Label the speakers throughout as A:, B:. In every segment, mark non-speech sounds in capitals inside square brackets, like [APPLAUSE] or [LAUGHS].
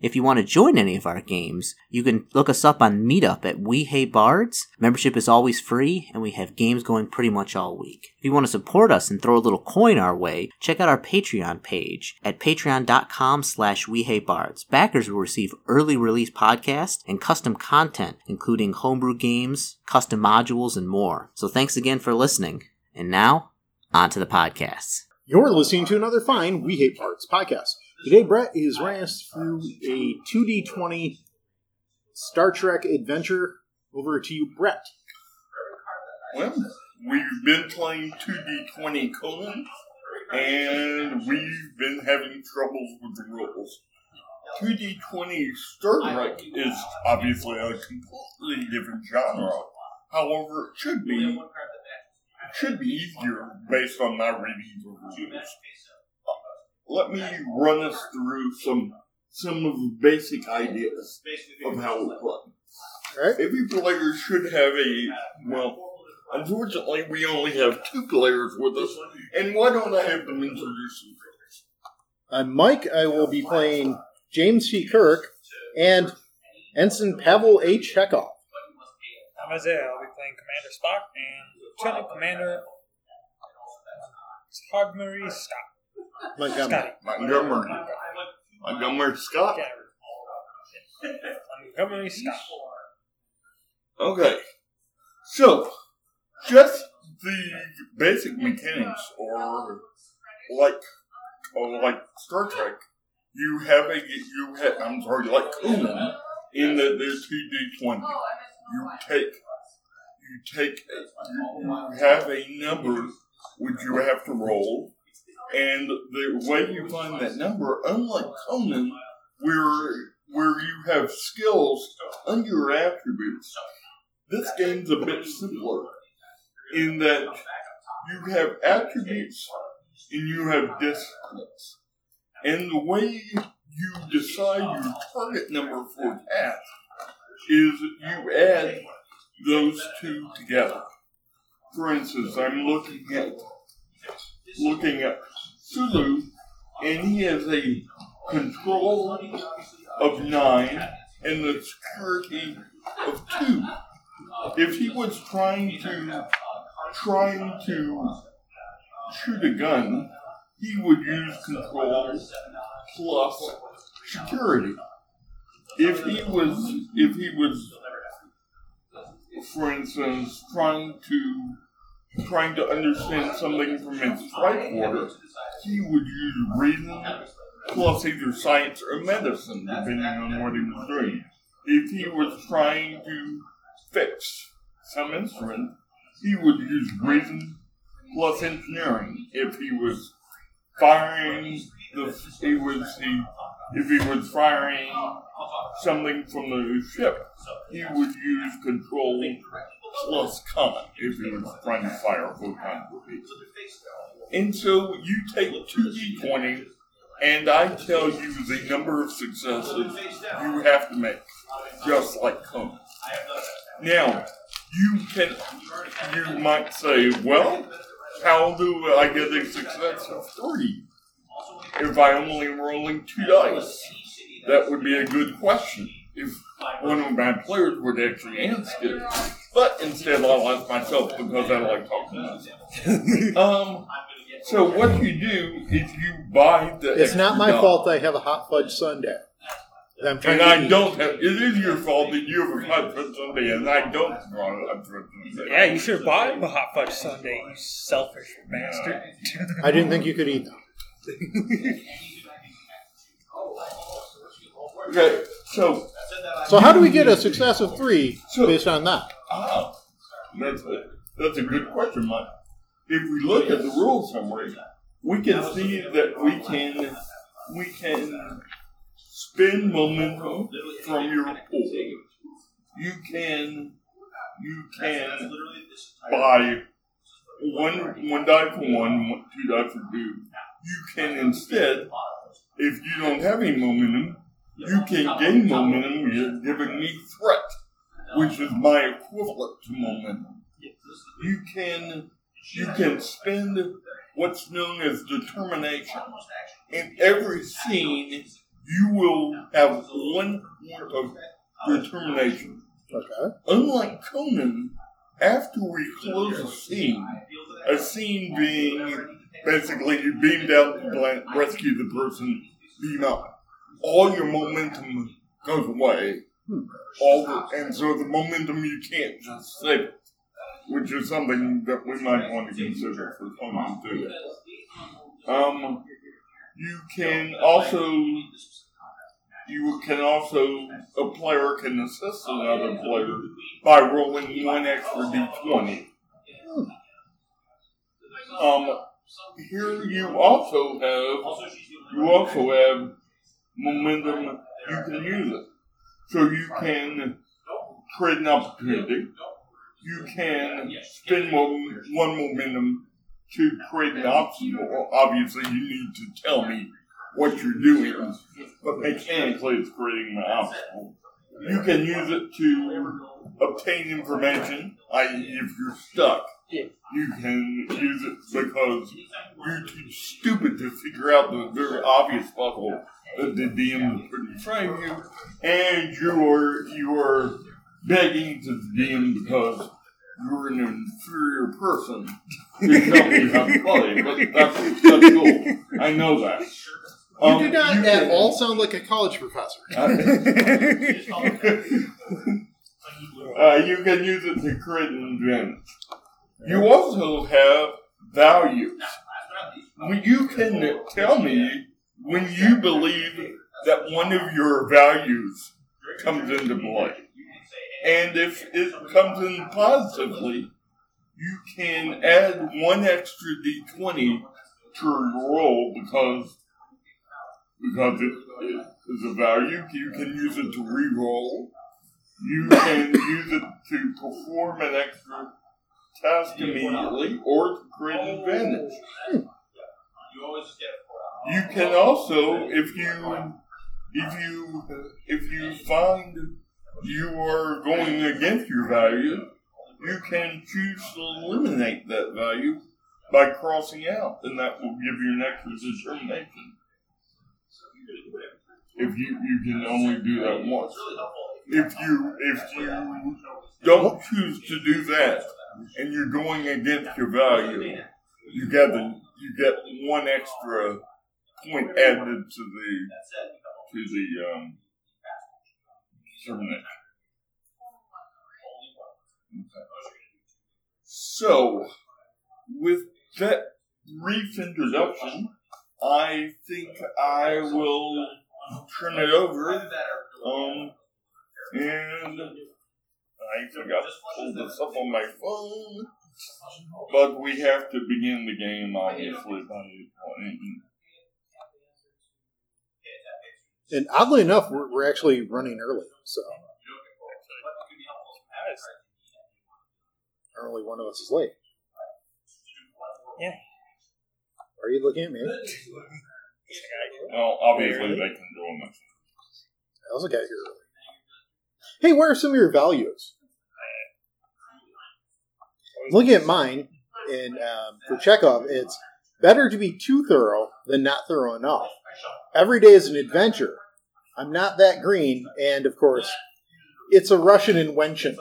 A: If you want to join any of our games, you can look us up on Meetup at We Hate Bards. Membership is always free, and we have games going pretty much all week. If you want to support us and throw a little coin our way, check out our Patreon page at patreon.com slash We Hate Bards. Backers will receive early release podcasts and custom content, including homebrew games, custom modules, and more. So thanks again for listening. And now, on to the podcasts.
B: You're listening to another fine We Hate Parts podcast. Today, Brett is running us through a 2D20 Star Trek adventure. Over to you, Brett.
C: Well, we've been playing 2D20 colon, and we've been having troubles with the rules. 2D20 Star Trek is obviously a completely different genre. However, it should be it should be easier based on my reading of the rules. Let me run us through some some of the basic ideas of how we play.
B: All right.
C: Every player should have a well. Unfortunately, we only have two players with us, and why don't I have them introduce themselves?
B: I'm Mike. I will be playing James C. Kirk and Ensign Pavel A. Chekhov.
D: I'm Isaiah. I'll be playing Commander Spock and Lieutenant Commander Hogmary Scott.
B: Montgomery.
D: Scotty.
C: Montgomery, Montgomery Scott.
D: Yeah. Montgomery Scott.
C: Okay, so just the basic mechanics are like or like Star Trek. You have a you have I'm sorry, like colon in that there's two d twenty. You take you take you have a number which you have to roll, and the way you find that number, unlike Conan, where where you have skills under your attributes, this game's a bit simpler in that you have attributes and you have disciplines. And the way you decide your target number for a task is you add those two together. For instance, I'm looking at looking at Sulu, and he has a control of nine and the security of two. If he was trying to trying to shoot a gun, he would use control plus security. If he was if he was for instance trying to trying to understand something from his strike order, he would use reason plus either science or medicine, depending on what he was doing. If he was trying to fix some instrument, he would use reason plus engineering. If he was firing the, he was the, if he was firing something from the ship, he would use control plus con if he was trying to fire a photon torpedo. And so you take two d twenty, and I tell you the number of successes you have to make, just like Conan. Now, you can, you might say, well, how do I get a success of three if I am only rolling two dice? That would be a good question if one of my players would actually answer it. But instead, I like myself because I like talking to myself. um, so what you do is you buy the.
B: It's not
C: extra
B: my
C: dollar.
B: fault I have a hot fudge sundae. that I'm trying
C: And
B: to
C: I
B: eat.
C: don't have. It is your fault that you have a hot foot Sunday, and I don't want a hot foot Sunday.
D: Yeah, you should have bought him a hot fudge sundae, you selfish bastard.
B: I didn't think you could eat them.
C: Okay, so
B: So how do we get a success of three based on that?
C: ah, that's a, that's a good question, Mike. If we look at the rule summary, we can see that we can we can spin momentum from your pool. You can you can buy one one die for one, one- two die for two. You can instead If you don't have any momentum, you can't gain momentum. You're giving me threat, which is my equivalent to momentum. You can you can spend what's known as determination. In every scene, you will have one point of determination.
B: Okay.
C: Unlike Conan, after we close a scene, a scene being basically you beam down the plant, rescue the person, beam up, all your momentum goes away.
B: Hmm.
C: All the, and so the momentum you can't just save it, which is something that we might want to consider for Conan too. Um, you can also you can also a player can assist another player by rolling one extra d20. Um, here you also have you also have momentum. You can use it, so you can create an opportunity. You can spend one, one momentum to create an obstacle. Obviously, you need to tell me what you're doing, but mechanically, it's creating an obstacle. You can use it to obtain information, i.e., if you're stuck. You can use it because you're too stupid to figure out the very obvious puzzle that the DM is putting in front of you, and you're you're begging to the DM because you're an inferior person [LAUGHS] to tell me how to play. But that's, that's cool. I know that.
B: You
C: Um,
B: do not
C: you
B: at
C: can-
B: all sound like a college professor.
C: uh, you can use it to create an advantage. You also have values. When you can tell me when you believe that one of your values comes into play. And if it comes in positively, you can add one extra d20 to your roll because because it, it is a value. You can use it to re-roll. You can use it to perform an extra task immediately or to create an advantage. You can also, if you if you if you find you are going against your value, you can choose to eliminate that value by crossing out, and that will give you an extra determination. If you, you can only do that once. If you if you don't choose to do that and you're going against your value, you get the you get one extra point added to the to the um, terminate. So, with that brief introduction, I think I will turn it over. Um, and I forgot to pull this up on my phone, but we have to begin the game, obviously, by 8:20.
B: And oddly enough, we're, we're actually running early, so
D: That is-
B: only one of us is late.
D: Yeah.
B: Are you looking at me?
C: Well, obviously, they can do them.
B: I also got here early. Hey, what are some of your values? Looking at mine, and um, for Chekhov, it's better to be too thorough than not thorough enough. Every day is an adventure. I'm not that green, and of course, it's a Russian invention.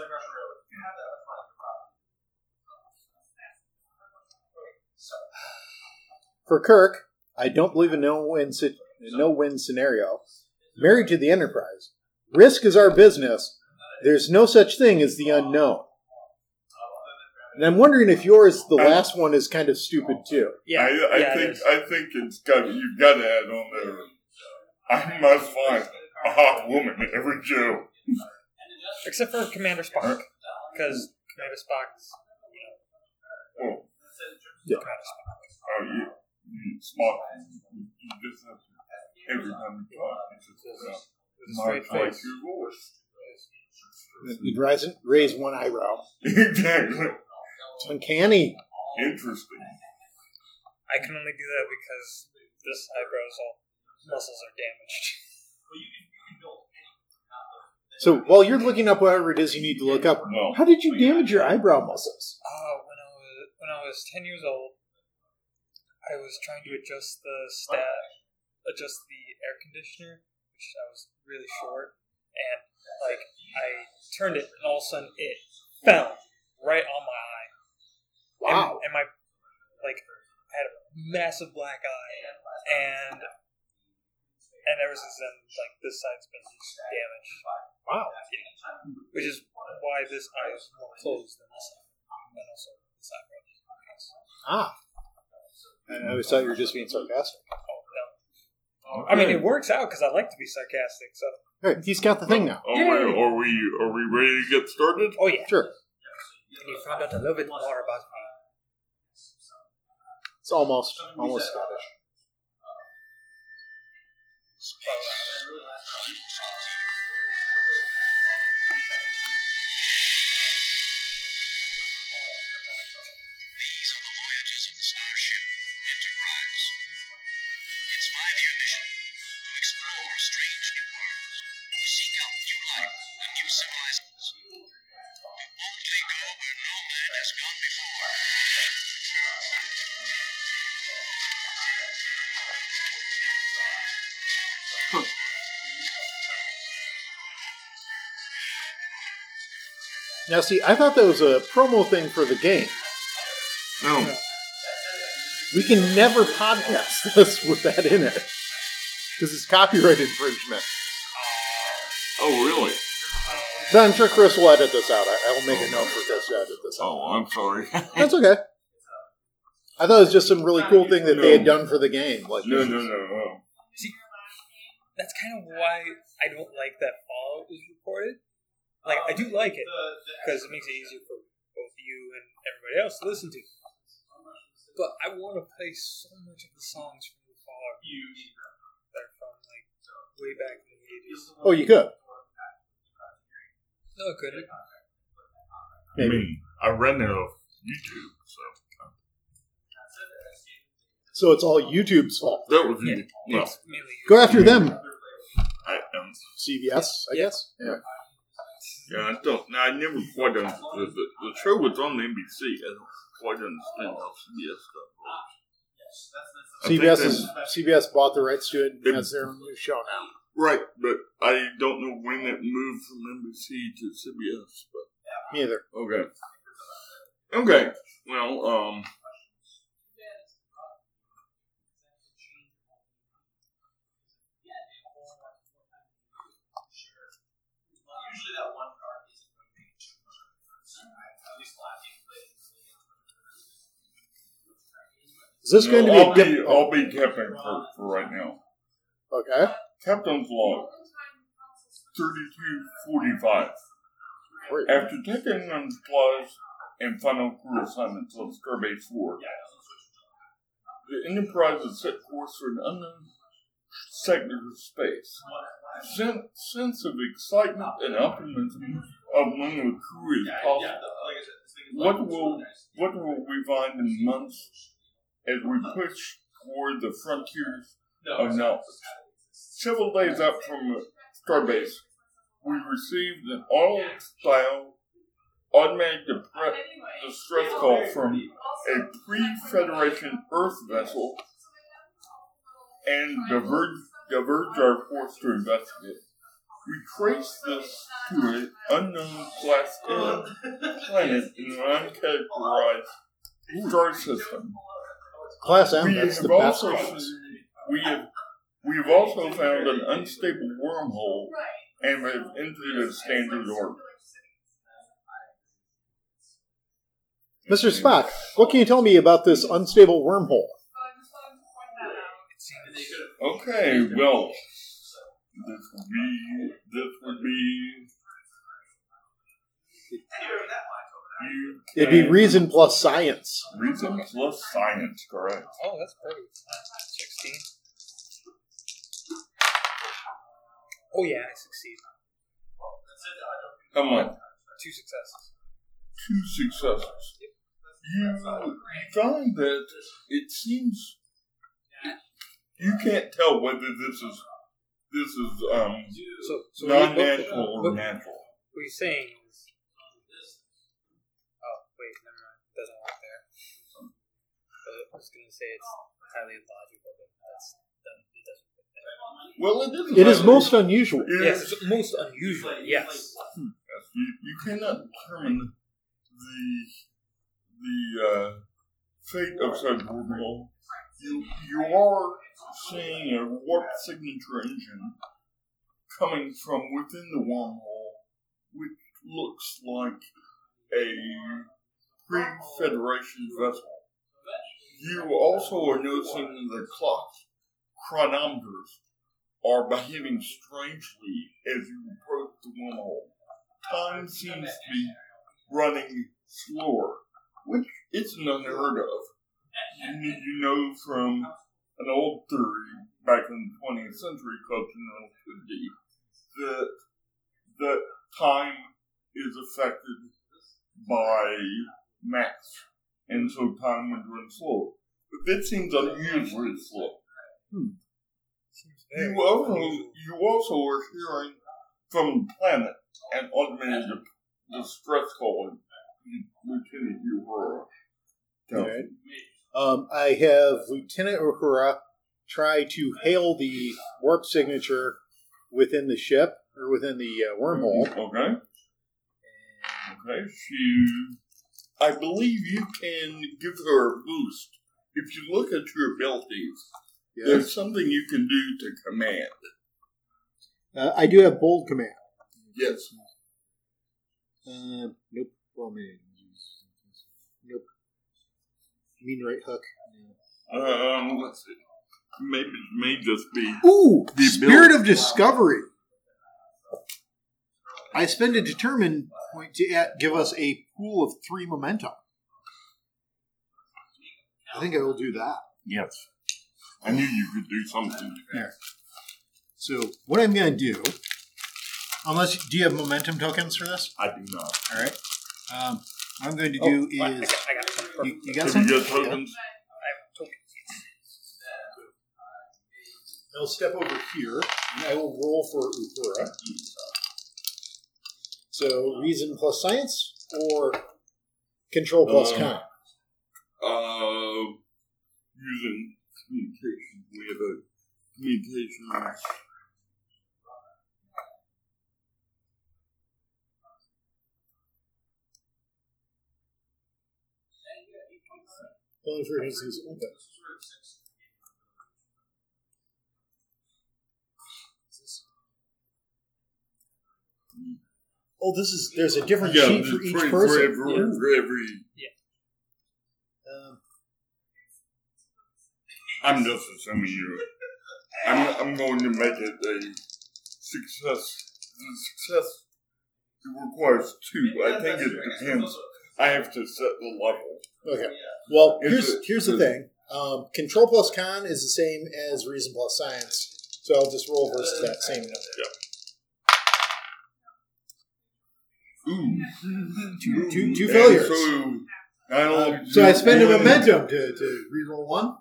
B: For Kirk, I don't believe in no win sit- no win scenario. Married to the enterprise, risk is our business. There's no such thing as the unknown. And I'm wondering if yours, the last one, is kind of stupid too.
D: Yeah,
C: I, I
D: yeah, it
C: think
D: is.
C: I think it's got you've got to add on there. I must find a hot woman in every jail.
D: Except for Commander Spock, because Commander Spock's
C: Oh,
D: Commander Spock.
C: oh you, you smart. You just have to, every time you talk, it's just
D: With a
C: uh,
D: straight
C: much like
D: face.
C: your voice.
B: You'd rise, raise one eyebrow.
C: exactly.
B: It's uncanny.
C: Interesting.
D: I can only do that because this eyebrow is all muscles are damaged.
B: So while you're looking up whatever it is you need to look up,
C: No.
B: how did you damage your eyebrow muscles?
D: Uh, when I was when I was ten years old, I was trying to adjust the stat, adjust the air conditioner, which I was really short, and like I turned it, and all of a sudden it fell right on my eye. And-
B: Wow.
D: And, my like I had a massive black eye, and and ever since then, like this side's been damaged.
B: Wow.
D: Which is why this eye is more closed than this eye. And also this eyebrow.
B: Ah. I always thought you were just being sarcastic.
D: Oh, no. I mean, it works out because I like to be sarcastic, so.
B: All right, he's got the thing now.
C: Oh, wait, are we are we ready to get started?
D: Oh, yeah.
B: Sure.
D: And you found out a little bit more about me.
B: It's almost almost Scottish.
E: These are the voyages of the starship Enterprise. Its five-year mission to explore strange new worlds, to seek out new life and new civilizations, to boldly go where no man has gone before.
B: Now, see, I thought that was a promo thing for the game.
C: No.
B: We can never podcast [LAUGHS] this with that in it because it's copyright infringement.
C: Oh, really?
B: So I'm sure Chris will edit this out. I, I will make a note for Chris to edit this out.
C: Oh, I'm
D: [LAUGHS]
C: sorry.
B: That's okay. I thought it was just some really cool thing that they had done for the game. Like,
C: No, no, no, no.
D: That's kind of why I don't like that Fallout was recorded. Like, I do like it because it makes it easier for both you and everybody else to listen to. But I want to play so much of the songs from the Fallout that are from, like, way back in the 80s.
B: Oh, you could.
D: No, it couldn't.
C: I
B: Maybe.
C: mean, I ran out of YouTube, so
B: So it's all YouTube's fault.
C: that was
D: Yeah.
C: YouTube. No,
D: It's mainly you.
B: Go after them,
C: I um, am.
B: CBS, I guess. Yeah.
C: Yeah, I don't. no, I never quite understood the, the show was on NBC. I don't quite understand how CBS got involved. I think
B: CBS
C: they-
B: is, CBS bought the rights to it
C: They-
B: and has their own new show now.
C: right, but I don't know when it moved from NBC to CBS. But
B: Me either.
C: okay, okay. Well, um,
B: Is this going to be
C: I'll
B: a dip?
C: be, I'll be Captain Kirk for right now.
B: okay.
C: Captain's log, thirty-two forty-five.
B: Great.
C: After taking on supplies and final crew assignments on Starbase 4, the Enterprise is set course for an unknown sector of space. Sen- sense of excitement and optimism among the crew is possible. What will, what will we find in months as we push toward the frontiers of knowledge? Several days out from Starbase, we received an all style automatic depre- distress call from a pre Federation Earth vessel and diverge, diverge our force to investigate. We trace this to an unknown
B: [LAUGHS]
C: class A planet in an uncategorized star system.
B: Class M,
C: We
B: that's
C: have
B: the best
C: also
B: class.
C: we have we have also found an unstable wormhole and have entered a standard orbit.
B: Mr. Spock, what can you tell me about this unstable wormhole?
D: It seems
C: Okay, well, this would be this would be. You
B: It'd be
C: can-
B: reason plus science.
C: reason plus science, correct?
D: Oh, that's perfect. 16. Oh, yeah, I succeed.
C: Come on,
D: Two successes.
C: two successes. You find that it seems you can't tell whether this is this is um,
D: So, so what- what-
C: non-natural or
D: what-
C: natural.
D: What you're saying is. Oh, wait, never mind. It doesn't work there. But I was going to say it's highly illogical, but that's, that, it doesn't work there.
C: Well, it is.
B: It is
C: natural.
B: most unusual.
C: It
D: Yes,
C: is-
D: it's most unusual, yes.
C: You, you cannot determine the the uh, fate of such wormhole. You you are seeing a warp signature engine coming from within the wormhole, which looks like a pre-Federation vessel. You also are noticing the clocks, chronometers, are behaving strangely as you approach the wormhole time seems to be running slower, which isn't unheard of. You you know from an old theory back in the 20th century called relativity that that time is affected by mass, and so time would run slow. But that seems unusually slow.
D: Seems very
C: You also
D: unusual.
C: you also are hearing from the planet an automated distress call, Lieutenant Uhura.
B: All right. Um, I have Lieutenant Uhura try to hail the warp signature within the ship or within the uh, wormhole.
C: Okay. Okay. She, I believe you can give her a boost if you look at your abilities.
B: Yes.
C: There's something you can do to command.
B: Uh, I do have bold command.
C: Yes.
B: Uh, nope. Well, maybe. Nope. Mean right hook.
C: Um. Let's see. Maybe it may just be
B: Ooh,
C: The
B: spirit
C: ability.
B: of discovery. I spend a determined point to add, give us a pool of three momentum. I think I will do that.
C: yes. I knew you could do something.
B: So what I'm going to do, unless do you have momentum tokens for this?
C: I do not.
B: All right. Um, what I'm going to do
D: What? Oh, I
B: is
D: got, I got something
B: you,
D: perfect.
B: you got
C: If you
B: something.
C: get tokens,
D: I have tokens.
B: I'll step over here, and I will roll for Uhura. So reason plus science, or control plus
C: Um,
B: con.
C: uh, using communication, we have a communication.
B: Only for his- his open. Oh, this is there's a different sheet for each person.
C: For, every- for every,
B: Um,
C: I'm just assuming you. I'm, I'm going to make it a success. The success requires two. I think it depends. I have to set the level.
B: okay. Well,
C: Is
B: here's
C: it-
B: here's the thing. Um, control plus con is the same as reason plus science, so I'll just roll versus that same number.
C: Ooh.
B: Two- two- two
C: And
B: failures.
C: So, I don't,
B: Um, so I spend a
C: one-
B: momentum to, to reroll one.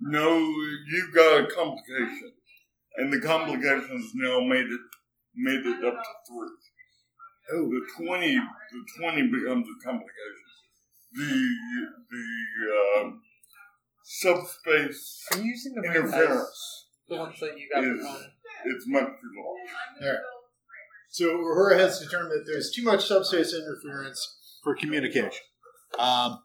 C: No, you've got a complication, and the complications now made it made it up to three.
B: Oh,
C: The twenty, the twenty becomes a complication. The the um, subspace
D: Are you using the right dice?
C: interference
D: The ones that you got
C: Is-
D: from.
C: is much too large.
B: There. So Uhura has determined that there's too much subspace interference for communication. Um,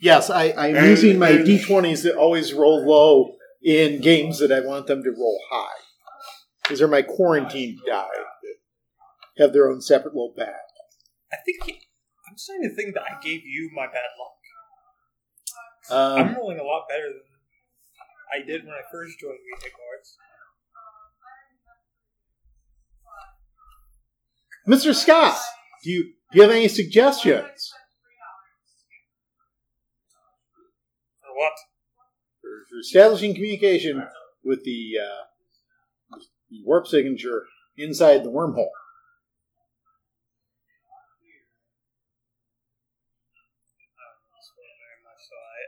B: yes, I, I'm
C: And-
B: using my
C: and-
B: d20s that always roll low in games that I want them to roll high. These are my quarantine die that have their own separate little bag.
D: I think. He, I'm starting to think that I gave you my bad luck. I'm
B: Um,
D: rolling a lot better than I did when I first joined Retail Cards.
B: Mr. Scott, do you do you have any suggestions?
D: Or what?
B: for establishing communication with the, uh, the warp signature inside the wormhole.
D: I don't know this one very much, so I,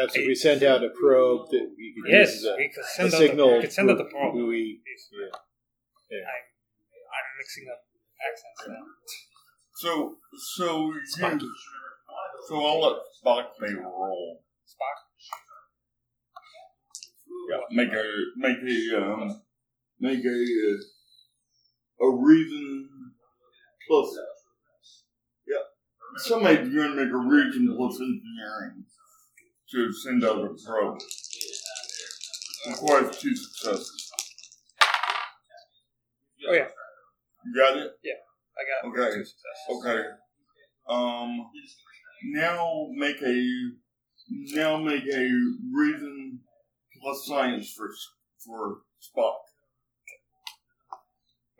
D: I don't know.
B: Perhaps if we sent out a probe that we could
D: Yes,
B: use as
D: we could
B: a, a
D: send out
B: signal.
D: the, we could send out the
B: for
D: probe.
B: who we-
D: I'm mixing up accents now.
C: So, so you,
D: Spocky.
C: so I'll let Spock make a roll.
D: Spock.
C: Yeah, make a make a um, make a uh, a reason plus. Yeah, somebody's gonna make a reason plus engineering to send out a probe. Requires two successes.
D: Oh yeah,
C: You got it.
D: I got
C: Okay.
D: two successes.
C: Okay. Um. Now make a now make a reason plus science for for Spock.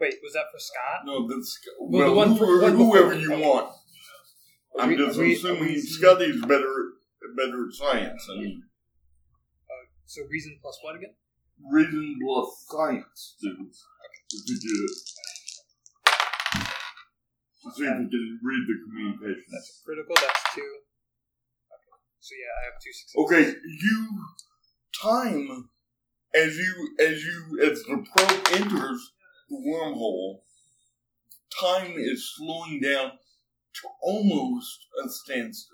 D: Wait, was that for Scott?
C: No, that's
D: Well,
C: well,
D: the one-
C: whoever,
D: one before-
C: whoever you want. I'm
D: We-
C: just
D: we-
C: assuming
D: we-
C: Scotty's better better at science and
D: Uh, So reason plus what again?
C: reason plus science students if you do it. To see if you can read the communication.
D: That's critical. That's two. Oh. Okay. So yeah, I have two successes.
C: Okay, you time as you as you as the probe enters the wormhole, time is slowing down to almost a standstill.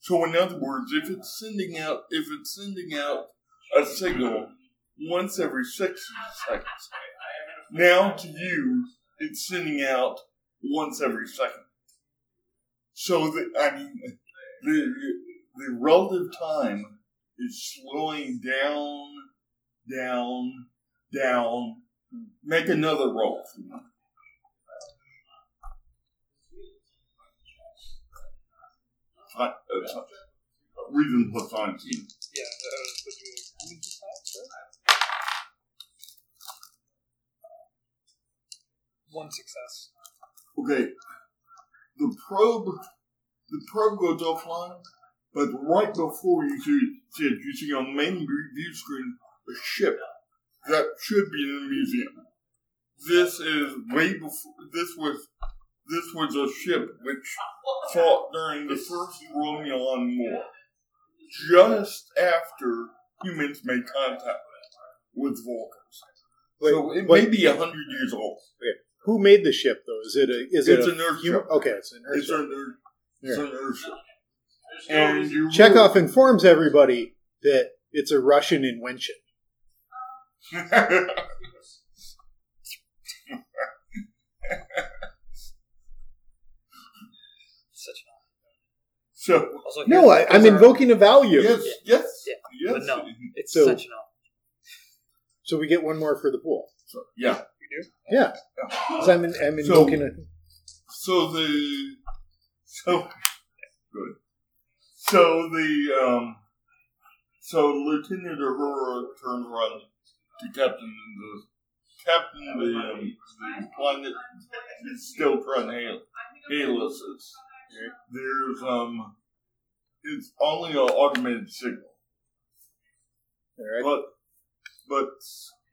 C: So in other words, if it's sending out if it's sending out a signal once every sixty seconds. Now to you it's sending out once every second. So that I mean the the relative time is slowing down, down, down. Make another roll. Fi- uh, fi- Reason plus nineteen.
D: Yeah, uh, that was supposed to be reason plus five. Sure. Uh, One success.
C: Okay. The probe, the probe goes offline, but right before you see, see it, you see on the main view screen a ship that should be in a museum. This is way before. This was this was a ship which fought during the first Romulan War, just after humans made contact with Vulcans.
B: Wait,
C: so it
B: wait.
C: may be a hundred years old.
B: Who made the ship, though? Is it a? Is
C: It's
B: it
C: an Earth
B: a? human-
C: ship.
B: okay, it's an Earth
C: It's
B: ship.
C: under
B: Yeah.
C: inertia. And you
B: Chekhov informs everybody that it's a Russian invention.
D: Such an
C: [LAUGHS]
D: honor.
C: so
D: Also,
B: No, I,
D: here's-
B: I'm
D: here's our-
B: invoking a value.
C: yes, yes,
D: Yeah.
C: yes.
D: But no. It's
B: So-
D: such an honor.
B: So we get one more for the pool.
C: So, yeah.
B: Yeah, because I'm, in, I'm
C: So-
B: invoking a.
C: So the so good. So the um so Lieutenant Uhura turned around to Captain the Captain the um, the planet is still trying to hail helices. There's um it's only an automated signal.
B: All right.
C: But, but,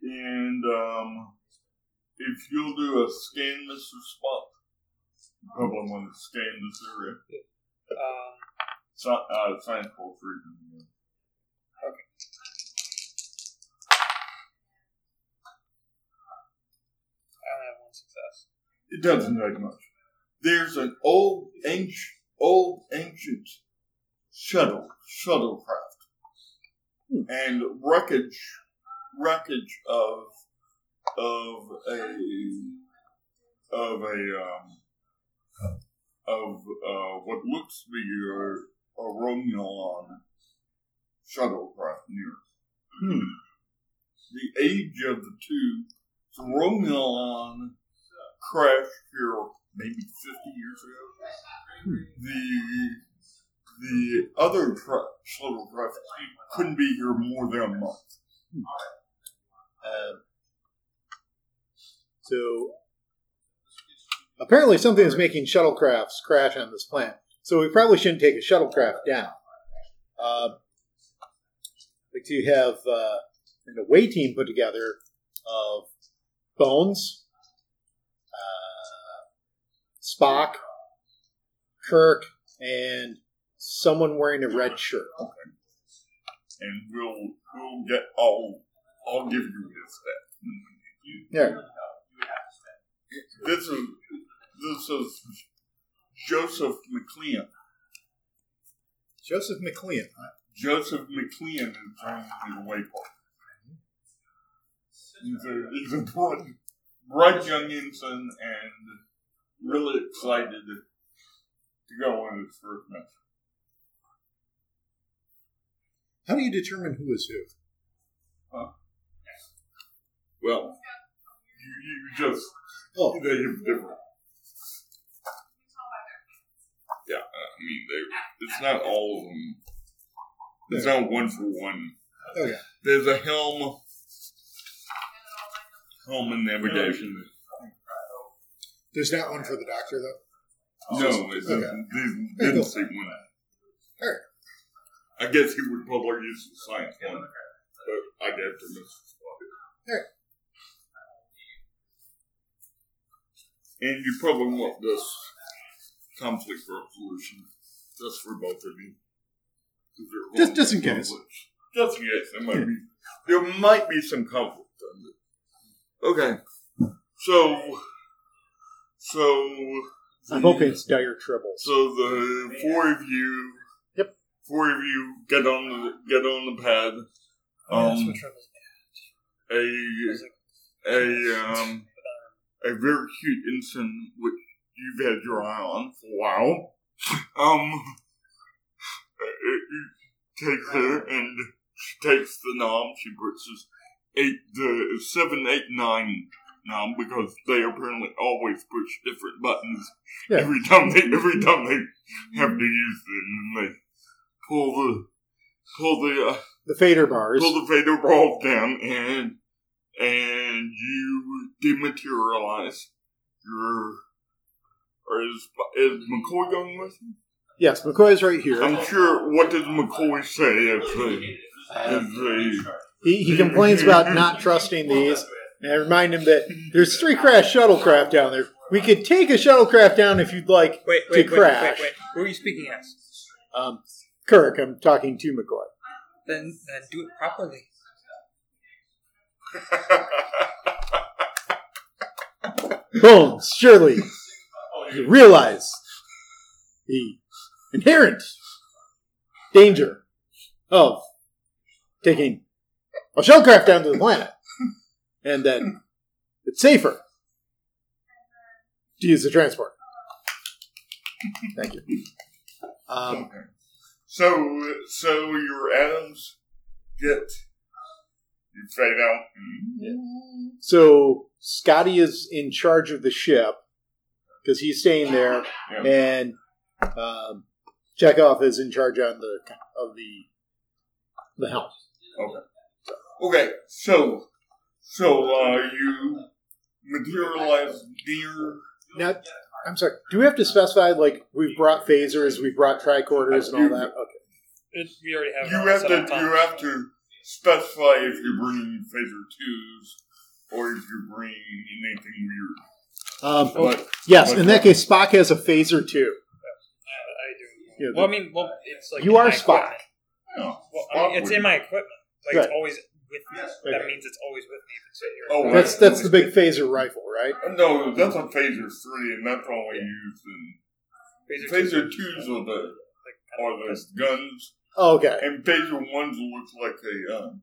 C: and um, if you'll do a scan Mr. Spot, probably want to scan this area.
D: Um,
C: It's not uh, science for freedom.
D: I only have one success.
C: It doesn't take much. There's an old, ancient, old, ancient shuttle, shuttlecraft, and wreckage, wreckage of, of a, of a, um, of uh, what looks to be a, a Romulan shuttlecraft near. Hmm. The age of the two, the Romulan crashed here maybe 50 years ago. The the other tra- shuttle craft couldn't be here more than a month.
B: Um, so apparently, something is making shuttlecrafts crash on this planet. So we probably shouldn't take a shuttlecraft down. Uh, like to have uh, an away team put together of Bones, uh, Spock, Kirk, and someone wearing a red shirt.
C: and we'll we'll get all. I'll give you his stats.
B: Yeah.
C: This is this is Joseph McLean.
B: Joseph McLean.
C: Joseph McLean is running the away part. He's a, he's a bright, bright young ensign and really excited to go on his first match.
B: How do you determine who is who?
C: Well, you, you just
B: Oh,
C: they have different. Yeah, I mean, they, it's not all of them. It's not one for one.
B: Okay.
C: There's a helm, helm and navigation.
B: there's not one for the doctor though.
C: No, it's
B: Oh, Okay.
C: they didn't say one.
B: Alright.
C: I guess he would probably use the science one, but I'd have to miss.
B: Alright.
C: And you probably want this conflict resolution. That's for both of you. 'Cause they're
B: Just-
C: all
B: just in case.
C: conflicts. Just in case there might be there might be some conflict. on this. Okay, so so
B: I'm hoping it's dire tribbles.
C: so the four of you.
B: Yep.
C: Four of you get on the get on the pad.
D: Oh, that's
C: Um,
D: what troubles me.
C: A a um a very cute ensign which you've had your eye on for a while. Um, uh, uh, takes her and she takes the nom. She puts this eight the seven eight nine nom because they apparently always push different buttons
B: Yeah.
C: every time they every time they have to use them. And they pull the pull the uh,
B: The fader bars.
C: pull the Vader ball down and and you dematerialize your or is is McCoy going with you?
B: Yes, McCoy's right here.
C: I'm sure what does McCoy say if they if they
B: He, he complains about not trusting these, and I remind him that there's three crashed shuttlecraft down there. We could take a shuttlecraft down if you'd like.
D: Wait,
B: To
D: wait, wait, wait,
B: crash.
D: wait, wait. Who are you speaking as?
B: Um, Kirk, I'm talking to McCoy.
D: Then, then do it properly.
B: Bones, surely you realize the inherent danger of taking a shellcraft down to the planet, and that it's safer to use the transport. Thank you. Um,
C: Okay. So so your atoms get you fade out
B: so Scotty is in charge of the ship because he's staying there,
C: Yeah.
B: and um, Chekhov is in charge on the of the the helm.
C: Okay, so so uh you materialize near
B: Now, I'm sorry. Do we have to specify like we've brought phasers, we've brought tricorders, and all that? Okay.
D: It, we already have. it
C: You
D: all
C: have
D: set
C: to
D: up on-
C: you have to specify if you're bringing phaser twos or if you're bringing anything weird.
B: Um,
C: But
B: Yes. In that case, Spock has a phaser too.
D: I do.
B: Yeah,
D: well, I mean, well, it's like
B: You
D: in
B: are
D: my
B: Spock.
D: equipment.
C: you know,
D: Well, I mean, it's in my equipment. Like
B: Right.
D: it's always with me. That
B: Okay.
D: means it's always with me. If it's in your
C: Oh,
D: equipment.
B: That's that's the big phaser rifle, right?
C: no, that's a phaser three, and that's only used in phaser twos are the are the guns,
B: Oh, okay.
C: and phaser ones looks like a uh,
B: Re-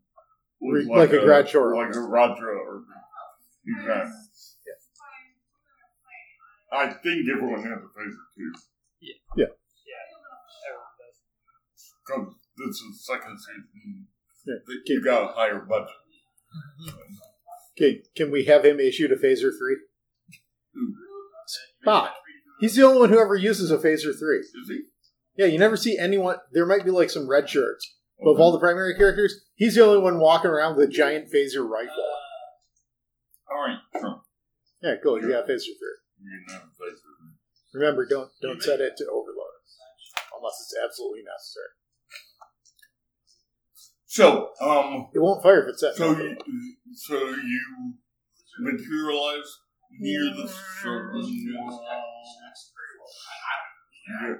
C: looks
B: like a Groucho or-
C: like a Roger or exactly. I think everyone has a phaser two. Cause this is second season.
B: Yeah.
C: They- You got a higher budget.
B: Okay. Can we have him issued a phaser three? Spock. He's the only one who ever uses a phaser three.
C: Is he?
B: Yeah. You never see anyone. There might be like some red shirts, but of all the primary characters, he's the only one walking around with a giant phaser rifle.
C: All right, sure.
B: Yeah. Cool. You got a phaser three.
C: You can have a phaser.
B: Remember, don't don't set it to overload unless it's absolutely necessary.
C: So, um,
B: It won't fire if it's set.
C: so you, so you materialize near the surface, and,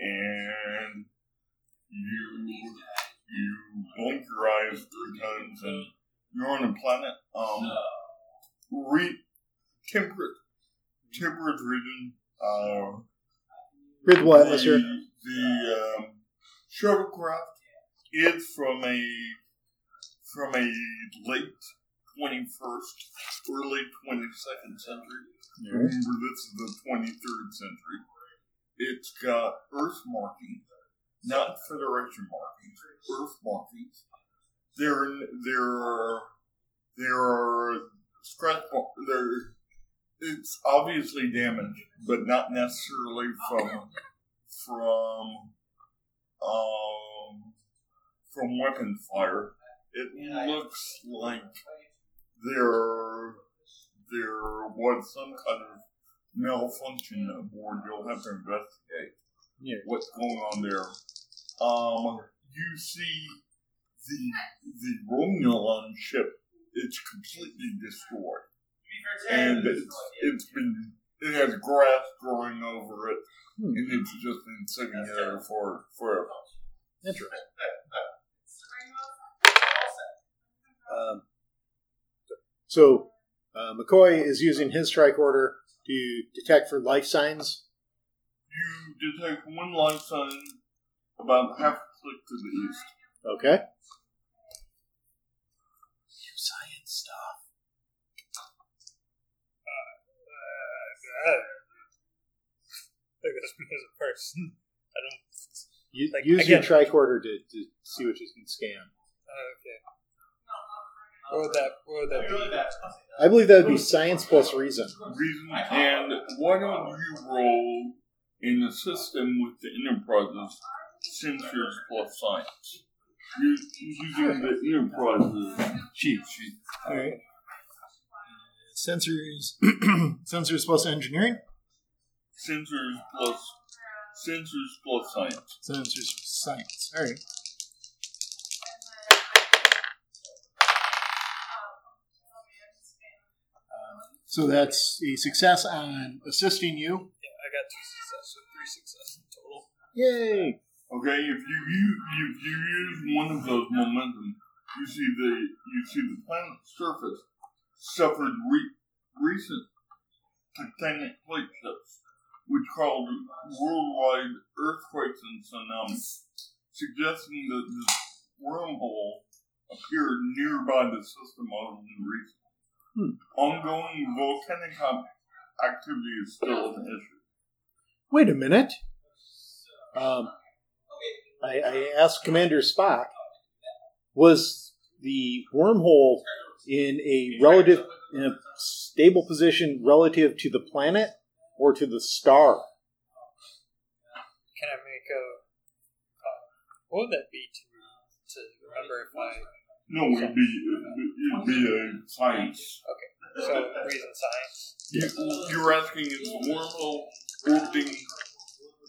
C: and you you blink your eyes three times and you're on a planet, um, re- temperate, temperate region, uh,
B: Breathable atmosphere.
C: the, the um, shuttlecraft is from a from a late twenty first, early twenty second century. Remember, this is the twenty third century. It's got Earth markings, not Federation markings. Earth markings. There, there are there are scratch marks. There, it's obviously damaged, but not necessarily from from um from weapon fire. It looks like there there was some kind of malfunction aboard. You'll have to investigate
B: Yeah.
C: what's going on there. Um, you see the the Romulan ship. It's completely destroyed and it's, it's been it has grass growing over it,
B: Hmm.
C: and it's just been sitting there for forever.
B: Interesting. Um, so, uh, McCoy is using his strike order to detect for life signs.
C: You detect one light sign about half a click to the east.
B: Okay.
D: Uh, there goes me [LAUGHS] as a person. I don't.
B: You,
D: Like,
B: use your
D: again-
B: strike order to, to see what you can scan.
D: Uh, Okay. What would that? What would that be?
B: I believe that would be science plus reason.
C: Reason and why don't you roll in the system with the enterprises since yours plus science? You're using the enterprises cheat sheet.
B: All right. Sensors, [CLEARS THROAT] sensors plus engineering,
C: Sensors plus sensors plus science.
B: sensors science. All right. So that's a success on assisting you.
D: I got two successes, so three successes in total.
B: Yay!
C: Okay, if you use if you use one of those momentum, you see the you see the planet's surface suffered re- recent tectonic plate shifts, which caused worldwide earthquakes and tsunamis, suggesting that this wormhole appeared nearby the system of the region. Ongoing volcanic ac- activity is still an issue.
B: Wait a minute. Um, I, I asked Commander Spock, was the wormhole in a relative, in a stable position relative to the planet or to the star?
D: Can I make a? Uh, what would that be to to remember if I?
C: No, it'd be it'd be a science
D: So reason science.
C: You, you're asking is the wormhole orbiting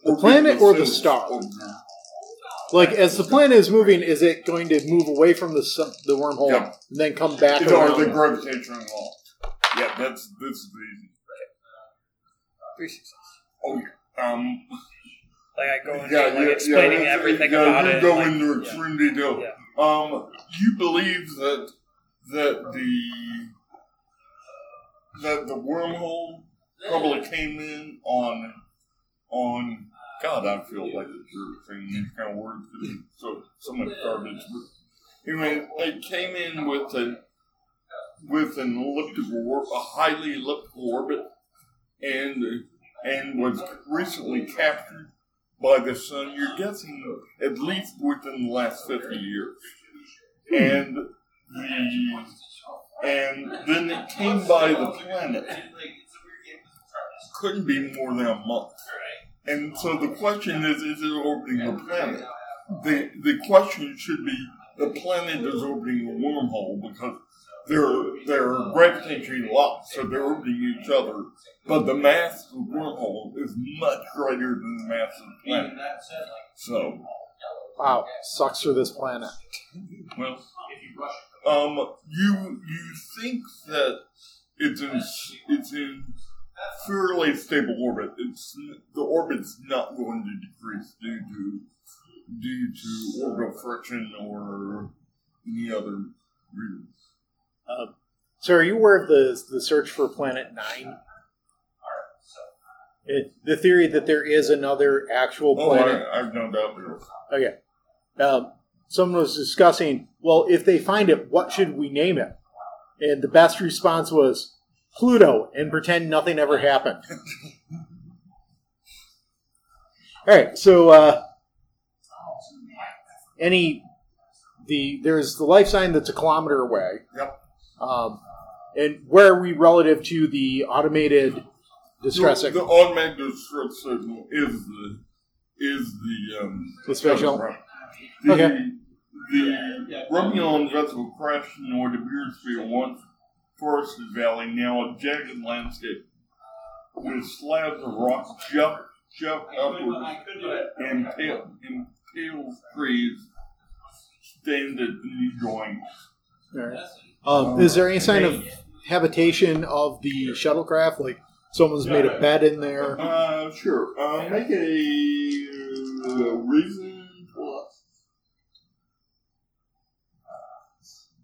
B: The planet or the
C: center
B: star?
C: of the-
B: Like, as the planet is moving, is it going to move away from the sun, the wormhole
C: Yeah.
B: and then come back?
C: It's or
B: around?
C: the gravitational law. Yeah, that's this is the easy.
D: Three successes.
C: Oh yeah. Um,
D: Like I go into
C: yeah,
D: like
C: yeah,
D: explaining
C: yeah,
D: everything
C: yeah,
D: about
C: you
D: it.
C: Go
D: like,
C: into
D: yeah.
C: extreme detail.
D: Yeah.
C: Um, you believe that that the that the wormhole probably came in on on God. I feel like it's your thing. These kind of words, 'cause it's so so much garbage. But anyway, it came in with a with an elliptical or a highly elliptical orbit, and and was recently captured by the sun, you're guessing at least within the last 50 years. And the, and then it came by the planet. Couldn't be more than a month. And so the question is, is it orbiting the planet? The, the question should be, the planet is orbiting the wormhole because they're, they're gravitationally locked, so they're orbiting each other. But the mass of the wormhole is much greater than the mass of the planet. So,
B: Wow, sucks for this planet.
C: well, um, you you think that it's in it's in fairly stable orbit. It's the orbit's not going to decrease due to due to orbital friction or any other reason.
B: Um, so, are you aware of the the search for Planet Nine? It, the theory that there is another actual
C: Oh,
B: planet.
C: I, I've no doubt there is.
B: Okay. Um, someone was discussing, well, if they find it, what should we name it? And the best response was Pluto, and pretend nothing ever happened. [LAUGHS] All right. So, uh, any the there's the life sign that's a kilometer away.
C: Yep.
B: Um, and where are we relative to the automated distress
C: The, the
B: signal?
C: automatic distress signal is the is the um
B: The special.
C: The,
B: Okay.
C: the Romeo and Vessel crashed in what appears to be a once forested valley, now a jagged landscape with slabs of rock shoved shoved upward and pale and pale trees stand at new joints.
B: All right. Um, is there any sign of habitation of the shuttlecraft? Like someone's made a bed in there.
C: Uh, sure. Uh, make a uh, reason plus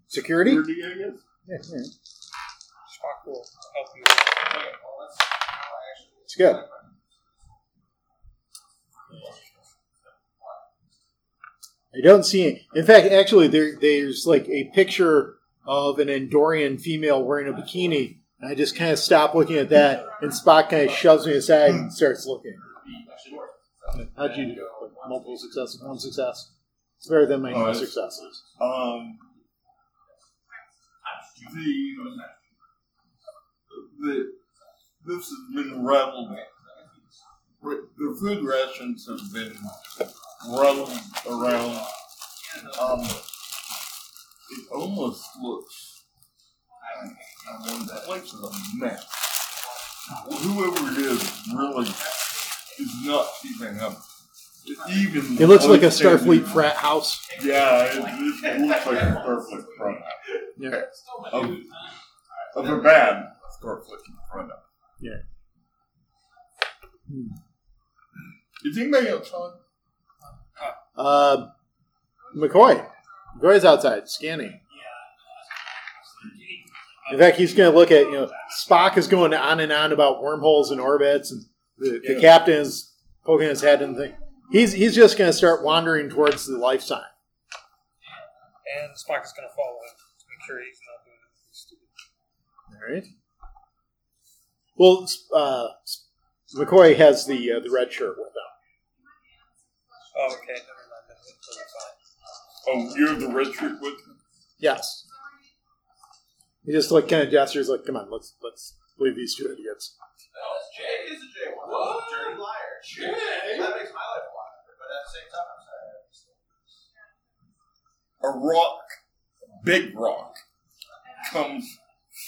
B: Security?
C: thirty, I guess.
B: Yeah, all right.
D: Spock will help you.
B: Let's go. I don't see it. In fact, actually, there there's like a picture of an Andorian female wearing a bikini. And I just kind of stop looking at that, and Spock kind of shoves me aside and starts looking. How'd you do? Like, multiple successes, one success. It's better than my no
C: Nice.
B: successes.
C: Um, the, the this has been rattled. The food rations have been rattled around. Um, it almost looks. I mean, that place is a mess. Whoever it is really is not keeping up. Even
B: It looks like a
C: place standard-
B: Starfleet frat house.
C: yeah, it, it looks like a perfect front
B: Yeah.
C: of, of a bad perfect front up.
B: Yeah. Hmm.
C: Is anybody outside?
B: Uh, McCoy. McCoy's outside scanning. In fact, he's going to look at, you know, Spock is going on and on about wormholes and orbits, and the, the
C: Yeah.
B: captain is poking his head and thing. He's, he's just going to start wandering towards the life sign.
D: And Spock is going to follow him to make sure he's not doing anything stupid.
B: All right. Well, s- uh, s- McCoy has the uh, the red shirt with him.
D: Oh, okay. Never mind. That's totally fine.
C: Oh, you're the red shirt with me?
B: Yes. He just like kind of gestures like, "Come on, let's let's leave these two idiots."
E: Jay is a Jay. What? Dirty liar. Jay. That makes my life harder, but at the same time, I'm sorry.
C: A rock, big rock, comes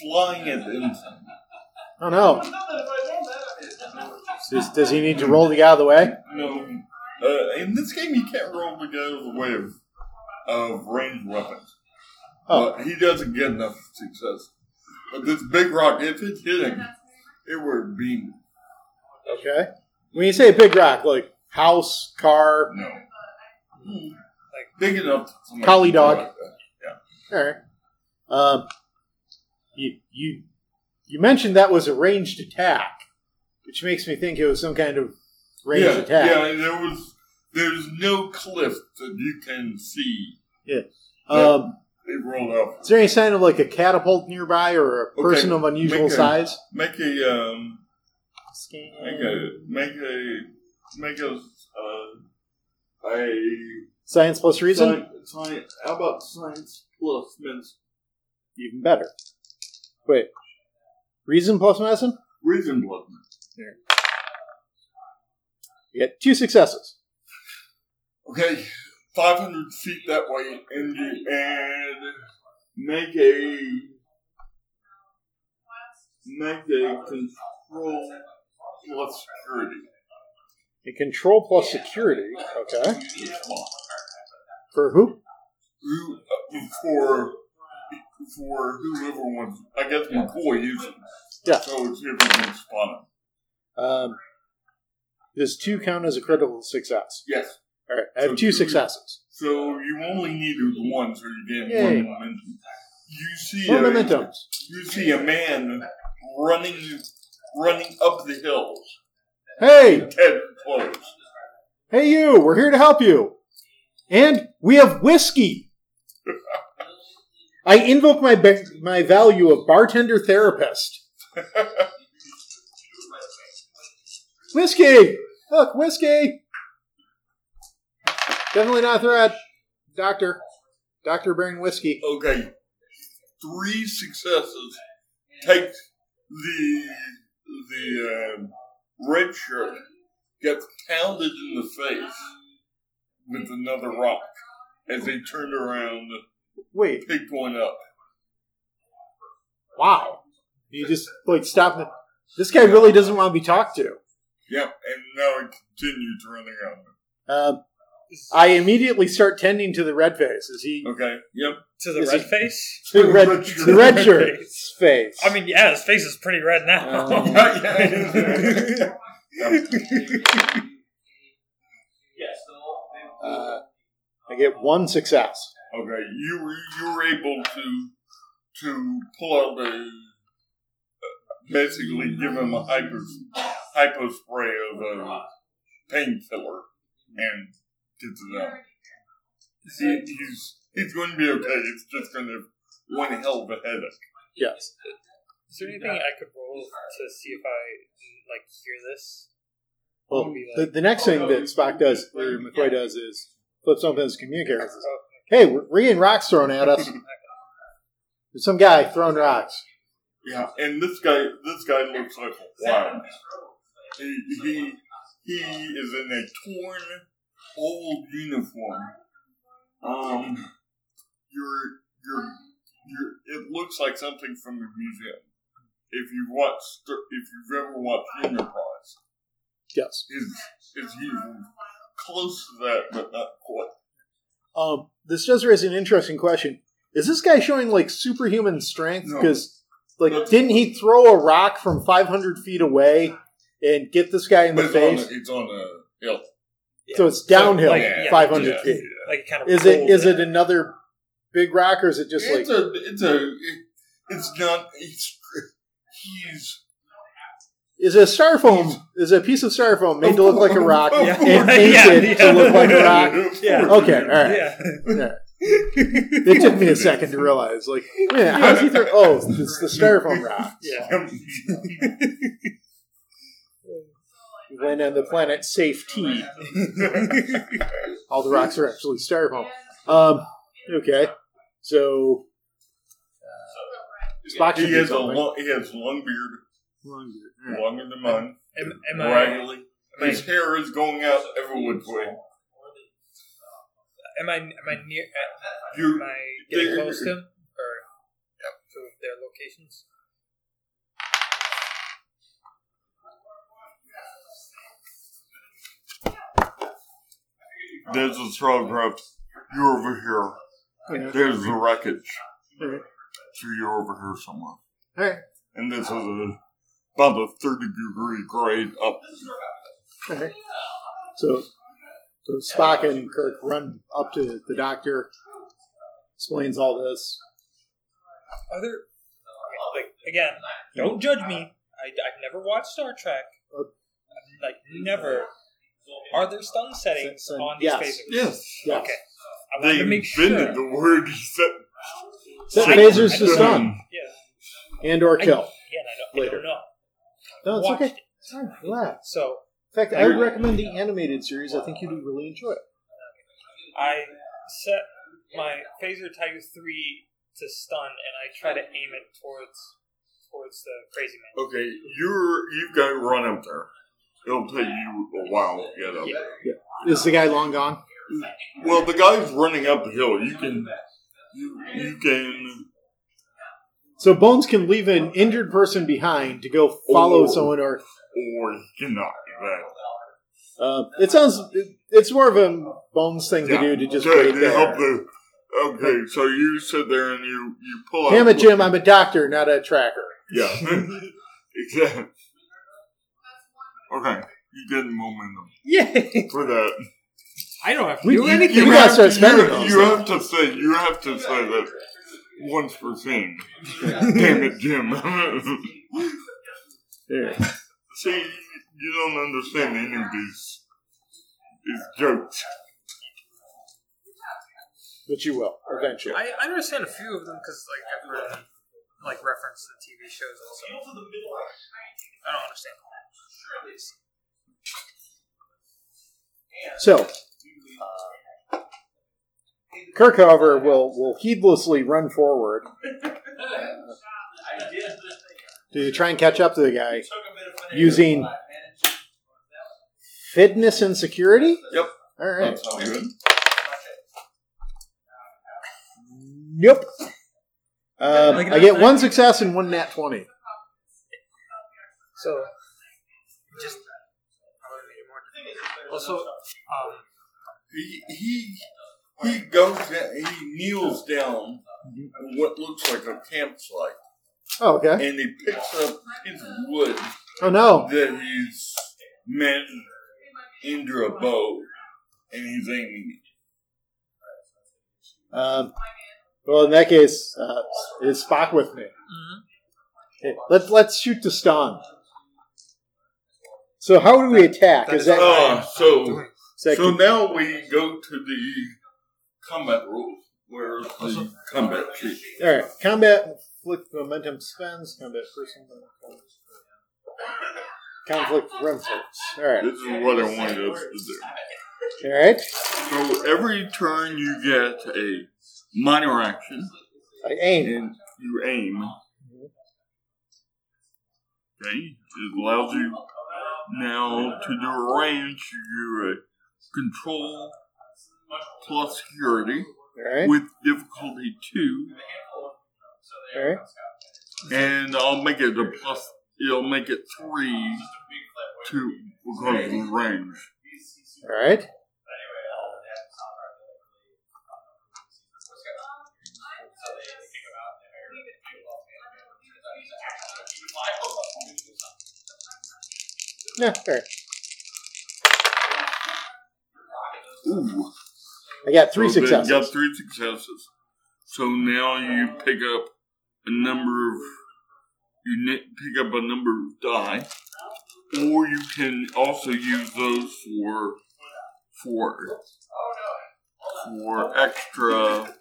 C: flying at them.
B: I don't know. Does, does he need to roll to get out of the way?
C: No. Uh, in this game, you can't roll to get out of the way of, of ranged weapons.
B: Oh.
C: But he doesn't get enough success. But this big rock, if it hit him, it would be
B: Okay. When you say big rock, like house, car,
C: no. Like big enough. to-
B: Collie dog. all right. Um, you you you mentioned that was a ranged attack, which makes me think it was some kind of ranged
C: yeah,
B: attack.
C: yeah. There was there's no cliff that you can see.
B: Um,
C: They rolled up.
B: is there any sign of like a catapult nearby or a
C: Okay,
B: person of unusual
C: make a-
B: size?
C: Make a um. Make a make a make a uh, a
B: Science plus reason,
C: Sci- sci- how about science plus medicine?
B: even better. Wait, reason plus medicine.
C: Reason plus medicine.
B: You get two successes.
C: Okay, 500 feet that way, and you and make a make a control plus security.
B: And control plus security. Okay.
C: Which one?
B: [LAUGHS] For who?
C: Who uh, for for whoever wants? I guess McCoy uses. it.
B: Yeah.
C: So it's if you can spot him.
B: Um, does two count as a critical success?
C: Yes.
B: All right, I have two successes.
C: So you only needed one, so you gained
B: Yay.
C: one momentum. You see,
B: More
C: a,
B: momentums.
C: you see a man running, running up the hill,
B: Hey,
C: head close. [LAUGHS]
B: hey, you! We're here to help you, and we have [LAUGHS] whiskey. I invoke my ba- my value of bartender therapist. Whiskey! Look, whiskey! Definitely not a threat. Doctor. Doctor bring whiskey.
C: Okay, three successes Take the the um red shirt, gets pounded in the face with another rock as they turned around,
B: Wait,
C: picked one up.
B: wow. You just, like, stop. it. This guy really doesn't want to be talked to.
C: Yep, and now it continues running on.
B: Um, I immediately start tending to the red face. Is he.
C: Okay, yep.
D: To the
B: This
D: red
B: is-
D: face?
B: The red, the red shirt's face.
D: I mean, yeah, his face is pretty red now. [LAUGHS]
B: Um,
C: [LAUGHS] Yeah.
B: uh, I get one success.
C: Okay, you were you were able to to pull out a basically give him a hypo hypo spray of a painkiller and get it out. He, he's he's going to be okay. It's just going to one hell of a headache.
B: Yes.
D: Is there anything I could roll to see if I like hear this?
B: Well, the, the next thing that Spock does, or McCoy does, is flips open his communicator. and says, Hey, we're, we're getting rocks thrown at us. There's some guy throwing rocks.
C: Yeah, and this guy this guy looks like a wild. He he, he is in a torn old uniform. Um, you're you're you're. It looks like something from a museum. If you watch, if you've ever watched Enterprise,
B: Yes.
C: is is usually close to that, but not quite.
B: Um, this does raise an interesting question. Is this guy showing like superhuman strength?
C: No.
B: Because
C: No.
B: like, didn't he throw a rock from 500 feet away and get this guy in
C: But
B: the
C: it's on,
B: face?
C: a, it's on a hill.
B: So it's downhill,
D: like, yeah,
B: 500
C: yeah,
B: feet.
C: yeah.
D: Like kind of
B: Is it
D: rolled
B: is it
D: in.
B: another big rock or is it just like
C: it's a it's a it, it's not it's he's
B: is it a styrofoam? Is it a piece of styrofoam made to look
C: [LAUGHS]
B: like a rock
C: Of
D: [LAUGHS] Yeah.
B: and
C: course.
B: painted
D: Yeah,
B: to look like a
C: Yeah.
B: rock?
D: [LAUGHS] Yeah.
B: Okay, all
D: [LAUGHS]
B: right.
D: Yeah.
C: [LAUGHS]
B: Yeah. It took me a second to realize, like, wait, a minute, how does he throw? Oh, it's the
D: [LAUGHS]
B: styrofoam rock.
D: Yeah.
B: When on the planet safety, all the rocks are actually styrofoam. Um, okay, so Spock should
C: he
B: be
C: has a
B: something.
C: long, he has long beard, longer than mine.
D: Am, am I
C: Raggedly, his hair is going out every which way.
D: am I am I near am
C: You
D: I getting
C: They're-
D: close to him or to their locations?
C: there's a telegraph. You're over here.
B: Yeah.
C: There's the wreckage.
B: Mhm.
C: So you're over here somewhere.
B: All right,
C: And this is a, about a 30 degree grade
B: all
C: up.
B: right. So, so Spock and Kirk run up to the doctor, explains all this.
D: Are there like again? Don't judge me. I, I've never watched Star Trek.
C: Uh,
D: I'm, Like never. Are there stun settings
B: Sun-
D: on these
B: yes.
D: phases?
C: Yes.
B: Yes.
D: Okay. I want
C: They
D: to make
C: invented
D: sure.
C: the word set,
B: Set
D: I-
B: phasers
D: I
B: to
D: don't-
B: stun
D: Yeah.
B: and or
D: I-
B: kill.
D: Again, I don't, I
B: Later.
D: don't know.
B: No, it's
D: Watched
B: okay.
D: it.
B: It's all right, Relax.
D: So
B: In fact, I would recommend the animated series. I think you'd really enjoy it.
D: I set my phaser type three to stun, and I try to aim it towards towards the crazy man.
C: Okay, you're, you've got to run up there. It'll take you a while to get up there.
B: Is the guy long gone?
C: Well, the guy's running up the hill. You can, you, you can,
B: So Bones can leave an injured person behind to go follow
C: Oh.
B: someone, or
C: or you cannot do that.
B: uh, it sounds it- it's more of a Bones thing
C: Yeah.
B: to do to just
C: okay,
B: wait
C: they help
B: there.
C: the, okay, so you sit there and you, you pull out.
B: Damn it, Jim! I'm a doctor, not a tracker.
C: Yeah. [LAUGHS] exactly. Okay. You get momentum
D: Yay!
B: [LAUGHS]
C: for that.
D: I I don't have to
B: We-
D: do
B: you-
D: anything.
B: you gotta
C: have
B: start
C: to-
B: spending
C: you-
B: those
C: You
B: things.
C: have to say you have to say that once per scene. Damn it, Jim. [LAUGHS]
B: There.
C: See, you don't understand any of these these jokes.
B: But you will eventually.
D: I, I understand a few of them because like I've heard them, like reference the TV shows and stuff. I don't understand.
B: So, Kirk, however, will will heedlessly run forward to try and catch up to the guy using fitness and security.
C: Yep.
B: All right.
C: all good.
B: Nope. Um,
D: Like
B: I get
D: another-
B: one success and one nat twenty.
D: So just I'm gonna make it more difficult. also um,
C: He he he goes down, he kneels down in what looks like a campsite
B: Oh, okay.
C: and he picks up his wood
B: Oh no.
C: that he's meant into a bow and he's aiming
B: Um, well, in that case, uh, is Spock with me? Okay, let's let's shoot the stun. So how do we attack?
D: That
B: Is
D: is-
C: it.
B: that,
C: Uh, so
B: is that
C: so now we go to the combat rules. Where's the combat sheet?
B: All right, combat flick momentum spends combat person conflict rentals. All right,
C: This is what I wanted us to do.
B: all right.
C: So every turn you get a minor action
B: I aim.
C: and you aim. Okay, it allows you now to do a range. You do a control plus security
B: All right,
C: with difficulty two,
B: all right.
C: and I'll make it a plus. It'll make it three two because of the range.
B: All right.
D: uh, um,
B: No, all right.
C: Ooh,
B: I got three
C: so they
B: successes.
C: Oh, Got three successes. So now you pick up a number of you ni- pick up a number of die, or you can also use those for for for extra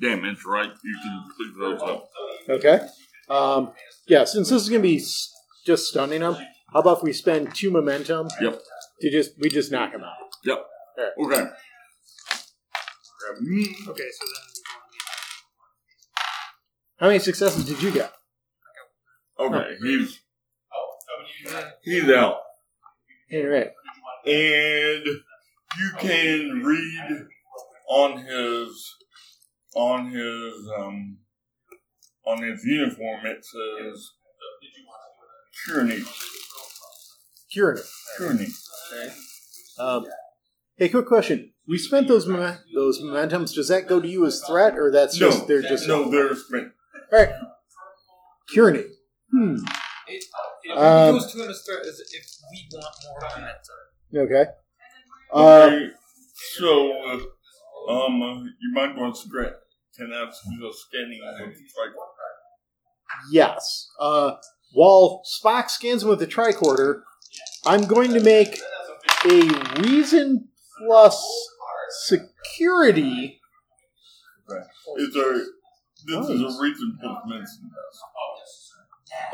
C: damage. Right? You can pick those up.
B: Okay. Um, yeah, since this is going to be s- just stunning him, how about if we spend two momentum
C: Yep.
B: to just we just knock him out?
C: Yep. Okay. Grab me.
D: okay, so then
B: How many successes did you get?
C: Okay. He's he's out.
B: All right.
C: and you can read on his on his um on his uniform it says tyranny
B: Kieran.
C: tyranny
B: Um, hey, quick question. We spent those momen- those momentums. Does that go to you as threat, or that's just
C: no
B: they're just
C: no there's been
B: All right. Kieran. Hmm. Um,
D: those two understand is if we want more momentum.
B: Okay. Uh,
C: Okay, so uh, um you might want to scan can I do a scanning with the tricorder?
B: yes. Uh, while Spock scans him with the tricorder, I'm going to make a reason plus security.
C: Is there this is a reason for medicine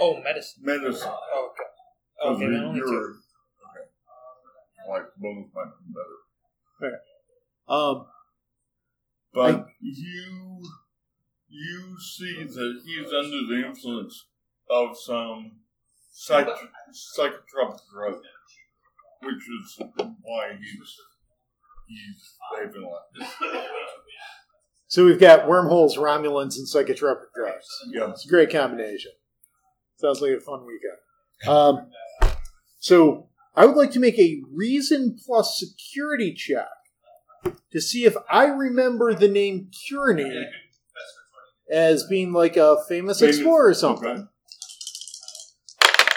D: Oh, medicine.
C: medicine
D: Oh, okay.
C: Because
D: Okay, then only
C: you're
D: two.
C: okay. like both might be better.
B: Um,
C: But
B: I-
C: you you see that he's under the influence of some psych, psychotropic drug, which is why he's he's behaving like this.
B: so we've got wormholes, Romulans, and psychotropic drugs.
C: Yeah.
B: It's a great combination. Sounds like a fun weekend. Um, so I would like to make a reason plus security check to see if I remember the name Curini as being like a famous
C: Famous-
B: explorer or something.
C: okay.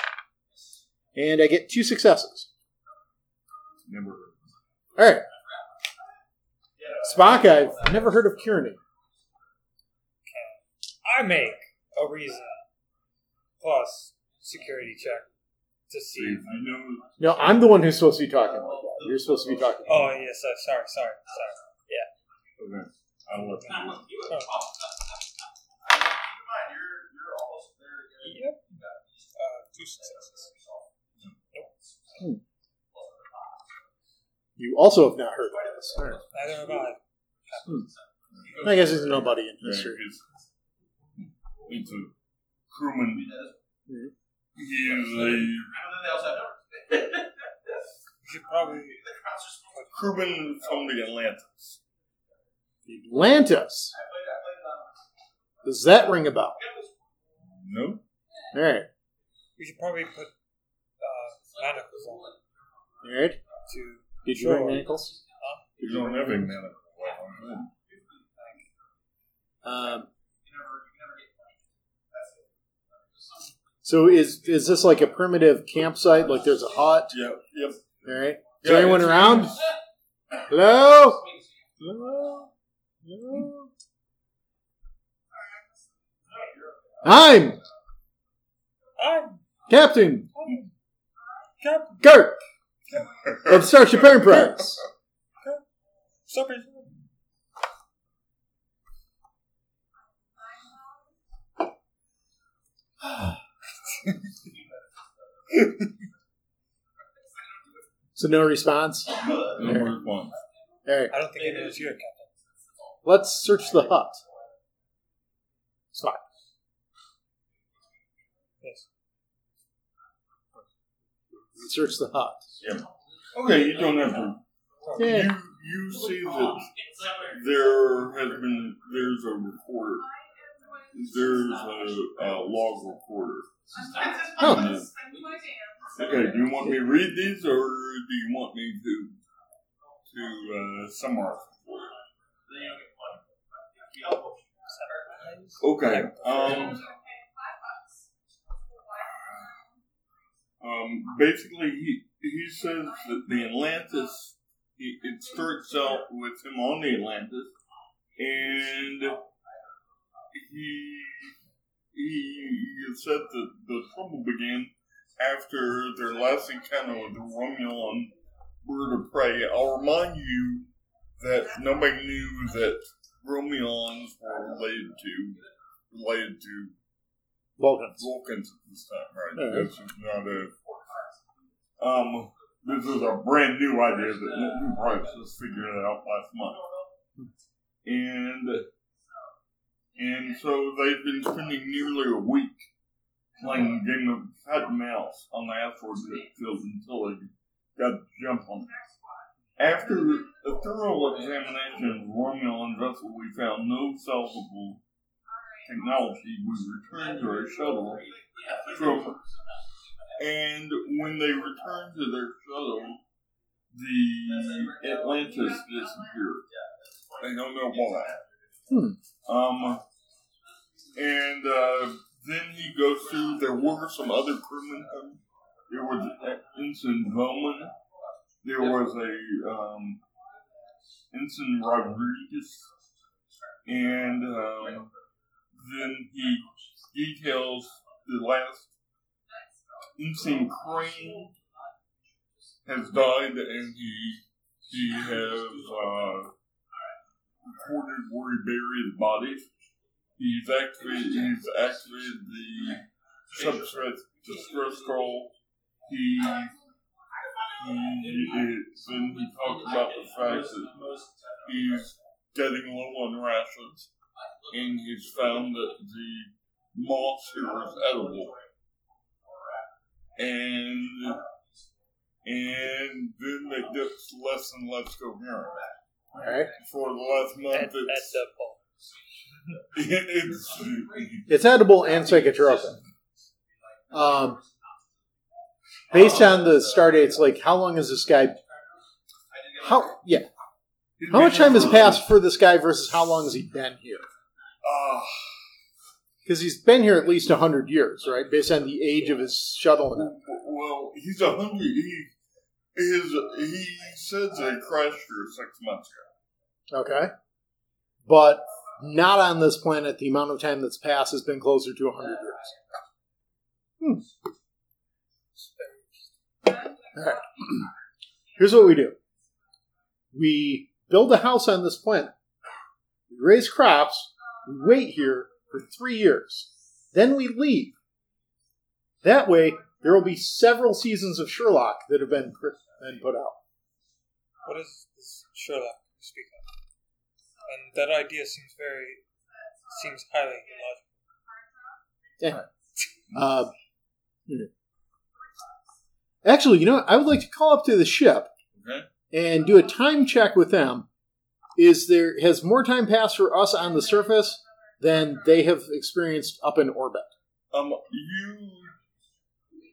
B: And I get two successes.
C: Never.
B: All right. Spock, I've never heard of Kiernan.
D: I make a reason plus security check to see.
C: See,
D: If,
C: I know
B: No, I'm the one who's supposed to be talking like that. You're supposed to be talking.
D: oh yes, uh, sorry, sorry, sorry.
C: Okay. I'll let you know.
D: Yep. Uh, two successes.
B: You also have not heard of this. All right. Hmm.
D: Neither have I.
B: I guess there's nobody in history.
C: It's, it's a crewman.
B: Mhm.
C: He is a
D: You should probably.
C: crewman from the Atlantis.
B: Atlantis. Does that ring a bell?
C: No?
B: All right.
D: We should probably put uh, manacles on
B: All right.
D: to.
B: Did you ring ankles?
C: You don't have a man. Well, I'm
B: Um, so is is this like a primitive campsite? Like there's a hut?
C: good. Yep, yep.
B: All right. Is
C: Yeah,
B: anyone
C: it's-
B: around? Hello? Hello? Hello? I'm
D: I'm
B: Captain
D: Captain.
B: Kirk of Starship Enterprise.
D: Sorry.
B: So no response.
C: Number one.
B: All right.
D: [SIGHS] I don't think it was you, Captain.
B: Let's search the hut. Spot.
D: Yes.
B: Let's search the hut.
C: Okay, you don't have to.
B: Yeah.
C: You, you see that there has been, there's a recorder. There's
E: uh,
C: a, a log recorder.
B: Oh.
C: Okay, do you want me to read these or do you want me to to uh, summarize? Okay. Um, um, basically, he, he says that the Atlantis, he, it starts out with him on the Atlantis, and he, he said that the trouble began after their last encounter with the Romulan bird of prey. I'll remind you that nobody knew that Romulans were related to related to
B: Vulcans.
C: Vulcans at this time, right?
B: Yeah.
C: This is not a. Um, this is a brand new idea that Milton Price just figured out last month, and and so they've been spending nearly a week playing a game of cat and mouse on the asteroid field until they got the jump on it. After a thorough examination of the Romulan vessel, we found no salvable technology. We returned to our shuttle from, and when they returned to their shuttle, the Atlantis disappeared. They don't know why. Um, and uh, then he goes through. There were some other crewmen. um, There was Ensign Bowman. There was a um, Ensign Rodriguez, and um, then he details the last Ensign Crane has died, and he he has uh, recorded where he buried the bodies. He's activated. He's activated the substress distress call. He, he is, then he talked about the fact that he's getting low on rations, and he's found that the moss here is edible. And and then it gets less and less coherent.
B: All right.
C: For the last month,
D: At, at
C: it's
D: the pole.
C: [LAUGHS] it's
B: It's edible and psychotropic. Um, based on the stardates, like how long has this guy? How yeah? How much time has passed for this guy versus how long has he been here?
C: Uh,
B: Because he's been here at least hundred years, right? Based on the age of his shuttle. And everything.
C: well, he's a hundred. He his he says they crashed here six months ago.
B: Okay. But not on this planet, the amount of time that's passed has been closer to 100 years. Hmm. All right. [CLEARS THROAT] Here's what we do we build a house on this planet, we raise crops, we wait here for three years, then we leave. That way, there will be several seasons of Sherlock that have been, cr- been put out.
D: What is this Sherlock you speak of? And that idea seems very seems highly illogical.
B: Yeah. Uh, actually, you know, what? I would like to call up to the ship
C: Okay.
B: and do a time check with them. Is there has more time passed for us on the surface than they have experienced up in orbit?
C: Um, you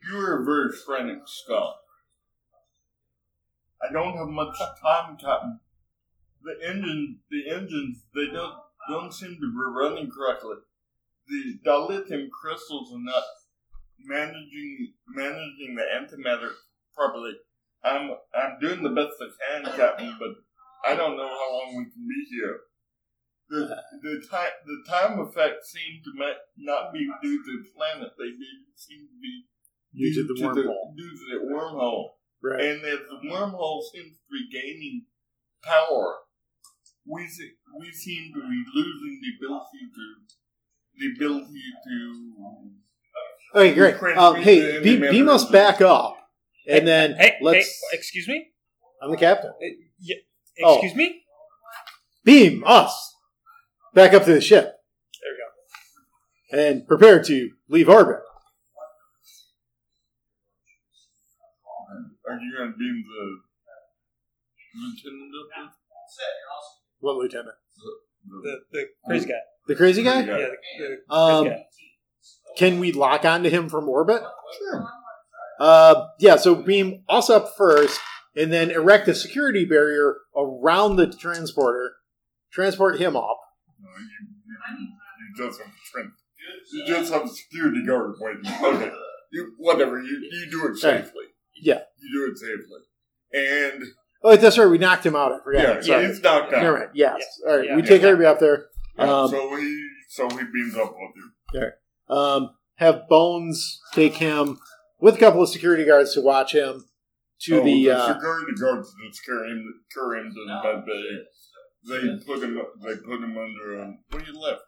C: you are a very frantic skull. I don't have much time, Captain. The engine, the engines, they don't don't seem to be running correctly. The dilithium crystals are not managing managing the antimatter properly. I'm I'm doing the best I can, Captain, but I don't know how long we can be here. The, the time the time effect seemed to ma- not be due to the planet. They did seem to be
B: Due to the wormhole,
C: due to the wormhole,
B: right?
C: and as the wormhole seems to be gaining power, we se- we seem to be losing the ability to the ability to.
B: Okay, great. Um, hey, B- B must back up, and then
D: Hey,
B: let's.
D: hey, excuse me?
B: I'm the captain.
D: Uh, yeah,
B: Oh.
D: excuse me?
B: Beam us back up to the ship
D: There we go.
B: and prepare to leave orbit.
C: Are you going to beam the lieutenant up?
B: What lieutenant?
C: there?
D: The the crazy guy.
B: The crazy
C: Crazy
B: guy.
C: guy.
D: Yeah, the, the
B: Um,
D: crazy guy.
B: Can we lock onto him from orbit?
C: Sure.
B: Uh, yeah, so beam us up first, and then erect a security barrier around the transporter, transport him up.
C: No, you, you, you just have trim. You just have a security guard waiting. Okay. You, whatever. You, you do it
B: Hey.
C: safely.
B: Yeah.
C: You do it safely. And
B: Oh, that's right, we knocked him out. I forgot.
C: yeah,
B: Sorry.
C: he's knocked out.
B: You're right. Yes. All right,
D: Yeah.
B: we take everybody up there.
C: Yeah,
B: Um,
C: so he so he beams up with you.
B: um, have Bones take him with a couple of security guards to watch him to
C: Oh,
B: the. Uh,
C: security guards just carry him carry him to the bed. They they put him they put him under um what you left.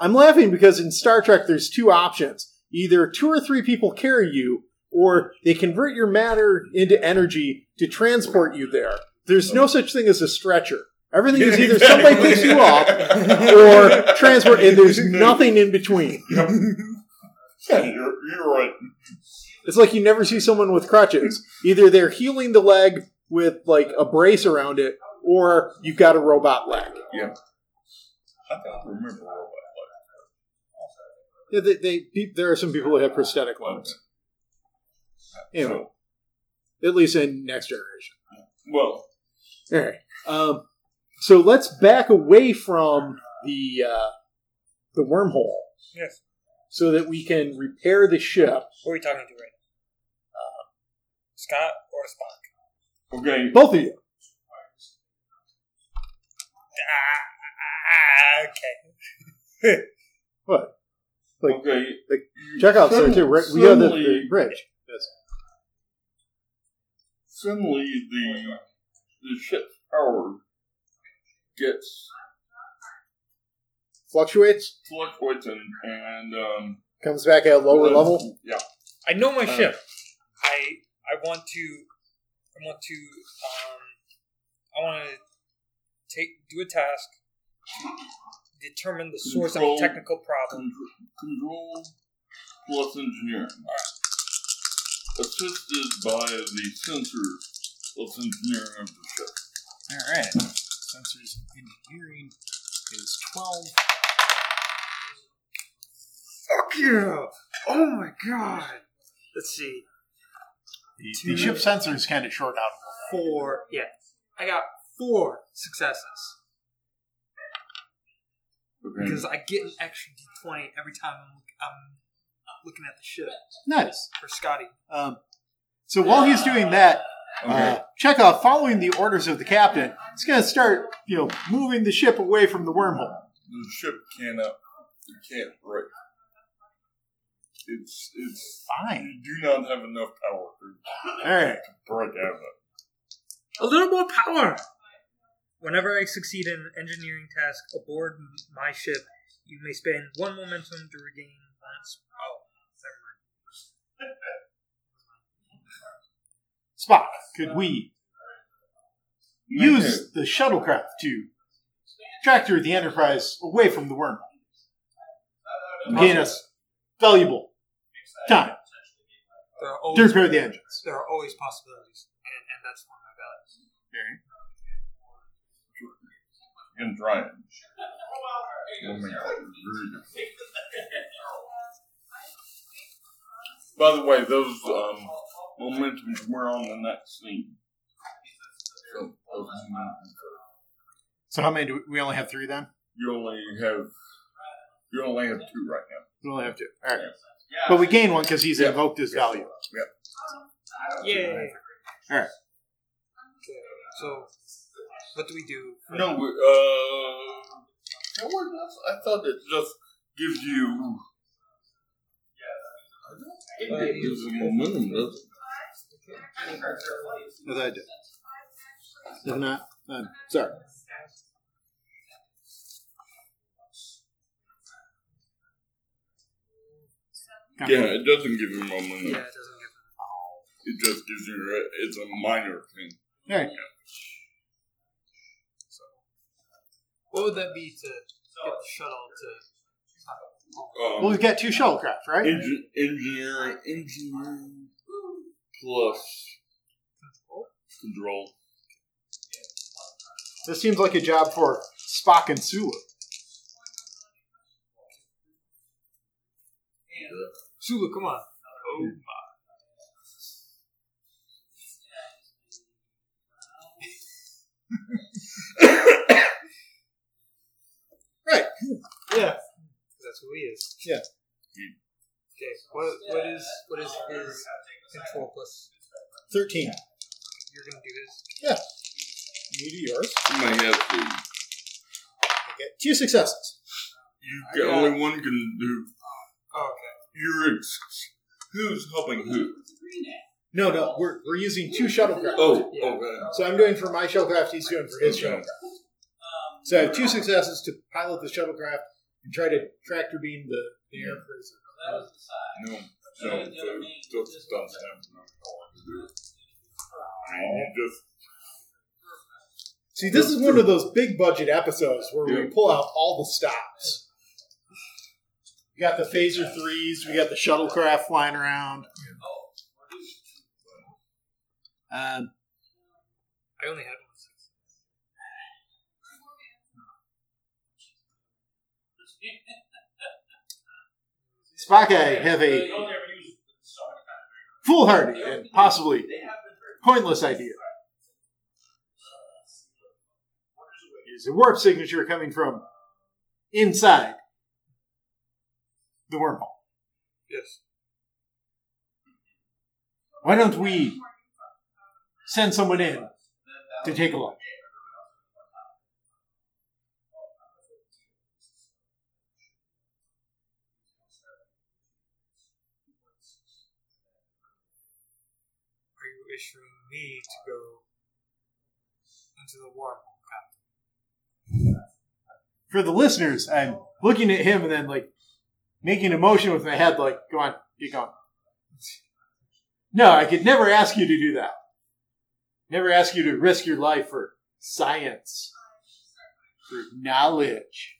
B: I'm laughing because in Star Trek, there's two options: either two or three people carry you, or they convert your matter into energy to transport you there. There's no such thing as a stretcher. Everything is
C: [LAUGHS]
B: either somebody picks you up or transport, and there's
C: [LAUGHS]
B: nothing in between.
C: Yep. Yeah, you're, you're right.
B: It's like you never see someone with crutches. Either they're healing the leg with like a brace around it, or you've got a robot leg.
C: I don't remember what that
B: Yeah, they, they, there are some people who have prosthetic legs. Anyway,
C: So,
B: at least in Next Generation.
C: well,
B: All right. Um, so let's back away from the uh, the wormhole
D: Yes.
B: so that we can repair the ship.
D: Who are we talking to right now? Um, Scott or Spock?
C: okay.
B: Both of you.
D: Ah, okay.
B: What? Like-
C: okay.
B: like, Check out there
C: Suddenly-
B: too. Right, we got the,
C: suddenly-
B: the bridge. Yes.
C: suddenly the the ship's power gets
B: Fluctuates,
C: fluctuates and, and um
B: comes back at a lower level.
C: Yeah.
D: I know my
C: Uh,
D: ship. Um, I I want to I want to um I want to take do a task to determine the source of a
C: Control.
D: technical problem.
C: Con- Control plus engineering. Assisted by the sensor plus engineering of the ship.
D: All right. Sensors engineering is twelve. Fuck you! Oh my god! Let's see.
B: The,
D: the ship
B: sensor is kind of short out.
D: four. Yeah, I got four successes
C: Okay.
D: because I get an extra d20 every time I'm, I'm, I'm looking at the ship
B: Nice.
D: for Scotty.
B: Um, so while he's doing that, Uh, Chekhov, following the orders of the captain, is going to start, you know, moving the ship away from the wormhole.
C: the ship cannot, it can't break. It's it's.
B: Fine.
C: You do not have enough power to
B: All right.
C: break out of it.
D: A little more power. Whenever I succeed in an engineering task aboard m- my ship, you may spend one momentum to regain one. Sp- oh, never mind.
B: Spock, could we use the shuttlecraft to tractor the Enterprise away from the wormhole? and Gain us valuable time
D: There are
B: to
D: always,
B: repair the engines.
D: there are always possibilities, and, and that's one
C: and
D: of my values.
C: try it. We'll make that rude. By the way, those um, momentums were on the next scene. So, those momentums.
B: So how many do we, we only have three then?
C: you only have you only have two right now.
B: We only have two. All right. But we gain one because he's
C: Yeah.
B: invoked his value.
D: Yay!
B: Alright.
D: Okay, So, what do we do?
C: No, we- uh, that was just- I thought it just gives you. I don't think it gives you momentum, does it?
B: As I did. If not, then sorry.
C: Yeah, it doesn't give you momentum.
D: Yeah, it doesn't give.
C: It just gives you. It's a minor thing.
B: All right.
D: What would that be to get the shuttle to?
C: Um,
B: Well, we've got two shuttlecraft, right?
C: Engi- engineering, engineering plus control.
B: This seems like a job for Spock and Sulu.
D: Sulu, come on. Oh my.
B: Right.
D: Yeah. That's who he is.
B: Yeah.
D: Okay. What what is what is his control plus?
B: 13.
D: You're gonna do his.
B: Yeah. You do yours.
C: You may have to.
B: Okay. Two successes.
C: You
D: I
C: can,
D: got-
C: only one can do.
D: Oh, okay.
C: You're ex- who's helping who?
B: No, no. We're, we're using two shuttlecraft.
C: Oh,
D: Yeah.
C: okay.
B: So I'm doing for my shuttlecraft, he's doing for his shuttlecraft. So I have two successes to pilot the shuttlecraft and try to tractor beam the, the air prison.
C: No, no, so that's doesn't have to do. And you just
B: See, this is one of those big budget episodes where we pull out all the stops. We got the phaser threes, we got the shuttlecraft flying around.
D: Oh,
B: Um,
D: I only had one.
B: Spock, I have
D: Oh,
B: a foolhardy and possibly pointless idea. There's a warp signature coming from inside the wormhole.
D: Yes.
B: Why don't we send someone in to take a look?
D: Are you issuing me to go into the wormhole?
B: For the listeners, I'm looking at him and then like making a motion with my head, like, go on, keep going. No, I could never ask you to do that. Never ask you to risk your life for science, for knowledge.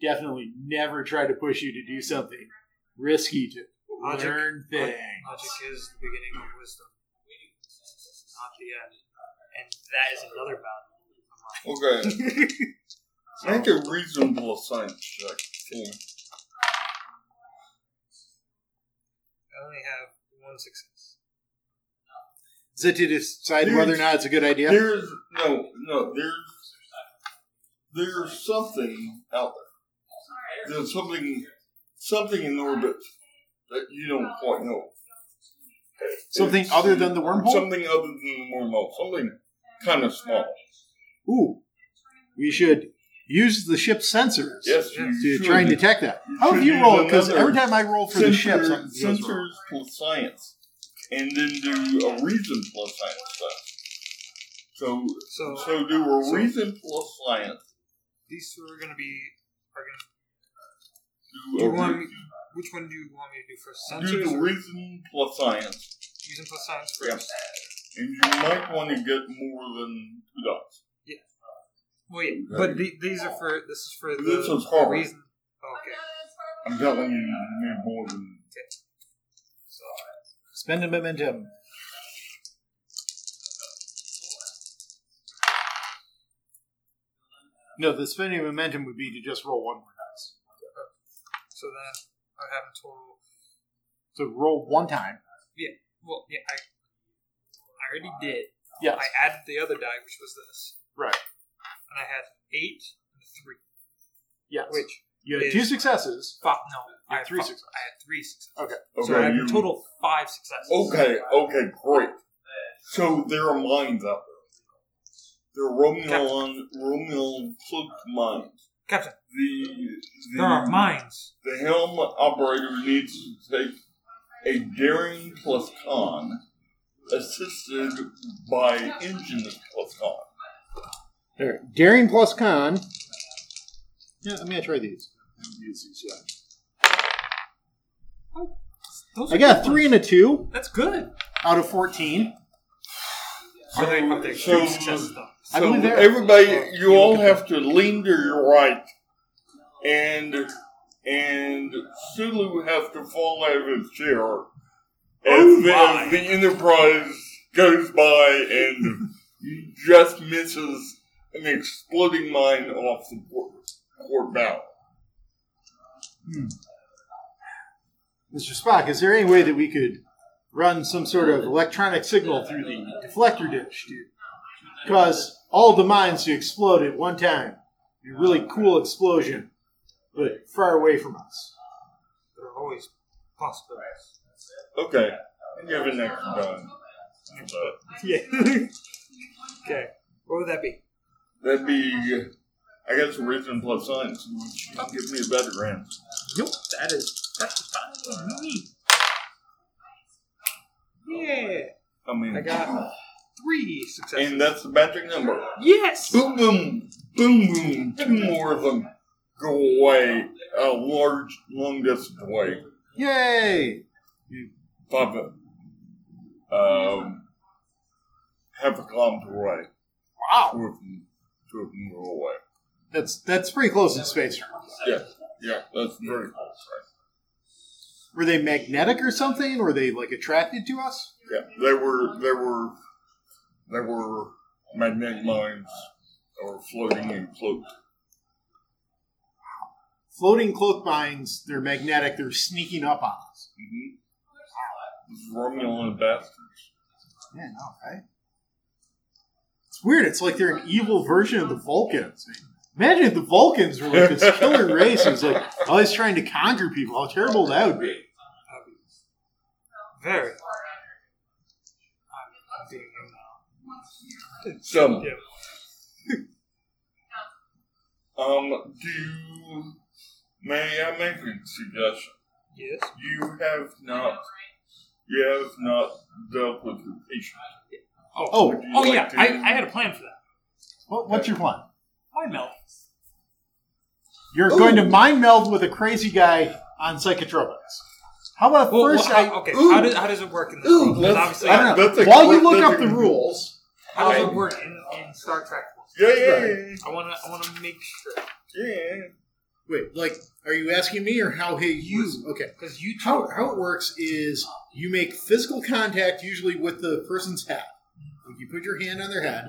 B: Definitely never try to push you to do something risky to
D: Logic.
B: learn things.
D: Logic is the beginning of wisdom, not the end. And that is another value. [LAUGHS]
C: okay. Make a reasonable science check. Okay.
D: I only have one success.
B: Is it to decide
C: whether or
B: not it's a good idea?
C: There's no, no. There's there's something out there. There's something something in orbit that you don't quite know.
B: Something
C: It's
B: other than the wormhole?
C: Something other than the wormhole. Something kind of small.
B: Ooh, we should use the ship's sensors
C: Yes, you
B: to
C: should.
B: try and detect that.
C: You
B: How have
C: should
B: you
C: use
B: roll? Because
C: another
B: every time I roll Oh, for the ship,
C: Sensor-
B: something goes wrong.
C: sensors plus science, and then do a reason plus science test. So,
D: So,
C: so do a
D: so
C: reason plus science.
D: these two are going to be. Are gonna,
C: Do,
D: do
C: a
D: you want me,
C: re-
D: which one do you want me to do first?
C: do
D: Sensors?
C: the
D: Or
C: reason plus science,
D: using plus science
C: Yeah.
D: first?
C: and you might want to get more than two dots.
D: Well, yeah, but the, these are for. This is for the
C: This is hard.
D: reason. Okay.
C: I'm telling you, you need more than
B: Spend a momentum. No, the spending momentum would be to just roll one more dice.
D: So then I would have a total.
B: So roll one time.
D: Well, yeah, I, I already did.
B: Yes.
D: I added the other die, which was this,
B: Right.
D: and I had eight and a three.
B: Yes.
D: Which
B: you had
D: is-
B: two successes.
D: five? No, I
B: Yeah,
D: had
B: three
D: fi-
B: successes.
D: I had three successes.
C: okay.
D: so I had
C: you-
D: a total of five successes.
C: Okay, oh. okay, great. So there are mines out there. There are Romulan, Romulan cloaked mines.
D: Captain,
C: The, the
D: there are mines.
C: The helm operator needs to take a daring plus con, assisted by engine plus con.
B: There. Daring plus con. Yeah, I'm gonna try these. I haven't used these yet.
D: Those
B: I
D: are
B: got a
D: good
B: three
D: ones.
B: and a two
D: That's good.
B: out of fourteen.
D: So, are they, are they
C: so-
D: two successes though?
B: I
C: So
B: believe there- Oh,
C: everybody, you all have to lean to your right, and and Sulu has to fall out of his chair
B: Oh,
C: as, the, as the Enterprise goes by and he just misses an exploding mine off the port, port bow.
B: Mr. Spock, is there any way that we could run some sort of electronic signal through the deflector dish to cause all the mines to explode at one time? A really cool explosion, but far away from us. [LAUGHS]
D: There are always possibilities.
C: Okay, give it an extra dime. But
B: Yeah.
D: Okay, what would that be?
C: that'd be, I guess, reason plus science. which can Give me a better answer.
D: Nope, that is that's fine with me. Yeah,
C: I mean,
D: I got three successes.
C: and that's the magic number.
D: yes.
C: Boom, boom, boom, boom. Two more of them go away a large, long distance away.
B: Yay!
C: Five of them. Um, half a kilometer away. Wow. Two of them, two of them go away.
B: That's that's pretty close in space.
C: Yeah, yeah, that's very close,
B: Were they magnetic or something? Were they like attracted to us?
C: right? Yeah, they were, they were, they were magnetic mines that were floating and cloaked.
B: Floating cloak mines, they're magnetic, they're sneaking up on us.
C: Mm-hmm. Romulan bastards.
B: Yeah, no, right? It's weird. It's like they're an evil version of the Vulcans. man. Imagine if the Vulcans were like this killer race who's like always trying to conquer people. How terrible that would be.
D: Very. I'm being him now.
C: So,
D: Yeah.
C: um, do you, may I make a suggestion?
D: Yes.
C: You have not. You have not dealt with your patient.
D: Oh. Oh,
B: Oh,
C: Would you
D: oh
C: like
D: yeah.
C: to-
D: I, I had a plan for that.
B: what, what's your plan?
D: Why melt?
B: You're going to mind meld with a crazy guy on psychotropics. How about
D: Well,
B: first?
D: well,
B: I-
D: how, okay.
C: ooh.
D: how, does, how does it work in this
C: Ooh,
D: world? 'Cause
C: let's-
D: obviously,
B: I don't know.
C: That's a
B: While you
C: great-
B: look
C: that's
B: up
C: a-
B: the rules,
D: how does it
C: I-
D: work in, in Star Trek? world?
C: Yeah, yeah, yeah,
D: I wanna I wanna make sure
C: yeah.
B: wait, like, are you asking me or how? Hey, you? Okay.
D: because you
B: How, how it works is you make physical contact usually with the person's head. Like you put your hand on their head,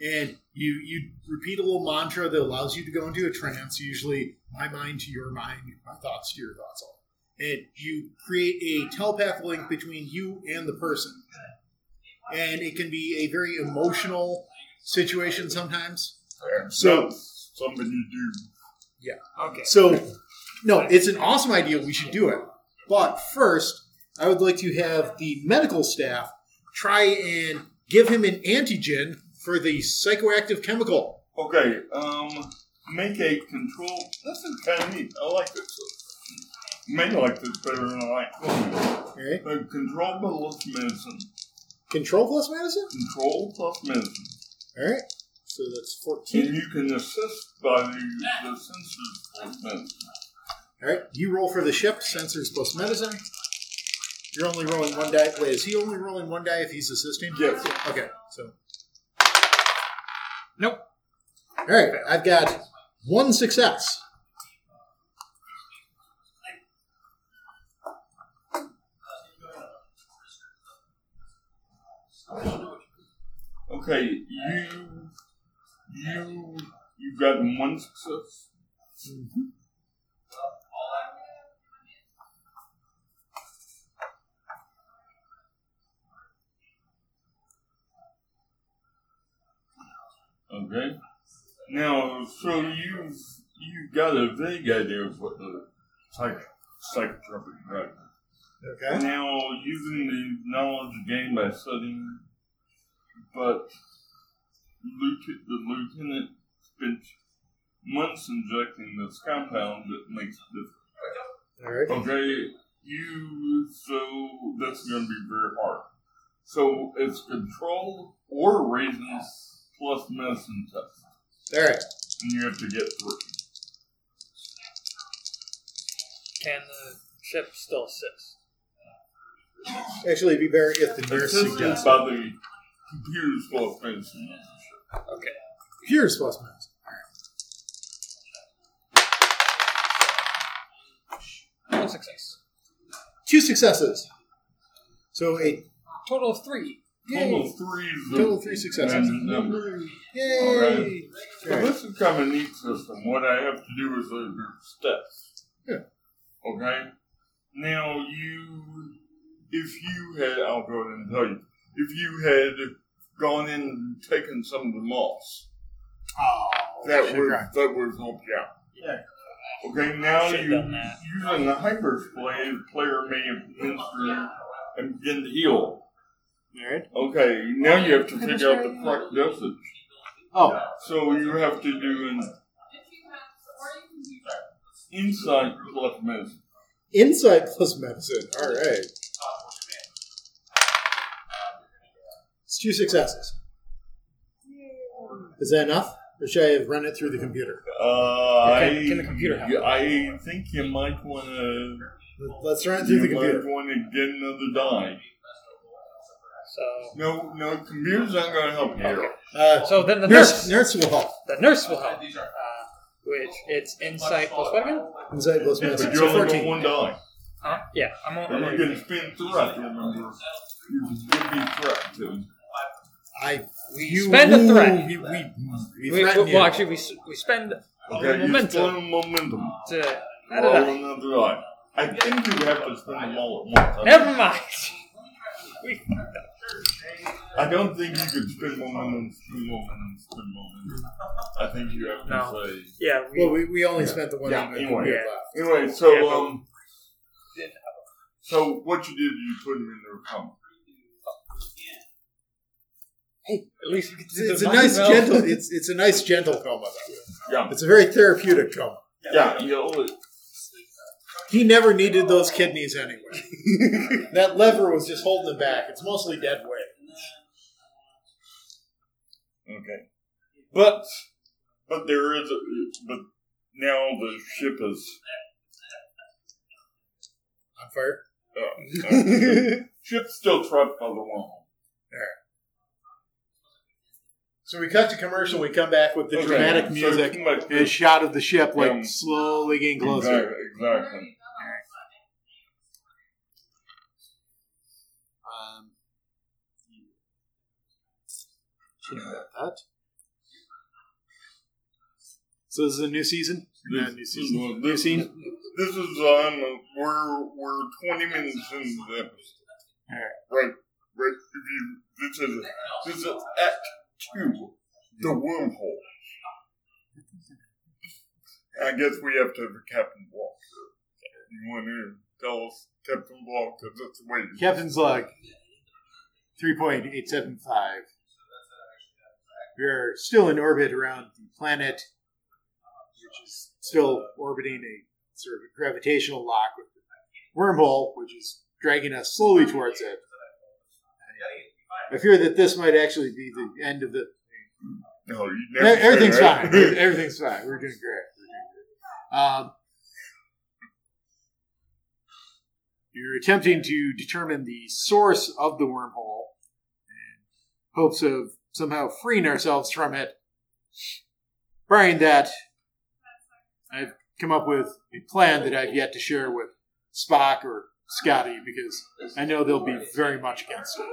B: and you you repeat a little mantra that allows you to go into a trance. Usually, my mind to your mind, my thoughts to your thoughts. All. And you create a telepath link between you and the person, and it can be a very emotional situation sometimes.
C: Fair.
B: So-
C: That's something you do.
D: okay.
B: So, no, it's an awesome idea. We should do it. But first, I would like to have the medical staff try and give him an antigen for the psychoactive chemical.
C: Okay, um, make a control. This is kind of neat. I like this. You may like this better than I like cloning.
B: All right.
C: But control plus medicine.
B: Control plus medicine?
C: Control plus medicine.
B: All right. So that's 14.
C: And you can assist by the, the sensors plus medicine.
B: All right. You roll for the ship, sensors plus medicine. You're only rolling one die. Wait, is he only rolling one die if he's assisting?
C: Yes.
B: Okay. So,
D: Nope.
B: all right. I've got one success.
C: Okay, you, you, you got one success. Okay. Now, so you you got a vague idea of what the psych psychotropic drug. is.
B: Okay.
C: Now, using the knowledge gained by studying, but Lieutenant, the lieutenant spent months injecting this compound that makes it
B: All right.
C: different. Okay, you, so that's going to be very hard. So it's control or reasons plus medicine test.
B: All right.
C: And you have to get through.
D: Can the ship still assist?
B: Actually, it'd be better if the nurse
C: Assisted
B: suggests.
C: by the computers plus medicine.
D: Okay.
B: Here's plus medicine.
D: One success.
B: Two successes. So a
D: Total of three.
C: Total three is the
B: total of three successes.
C: magic number.
B: Yay!
C: All right.
B: All
C: So
B: right.
C: this is kind of a neat system. What I have to do is I do steps.
B: Yeah.
C: Okay. Now you, if you had, I'll go ahead and tell you, if you had gone in and taken some of the moss, that
B: should've
C: would
B: gone.
C: that would help you out.
B: Oh, Yeah.
C: Okay. Now
D: Should've
C: you
D: done that.
C: using the hyperplay, the player may administer and begin to heal.
B: All right.
C: Okay. Now you have to figure out the correct dosage.
B: Oh,
C: So you have to do an inside plus medicine.
B: insight plus medicine. All right. It's two successes. Is that enough? Or should I have run it through the computer?
C: Uh,
D: Can-
C: I-
D: can the computer help?
C: I think you might want to.
B: Let's run it through
C: You
B: the
C: might
B: computer.
C: want to get another die.
D: So,
C: No, no, computer's not going to help you.
D: Okay.
B: Uh,
D: so then the
B: nurse, nurse
D: nurse.
B: will help.
D: The nurse will help. Uh, which it's insight plus what again?
B: Insight plus medicine.
C: But you
B: So
C: only got
B: 14.
C: one die.
D: Huh? Yeah, I'm on.
C: And
D: I'm
C: you're
D: on-
C: going to spend threat. Remember, you can be threat to.
B: I,
D: We
B: you,
D: spend a threat.
B: We, we, we,
D: We,
B: threaten
D: well,
B: you.
D: actually, we, s- we spend
C: Okay, you
D: momentum.
C: spend momentum.
D: to. I don't
C: Roll
D: know.
C: another die. I think you have to spend them all at once.
D: Never mind. [LAUGHS] We,
C: I don't think you could spin momentum, spin momentum, spin momentum. I think you have to
D: No.
C: say.
D: yeah, we,
B: well, we, we only spent the one
C: Yeah,
B: on the
C: anyway.
B: computer
D: Yeah.
B: left.
C: Anyway, so
D: Yeah, but-
C: um, so what you did, you put him in their pump.
D: at least we can do
B: It's, it's
D: the
B: a nice
D: well.
B: gentle. It's it's a nice gentle coma. Though.
C: Yeah,
B: It's a very therapeutic coma.
C: yeah, you know,
B: He never needed those kidneys
C: [LAUGHS]
B: anyway. that lever was just holding him back. It's mostly dead weight.
C: Okay, but but there is, a, but now the ship is
B: On
C: [LAUGHS]
B: fire.
C: uh, uh, ship's still trapped by the wormhole.
B: So we cut to commercial. We come back with the
C: Okay,
B: dramatic
C: so
B: music
C: come back
B: and a
C: here.
B: shot of the ship, like
C: Um,
B: slowly getting closer.
C: Exactly. exactly.
B: Um, shouldn't have got that. So this is a new season. Not new
C: This-
B: season.
C: this-
B: New scene.
C: This is um, we're we're twenty minutes into the episode. Right, right. If you, this is this is Act Two, the wormhole. I guess we have to have a Captain Walker. You want to tells Captain Blog because it's waiting.
B: Captain's log, three point eight seven five. We are still in orbit around the planet, which is still orbiting a sort of a gravitational lock with the wormhole, which is dragging us slowly towards it. I fear that this might actually be the end of the.
C: No, you
B: E-
C: never say
B: Everything's
C: that.
B: fine.
C: [LAUGHS]
B: Everything's fine. We're doing great. We're doing great. Um, you're attempting to determine the source of the wormhole in hopes of somehow freeing ourselves from it. Barring that, I've come up with a plan that I've yet to share with Spock or Scotty because I know they'll be very much against it.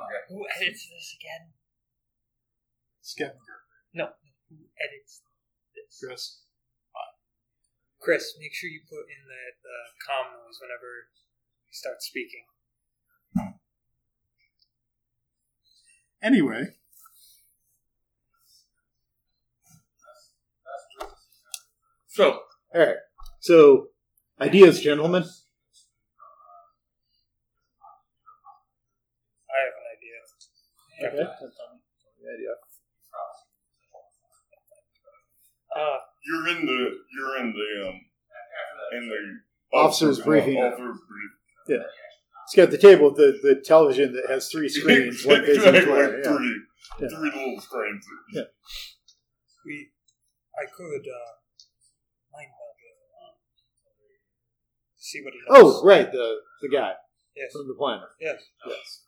D: Okay. Who edits this again?
B: Scott,
D: No. Who edits this?
B: Chris.
D: Chris, make sure you put in that uh, calm noise whenever you start speaking.
B: Anyway,
C: So,
B: All right. So, ideas, gentlemen.
D: I have an idea.
B: Okay.
D: Uh,
C: you're in the you're in the um in the
B: Officer's
C: officer- uh,
B: briefing.
C: officer brief-
B: It's got the table with the, the television that has three
C: [LAUGHS]
B: screens. one facing each
C: Exactly,
B: way, yeah.
C: three
B: Yeah.
C: three little screens.
D: we, I could uh, mind meld it. uh, See what he knows.
B: Oh, right. The the guy
D: yes,
B: from the planet.
D: yes.
B: Yes.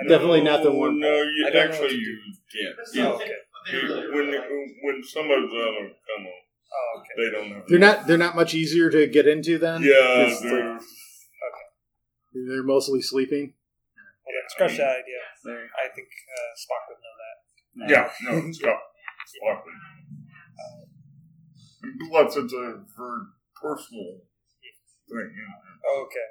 D: And
B: Definitely not the
C: No,
B: one.
C: Oh, No, you
D: I don't know what
C: actually
D: to
C: you can't.
D: Oh,
C: You-
D: okay.
C: you- When when somebody's on a come on,
D: Oh, okay.
C: they don't have.
B: They're not. They're not much easier to get into then.
C: Yeah,
B: 'Cause,
C: they're,
B: like, they're mostly sleeping.
D: Well, then scratch that idea. I think uh, Spock would know that.
C: yeah, no, it's got it's awkward. And Plus, it's a very uh, personal thing. Yeah.
D: Oh, okay.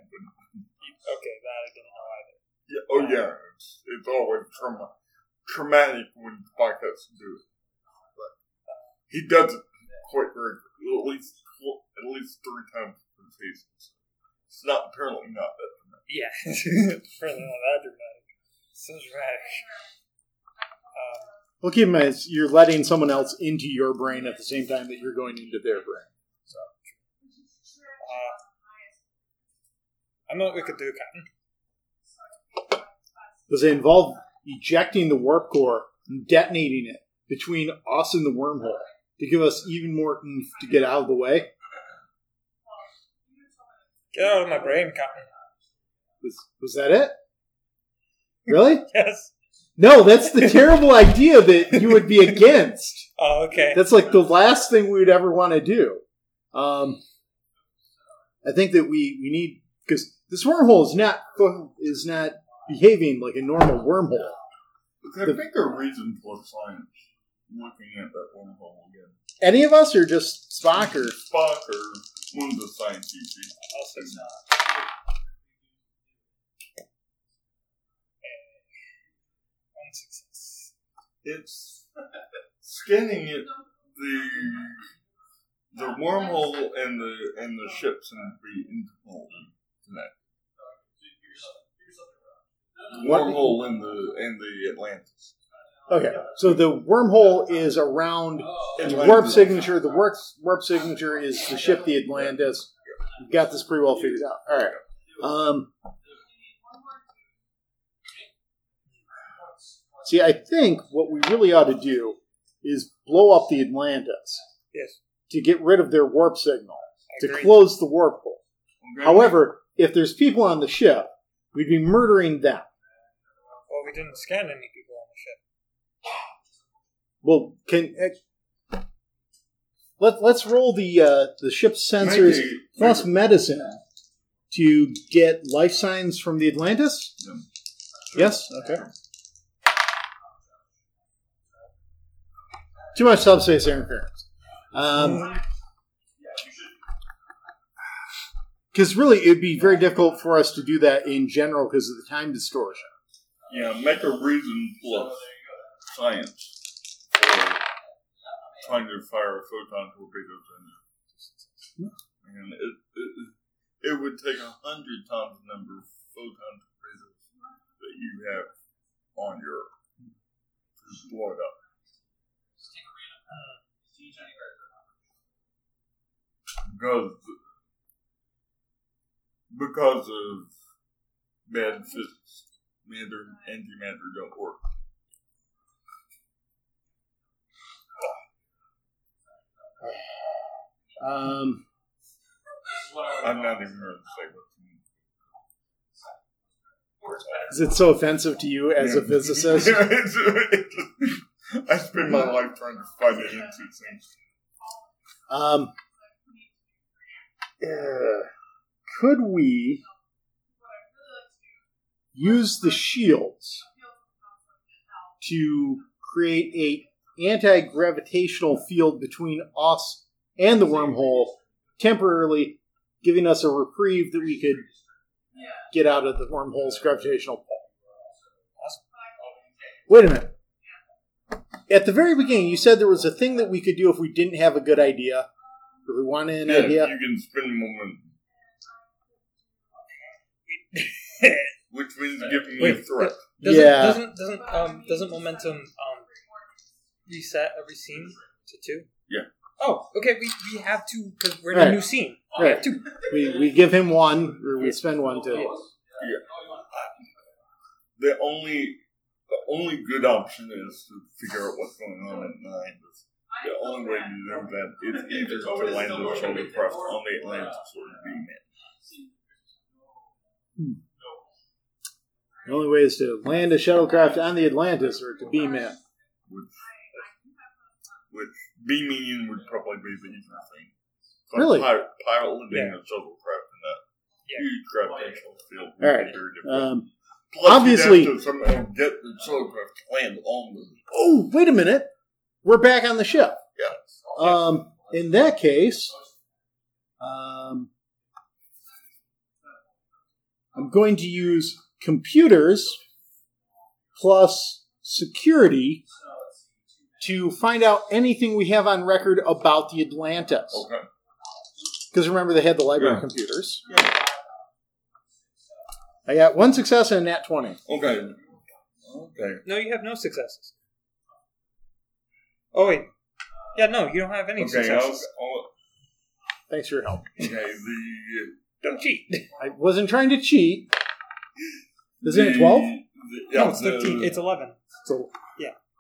D: Okay, that I didn't know either.
C: Yeah, oh yeah, it's, it's always trauma, traumatic when Spock has to do it. But uh, he does it quite regularly, at least tw- at least three times per season. So It's not apparently not that.
D: Yeah. [LAUGHS] Apparently not that dramatic. So dramatic. Um,
B: Well, keep in mind, it's- you're letting someone else into your brain at the same time that you're going into their brain.
D: uh, I know what we could do, Captain.
B: Does it involve ejecting the warp core and detonating it between us and the wormhole to give us even more oomph to get out of the way?
D: Get out of my brain, Captain.
B: Was was that it? Really?
D: [LAUGHS] Yes.
B: No, that's the terrible [LAUGHS] idea that you would be against.
D: Oh, okay.
B: That's like the last thing we would ever want to do. Um, I think that we we need because this wormhole is not is not behaving like a normal wormhole.
C: There's a bigger reason for science looking at that wormhole again.
B: Any of us are just Spock or
C: Spock or one of the science teachers.
D: also not. One success.
C: It's scanning it the the wormhole and the and the ships and the interval connect. The
B: What-
C: wormhole and the and the Atlantis.
B: okay. So the wormhole is around the warp signature. The warp warp signature is the ship, the Atlantis. We've got this pretty well figured out. All right. Um, see, I think what we really ought to do is blow up the Atlantis
D: Yes.
B: to get rid of their warp signal, to
D: Agreed.
B: close the warp hole.
C: Okay?
B: However, if there's people on the ship, we'd be murdering them.
D: Well, we didn't scan any people on the ship.
B: Well, can eh, let let's roll the uh, the ship's sensors
C: Maybe-
B: plus medicine to get life signs from the Atlantis.
C: Yeah.
B: Yes. Okay. Too much subspace interference. Um, because really, it'd be very difficult for us to do that in general because of the time distortion.
C: yeah, make a reason plus science for trying to fire a photon torpedoes in And it, it, it would take a hundred times the number of photons of phasers that you have on your to blow it up. Because because of bad physics, matter and antimatter don't work.
F: Um,
C: I'm not even going to say what you mean.
B: Is it so offensive to you as a
C: Yeah.
B: physicist?
C: [LAUGHS] Yeah, it's- it's- I spend my life trying to find it into things.
B: Um, uh, could we use the shields to create a anti-gravitational field between us and the wormhole temporarily, giving us a reprieve that we could get out of the wormhole's gravitational pull? Wait a minute. At the very beginning, you said there was a thing that we could do if we didn't have a good idea, or we wanted an
C: Yeah,
B: idea.
C: you can spend momentum,
D: [LAUGHS]
C: which means giving me a
D: Wait.
C: threat.
D: Doesn't,
B: Yeah.
D: Doesn't doesn't um doesn't momentum um reset every scene to two?
C: Yeah.
D: Oh, okay. We, we have to because we're in
B: Right.
D: a new scene. We
B: Right.
D: have to.
B: We, we give him one, or we spend one to.
C: The only the only good option is to figure out what's going on at nine. The only way to do that is either to land the shuttlecraft on the Atlantis or to beam it.
B: The only way is to land a shuttlecraft on the Atlantis or to beam in.
C: Which, which beaming in would probably be the easier thing. Like
B: Really?
C: Pi- piloting
D: Yeah.
C: a shuttlecraft in that
D: Yeah.
C: huge gravitational field would
B: Alright,
C: be very difficult.
B: Um,
C: Plus, you'd have
B: obviously-
C: to somehow get the shuttlecraft to land on the.
B: oh, wait a minute. We're back on the ship.
C: Yeah.
B: Um, in that case, um, I'm going to use computers plus security to find out anything we have on record about the Atlantis.
C: Okay.
B: Because remember, they had the library
C: Yeah.
B: computers.
C: Yeah.
B: I got one success and a nat 20.
C: Okay. Okay.
D: No, you have no successes. Oh wait. Yeah, no, you don't have any
C: Okay. I'll,
D: successes.
C: I'll,
B: Thanks for your help.
C: okay. The
D: Don't cheat.
B: I wasn't trying to cheat. Isn't it
C: the-
B: 12?
C: the- yeah,
D: no, it's
C: the-
D: thirteen. It's eleven.
B: So,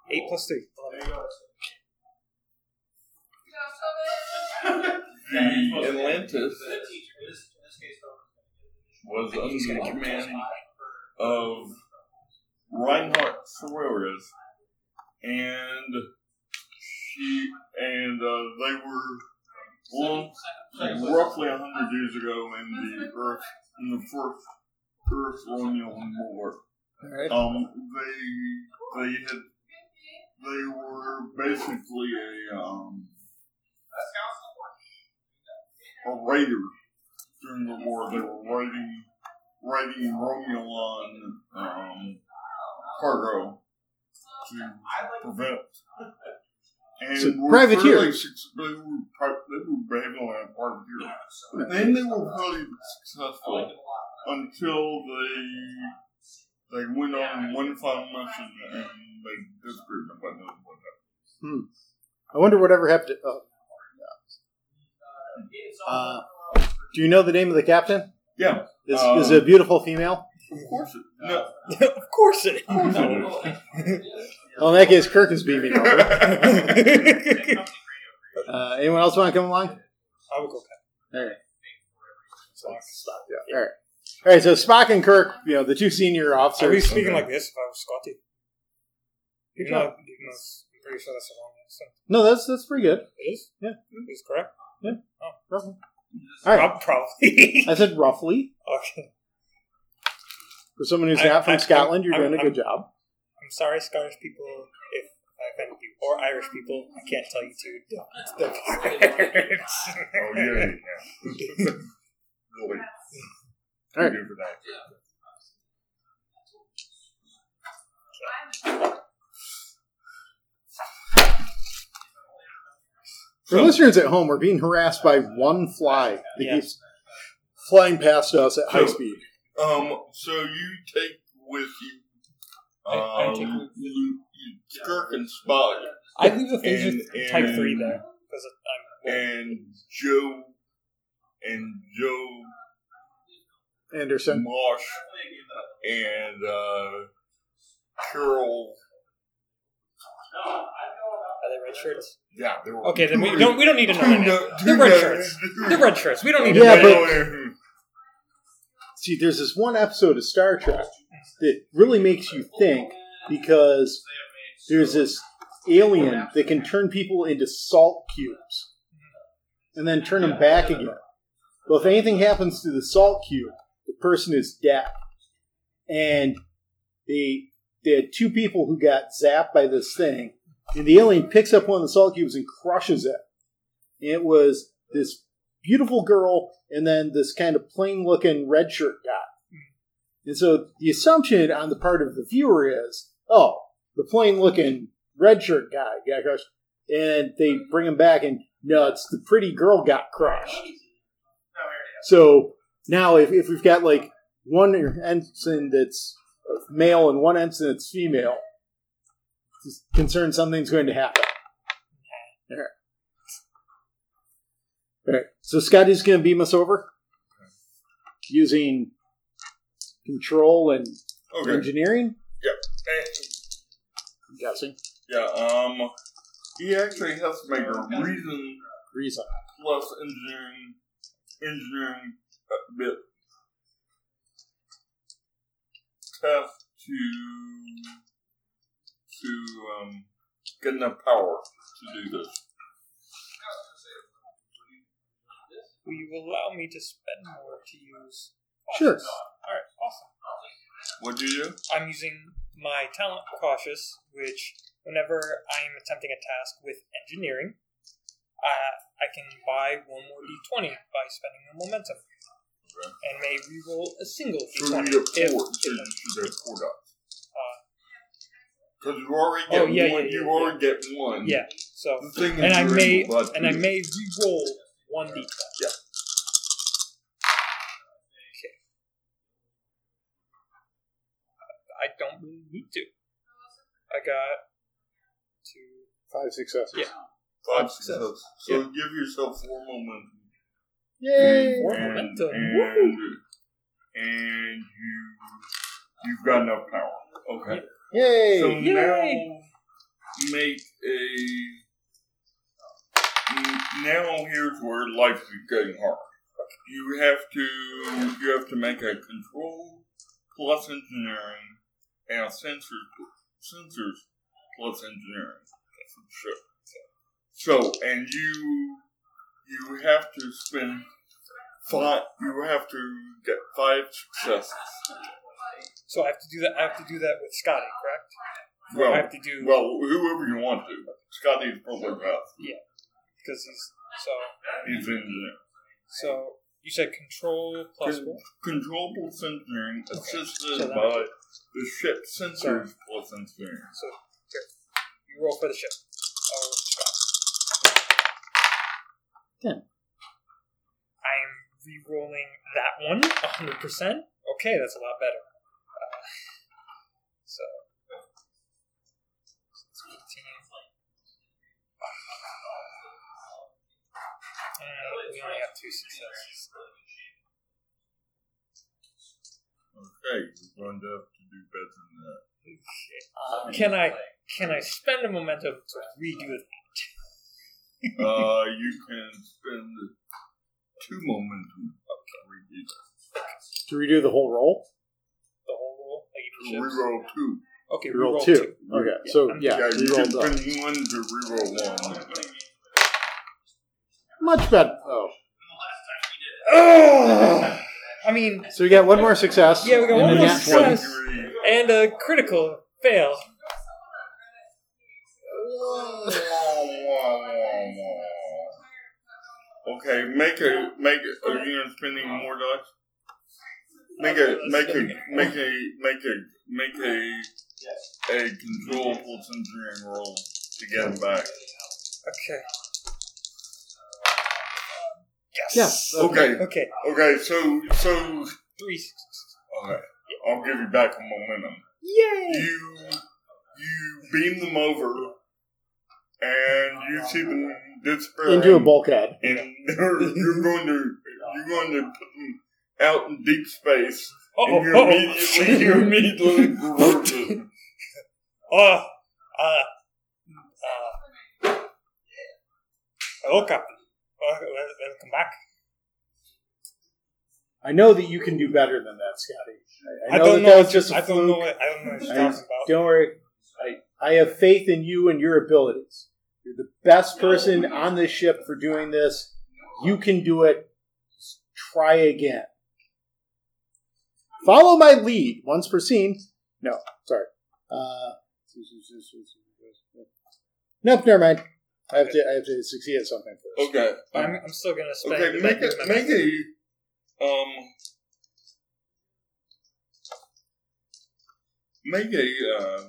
D: Eight plus three.
C: the Atlantis was under the command of Reinhard Soares, and she and uh, they were long, roughly hundred years ago in the Earth in the first Earth Romulan War.
B: all right.
C: Um, they they had they were basically a um a raider during the war. They were raiding raiding Romulan um cargo to prevent. And
B: So
C: were fairly
B: privateers.
C: suc- They were, pri- they were behaving like privateers. But then they were fairly successful until they they went on one final mission and they disappeared. Nobody knows what happened.
B: I wonder whatever happened to. Oh. Uh, do you know the name of the captain?
C: Yeah,
B: Is,
D: Um,
C: Uh,
B: is it a beautiful female?
C: of course it. No,
D: [LAUGHS]
C: Oh,
D: of course [LAUGHS] it.
C: of course it is.
B: Well, in that case, Kirk is beaming
D: [LAUGHS]
B: over.
D: is.
B: Uh, anyone else want to come along?
D: I will go.
B: All right. All right. All right. So Spock and Kirk, you know, the two senior
D: Are we
B: officers.
D: speaking
C: Okay.
D: like this if I was Scotty? Even though, even though it's- I'm pretty sure that's the wrong answer.
B: No, that's that's pretty good.
D: It is?
B: Yeah.
D: It is correct?
B: Roughly. All right.
D: Prob- Probably. [LAUGHS]
B: I said roughly.
D: okay.
B: For someone who's
D: I-
B: not from
D: I-
B: Scotland, you're
D: I'm-
B: doing a good job.
D: I'm sorry, Scottish people, if I offended you. Or Irish people. I can't tell you two don't depart.
C: Oh yeah, yeah. yeah. really.
B: All right.
C: Good for that.
B: For listeners at home, we're being harassed by one fly that
D: Yeah.
B: keeps flying past us at high
C: So-
B: speed.
C: Um, so you take with you, um,
D: I- I take with-
C: you, you Skirk and Spud,
D: I leave the things
C: And-
D: with type three
C: and-
D: there because I'm
C: and Joe, and Joe
B: Anderson.
C: Marsh, and uh, Carol.
D: are they red shirts?
C: Yeah, they were
D: Okay, then we
C: two-
D: don't we don't need to
C: two
D: know. their
C: no-
D: name.
C: two
D: They're red
C: no-
D: shirts. They're red shirts. We don't need to
B: Yeah,
D: know. their
B: but-
D: name.
B: See, there's this one episode of Star Trek that really makes you think because there's this alien that can turn people into salt cubes and then turn them back again. Well, if anything happens to the salt cube, the person is dead. And they they had two people who got zapped by this thing, and the alien picks up one of the salt cubes and crushes it. And it was this beautiful girl and then this kind of plain looking red shirt guy. And so the assumption on the part of the viewer is, oh, the plain looking red shirt guy got crushed. And they bring him back and no, it's the pretty girl got crushed. So now if, if we've got like one ensign that's male and one ensign that's female, it's concerned something's going to happen. All right. All right. So Scotty's going to beam us over using control and
C: Okay.
B: engineering.
C: Eh,
B: I'm guessing
C: Yeah. Um. He actually has to make a reason
B: reason.
C: plus engineering engineering uh, bit test to to um, get enough power to do this.
D: Will you allow me to spend more to use?
B: Sure.
D: cautious? All right. Awesome.
C: What do you do?
D: I'm using my talent cautious, which whenever I am attempting a task with engineering, uh, I can buy one more d20 by spending the momentum, and may reroll a single
C: So
D: d20
C: you get
D: if,
C: four. So
D: if
C: you should have four dots.
D: Uh,
C: Because you already get
D: Oh, yeah,
C: one.
D: yeah,
C: you
D: yeah,
C: already get one.
D: Yeah. So
C: The thing is
D: and I
C: you're
D: may
C: able to
D: and I
C: do
D: may re-roll one d.
C: Yeah.
D: Okay. I don't really need to. I got two.
B: Five successes.
D: Yeah.
C: Five
D: success.
C: success. So give yourself four momentum.
B: Yay!
D: More
C: and,
D: momentum.
C: And, and you you've got enough power. Okay.
B: Yay!
C: So
D: Yay.
C: now make a now here's where life is getting hard. You have to you have to make a control plus engineering and a sensor sensors plus engineering. Sure. So and you you have to spend five you have to get five successes.
D: So I have to do that. I have to do that with Scotty, correct?
C: Well,
D: I have to do
C: Well, whoever you want to. Scotty's probably best.
D: because he's so.
C: He's engineer.
D: So you said control plus
C: Good.
D: one.
C: Controllable engineering assisted
D: So that-
C: by the ship sensors plus engineering.
D: So here, you roll for the ship. Oh,
B: Ten.
D: I'm re-rolling that one hundred percent. Okay, that's a lot better. Uh, so. it's 15. And we only have two successes.
C: Okay, you're going to have to do better than that. [LAUGHS]
D: Uh, Can I can I spend a momentum to redo that?
C: uh, you can spend two momentum. Okay.
B: To redo the whole roll.
D: The whole roll, like even ships.
C: Reroll two.
D: Okay,
B: Reroll
D: reroll
B: two.
D: two.
B: Okay. So yeah,
C: Yeah, you
B: reroll
C: can
B: the-
C: spend one to reroll one.
B: much better. Oh.
D: Oh! I mean,
B: [SIGHS] So we got one more success.
D: Yeah, we got
B: and then
D: one more
B: nat
D: success.
B: 20.
C: Twenty-three.
D: and a critical fail.
C: Okay, make a make a are you gonna spending more dollars? Make a make a make a make a make a a control plus engineering roll to get him back.
D: Okay. Yes.
B: Yeah.
C: Okay,
D: Okay.
C: okay, so, so,
D: Three sixes.
C: okay, I'll give you back a momentum.
D: Yay!
C: you you beam them over, and you see them disappear
B: Into a bulkhead.
C: And [LAUGHS] they're, you're going to you're going to put them out in deep space, and you immediately you
D: [LAUGHS]
C: immediately reverse them.
D: Oh, uh, uh, hello, Captain. Well, well, welcome back.
B: I know that you can do better than that, Scotty. I,
D: I don't
B: that
D: know.
B: that was just a
D: I don't
B: fluke.
D: know. What, I don't know what you're talking about.
B: Don't worry. I, I have faith in you and your abilities. You're the best person on this ship for doing this. You can do it. Just try again. Follow my lead once per scene. No, sorry. Uh, nope, never mind. I have to. I have to succeed at something first.
C: Okay,
D: I'm, I'm still gonna spend.
C: okay, make it make a um make a uh,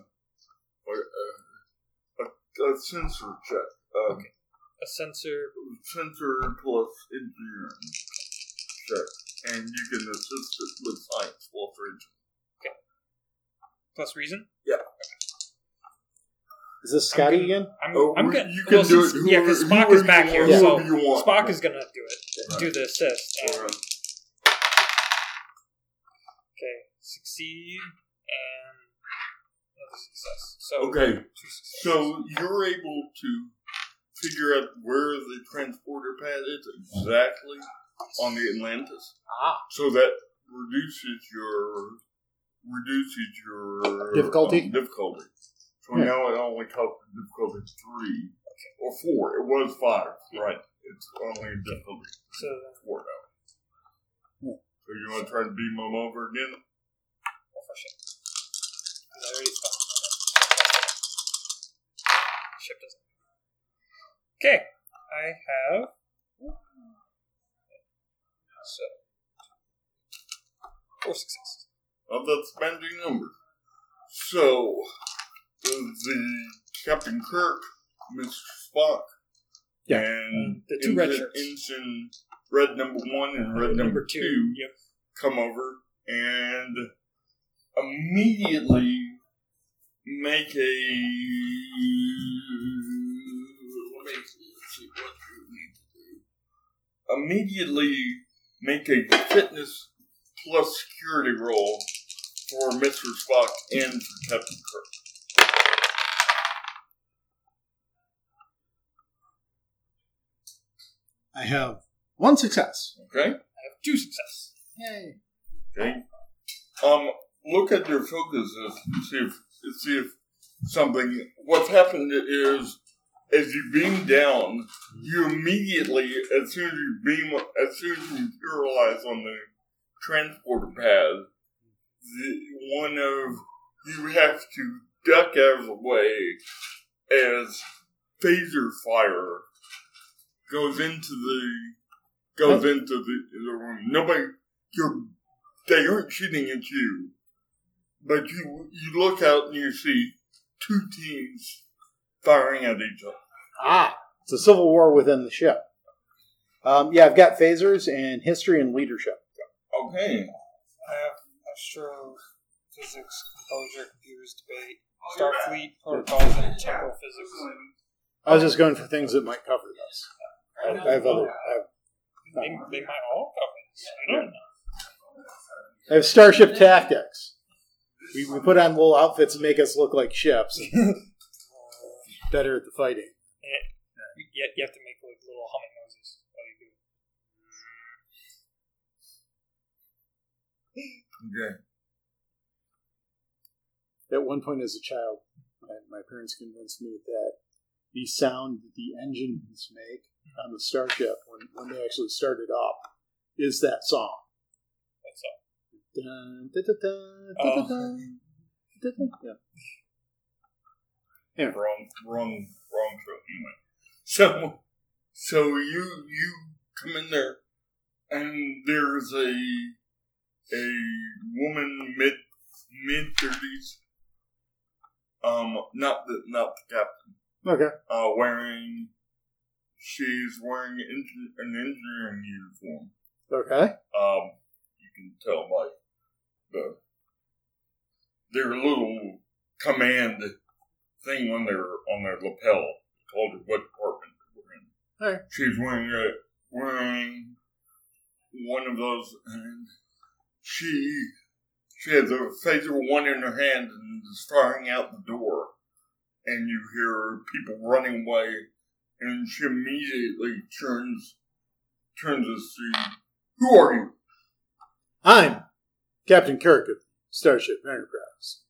C: a, a, a sensor check. Um,
D: a sensor.
C: sensor plus engineering check, and you can assist it with science plus reason.
D: Plus reason.
B: Is this Scotty
D: I'm
B: again?
D: I'm,
C: Oh,
D: I'm
C: we-
D: gonna.
C: you can
D: well,
C: do it
D: since- yeah, because
C: whoever-
D: Spock is
C: whoever
D: back
C: you
D: here,
C: want,
D: so
C: whoever you want.
D: Spock is gonna do it.
C: Right.
D: Do the assist. Um,
C: Alright.
D: Okay, succeed and another success. So
C: Okay,
D: two successes.
C: so you're able to figure out where the transporter pad is exactly on the Atlantis.
B: Ah.
C: So that reduces your reduces your
B: Difficulty?
C: um, difficulty. So
B: Hmm.
C: now it only costs difficulty three or four. It was five, right? It's only a difficulty
D: So uh,
C: four now. So you want to try and beam them over again?
D: well, for ship. 'Cause I already spent one on it. Ship doesn't. Okay, I have. So four successes.
C: Of that spending number. So the Captain Kirk, Mr. Spock,
B: Yeah.
C: and
D: The two red
C: Ensign-
D: shirts.
C: Ensign Red Number One and Red Number, Two,
D: Yep.
C: come over and immediately make a. Let me see what you need to do. Immediately make a fitness plus security roll for Mr. Spock and for Captain Kirk.
B: I have one success.
C: Okay.
D: I have two successes.
B: Yay!
C: Okay. Um, look at your focuses and see if see if something. What's happened is, as you beam down, you immediately, as soon as you beam, as soon as you materialize on the transporter pad, the, one of you have to duck out of the way as phaser fire goes into the goes into the, the room. Nobody, you're they aren't shooting at you, but you you look out and you see two teams firing at each other.
B: Ah, it's a civil war within the ship. Um, yeah, I've got phasers and history and leadership.
C: Okay.
D: I have astro, physics, composure, computers, debate, Starfleet protocols, and temporal physics.
B: I was just going for things that might cover this. I, I have other. I have,
D: They, they might all cover this. I don't know.
B: I have starship tactics. We, we put on little outfits and make us look like ships. [LAUGHS] Better at the fighting.
D: You, you have to make like little humming noises while you do it.
C: Okay.
B: At one point, as a child, my, my parents convinced me that the sound that the engines make on the starship when, when they actually started up is that song.
D: That's all.
B: Dun, dun, dun, dun, dun, dun, dun, dun, dun. Yeah.
C: Wrong wrong wrong truck anyway. [LAUGHS] So so you you come in there and there's a a woman mid mid thirties. Um not the not the captain.
B: Okay.
C: uh, wearing She's wearing engin- an engineering uniform.
B: Okay.
C: Um, you can tell by the their little command thing on their on their lapel told her what department they were in.
B: Alright.
C: She's wearing a, wearing one of those, and she she has a phaser one in her hand and is firing out the door. And you hear people running away, and she immediately turns turns us to who are you?
B: I'm Captain Kirk of Starship Enterprise.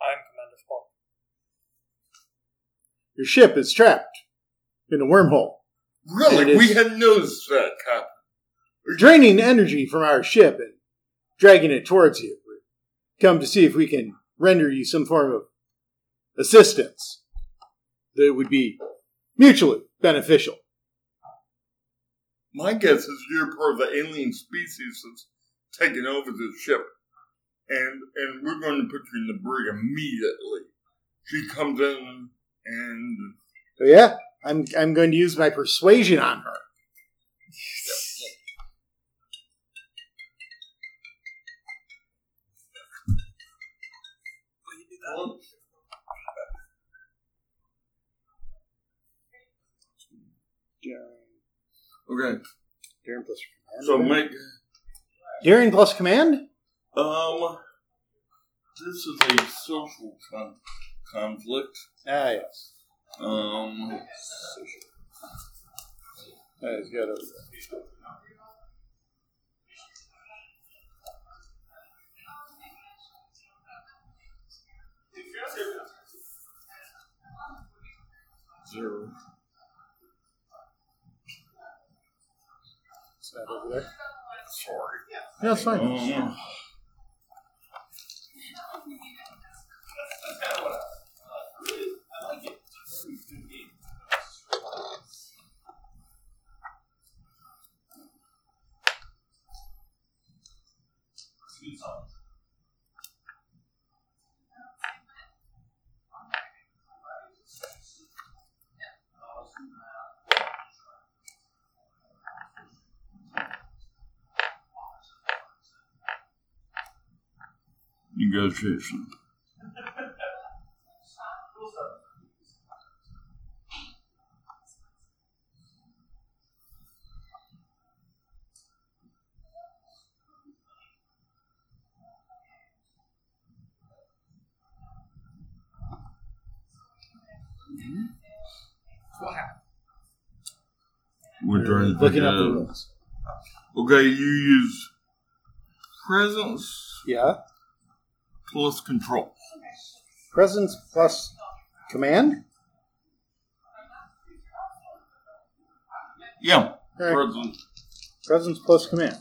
D: I'm Commander Spock.
B: Your ship is trapped in a wormhole,
C: Really?
B: It is-
C: we hadn't noticed that, Captain.
B: draining energy from our ship and dragging it towards you. We've come to see if we can render you some form of assistance that would be mutually beneficial.
C: My guess is you're part of the alien species that's taken over this ship. And and we're going to put you in the brig immediately. She comes in and
B: So yeah, I'm I'm going to use my persuasion on her.
C: Okay.
B: Daring plus
C: So make
B: Daring plus command?
C: um this is a social con- conflict.
B: Ah yes.
C: Um
B: That is good.
C: zero.
B: It's not over there.
C: Sorry.
B: No, it's fine.
C: Um, negotiation. We're trying to
B: Looking
C: figure
B: up the
C: out-
B: rules.
C: Okay, you use presence
B: Yeah.
C: plus control.
B: Presence plus command?
C: Yeah,
B: Alright.
C: presence.
B: Presence plus command.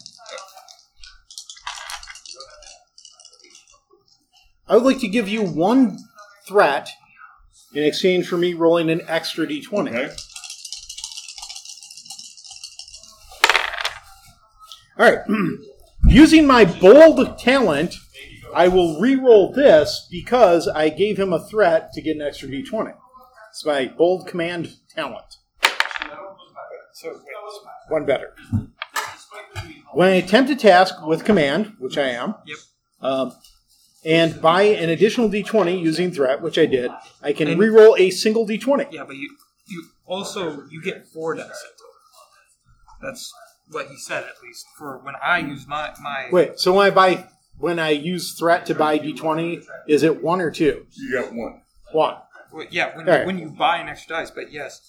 B: I would like to give you one threat in exchange for me rolling an extra d20.
C: Okay.
B: All right. [CLEARS THROAT] Using my bold talent, I will re-roll this because I gave him a threat to get an extra d20. It's my bold command talent.
D: So, wait, so-
B: One better. When I attempt a task with command, which I am,
D: Yep.
B: um, and by an additional d20 using threat, which I did, I can re-roll a single d20.
D: yeah, but you you also you get four dice. That's what he said at least for when I use my my.
B: Wait, so when I buy, when I use threat to buy d20, is it one or two?
C: You got one.
B: One.
D: Well, yeah, when,
B: Alright.
D: when you buy an extra dice, but yes,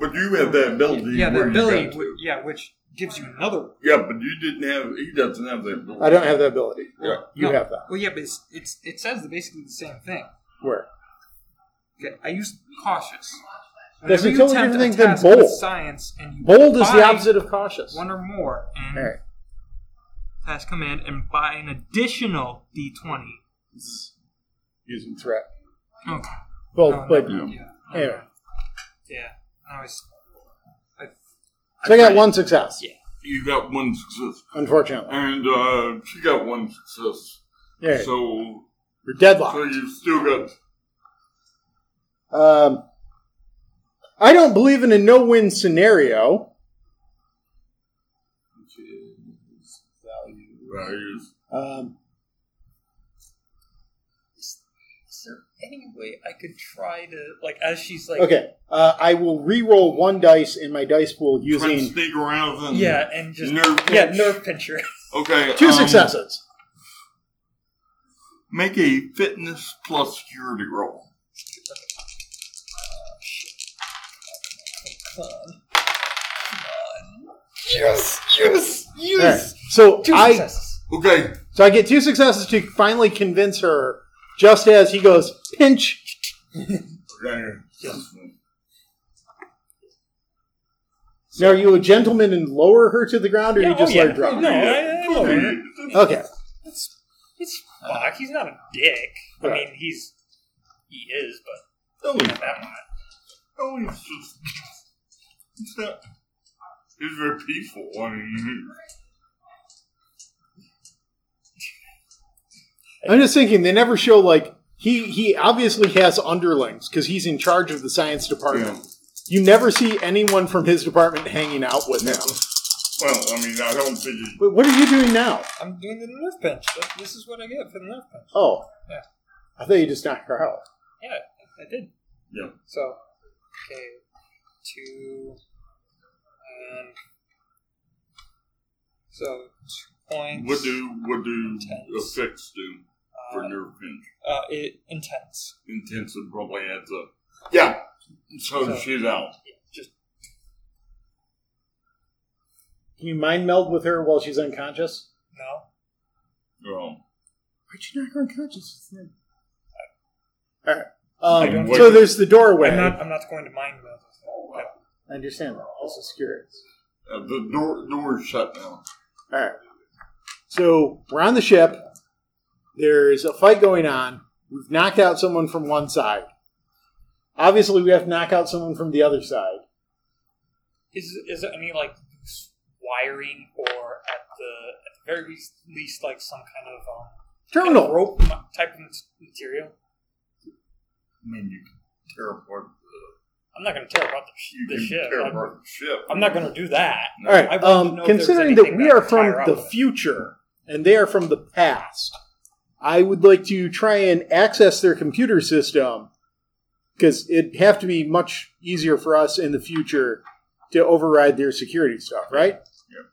C: But you have that ability.
D: yeah, the
C: where you
D: ability,
C: got
D: w-
C: to.
D: yeah, which gives you another. one.
C: Yeah, but you didn't have. He doesn't have that ability.
B: I don't have that ability.
C: Yeah.
B: You
D: No.
B: have that.
D: Well, yeah, but it's, it's it says basically the same thing.
B: Where?
D: Okay, I used cautious.
B: That's
D: Whenever
B: a
D: you
B: totally
D: attempt
B: different
D: a
B: thing than
D: task with
B: bold.
D: Science and you
B: Bold is the
D: buy
B: opposite of cautious.
D: One or more and
B: All right.
D: task command and buy an additional d20.
B: Using threat.
D: Okay.
B: Well,
D: No,
B: Oh, but
D: no,
C: Yeah.
D: yeah.
B: anyway.
D: Yeah. I was. I,
B: So I got one success,
D: Yeah.
C: You got one success,
B: unfortunately.
C: and uh, she got one success.
B: Yeah,
C: So,
B: you're
C: so
B: deadlocked.
C: you still got.
B: Um, I don't believe in a no win scenario.
C: Which is value. Values.
B: Um,
D: Is there any way I could try to like as she's like
B: okay, uh, I will re-roll one dice in my dice pool
C: Trying to
B: using
C: sneak around with them.
D: yeah and just
C: Nerve
D: yeah
C: pinch.
B: [LAUGHS]
D: nerve pincher
C: Okay.
B: two
C: um,
B: successes.
C: Make a fitness plus security roll.
D: Come on. Come on. yes yes
B: Alright, So
D: two
B: I
D: successes
C: Okay.
B: so I get two successes to finally convince her. Just as he goes pinch,
C: Okay.
B: now are you a gentleman and lower her to the ground, or
D: Yeah,
B: you just
D: oh, yeah.
B: let her drop?
D: No, I- I know it.
B: Okay,
D: It's it's Spock. He's not a dick. I
B: Right.
D: mean, he's he is, but
C: No,
D: not that much.
C: no, he's just. It's not. It's very peaceful. I mean,
B: I'm just thinking they never show like he he obviously has underlings because he's in charge of the science department.
C: Yeah.
B: You never see anyone from his department hanging out with him.
C: well, I mean, I don't think it,
B: But what are you doing now?
D: I'm doing the nerve pinch. That- This is what I get for the nerve pinch.
B: Oh,
D: Yeah.
B: I thought you just knocked her out.
D: Yeah, I- I did.
C: Yeah.
D: So, okay, two, and so two points.
C: What do what do
D: Intense.
C: effects do for
D: uh,
C: nerve pinch?
D: uh, it, intense?
C: Intensive probably adds up. Yeah. So
D: So-
C: she's out.
B: Can you mind meld with her while she's unconscious?
D: No,
C: Well,
B: Why'd you knock her unconscious? All right. Um,
C: I don't-
B: so there's the doorway.
D: I'm not. I'm not going to mind meld.
C: Oh,
B: I understand that. This is curious.
C: uh, the door door's shut
B: All
C: now.
B: right. So we're on the ship. There's a fight going on. We've knocked out someone from one side. Obviously, we have to knock out someone from the other side.
D: Is is there any like loose wiring or at the at the very least, least like some kind of um,
B: Terminal.
D: rope m- type of mat- material?
C: I mean, you can tear apart the,
D: I'm not going to tear apart
C: you
D: the, the
C: can
D: ship.
C: tear
D: I'm,
C: apart the ship.
D: I'm not going to do that.
C: No.
B: All
D: I
B: right.
D: wanted to
B: Um,
D: know if there was
B: considering that
D: anything
B: we
D: that
B: are
D: could
B: from
D: tire up
B: the
D: with it.
B: future and they are from the past, I would like to try and access their computer system because it'd have to be much easier for us in the future to override their security stuff, right?
C: Yeah.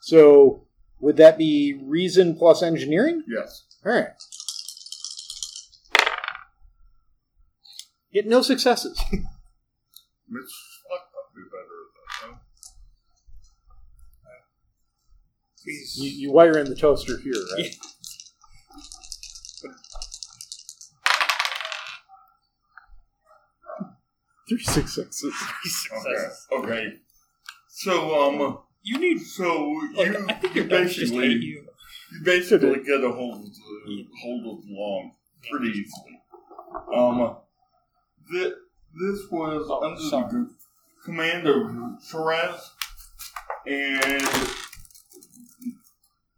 B: So would that be reason plus engineering?
C: Yes.
B: All right. Get no successes. [LAUGHS]
C: Mitch Fleck would be better at that. huh? [LAUGHS]
D: Please.
B: You, you wire in the toaster here, right? Three successes.
D: successes.
C: Okay. Okay. So um,
D: You need.
C: so
D: Like,
C: you,
D: I think
C: you
D: your dogs just
C: basically
D: hate you.
C: You basically get a hold of the hold of the long pretty easily. Um, thi- this was
D: Oh,
C: under
D: sorry.
C: the command of Shiraz, and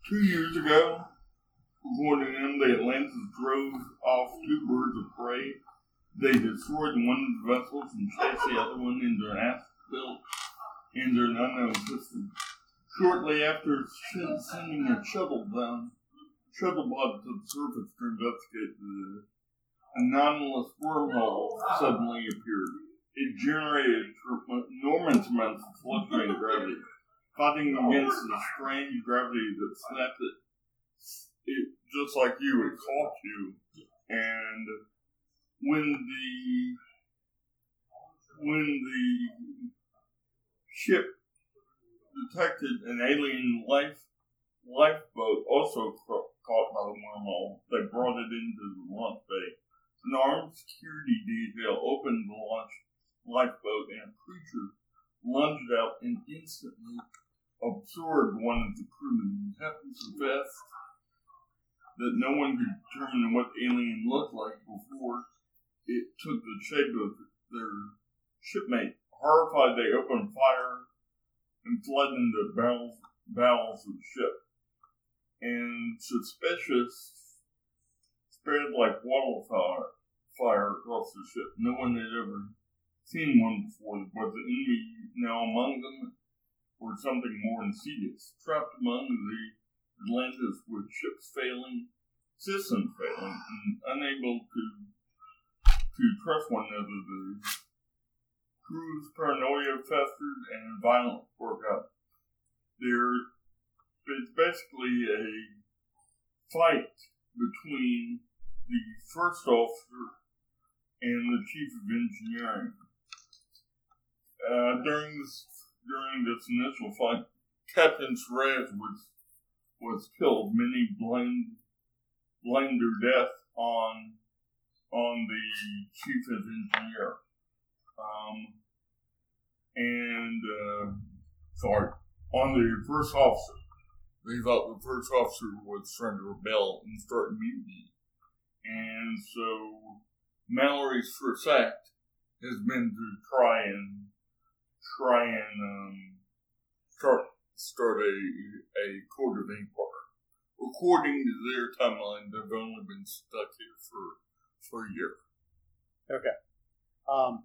C: two years ago, according to them, the Atlantis drove off two birds of prey. They destroyed one of the vessels and chased the other one into an asteroid into an unknown system shortly after sen- sending a shuttle down, Shuttlebot to the surface to investigate the anomalous wormhole suddenly appeared. It generated tr- enormous amounts of fluctuating gravity, fighting against the strange gravity that snapped it. It just like you, it caught you, and when the when the ship detected an alien life lifeboat also cro- caught by the wormhole. They brought it into the launch bay. An armed security detail opened the launch lifeboat, and a creature lunged out and instantly absorbed one of the crewmen. The captain confessed that no one could determine what the alien looked like before it took the shape of their shipmate. Horrified, they opened fire and flooded into barrels, barrels of the ship. And suspicious spread like wildfire fire across the ship. No one had ever seen one before that was the enemy now among them, or something more insidious, trapped among the Atlantis with ships failing, systems failing, and unable to to trust one another. The crew's paranoia festered and violence broke out. There, it's basically a fight between the first officer and the chief of engineering. Uh, during this during this initial fight, Captain Srez was was killed. Many blamed blamed their death on on the chief of engineer. Um, and uh, sorry, on the first officer. They thought the first officer was trying to rebel and start a mutiny. And so Mallory's first act has been to try and try and um, start start a a court of inquiry. According to their timeline, they've only been stuck here for for a year.
B: Um,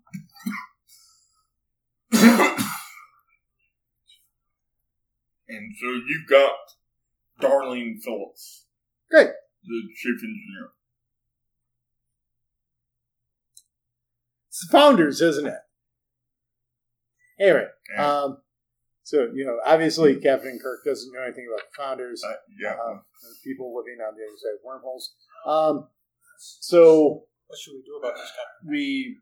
C: [COUGHS] and so you've got Darlene Phillips.
B: Great.
C: The chief engineer.
B: it's the founders, isn't it? Anyway,
C: And,
B: um, so you know, obviously, Captain Kirk doesn't know anything about the founders.
C: uh, yeah.
B: uh, people living on the other side of wormholes. Um, so
D: What should we do about this guy?
B: we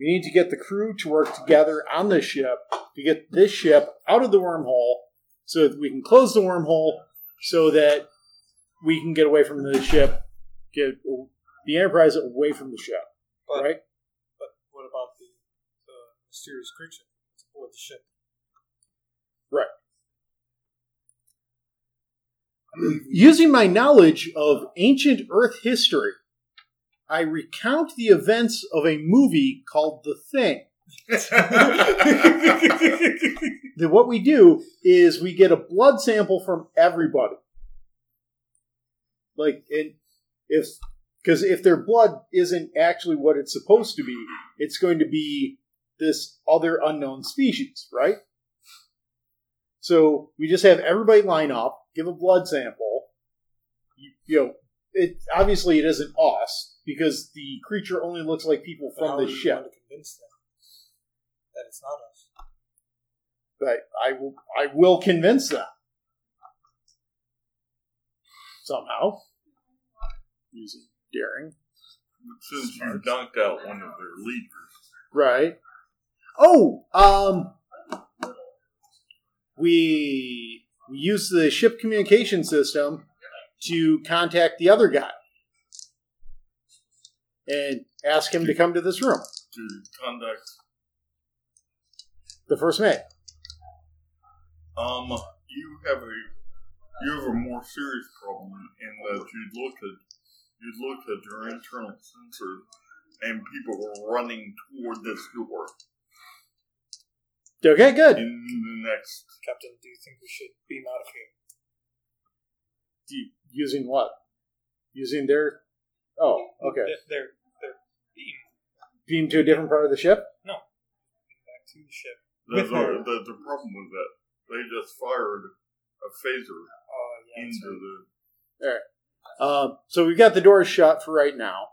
B: we need to get the crew to work together on this ship to get this ship out of the wormhole so that we can close the wormhole so that we can get away from the ship, get the Enterprise away from the ship.
D: But-
B: right?
D: But what about the, the mysterious creature that's aboard the ship?
B: Right.
D: I believe we-
B: Using my knowledge of ancient Earth history, I recount the events of a movie called The Thing. Then what we do is we get a blood sample from everybody. Like, and if because if their blood isn't actually what it's supposed to be, it's going to be this other unknown species, right? So we just have everybody line up, give a blood sample. You, you know, it obviously it isn't us because the creature only looks like people
D: but how
B: from
D: are
B: the
D: we
B: ship.
D: going to convince them that it's not us.
B: but I will I will convince them somehow using daring.
C: [LAUGHS] Since you dunked out one of their leaders.
B: Right. Oh, um, we we use the ship communication system to contact the other guy and ask him to come to this room.
C: to conduct.
B: The first mate.
C: Um, you have a you have a more serious problem in that you look at you look at your internal sensor, and people are running toward this door
B: Okay, good.
C: in the next.
D: Captain, do you think we should beam out of here?
B: Using what? Using their. Oh, okay.
D: They're, they're, they're beamed
B: Beam to a different part of the ship.
D: back to the ship.
C: That's
D: With
C: all,
D: her.
C: the, the problem with that. They just fired a phaser
D: Oh, yeah. that's
C: into
D: right.
C: the
B: Um, so we've got the doors shut for right now.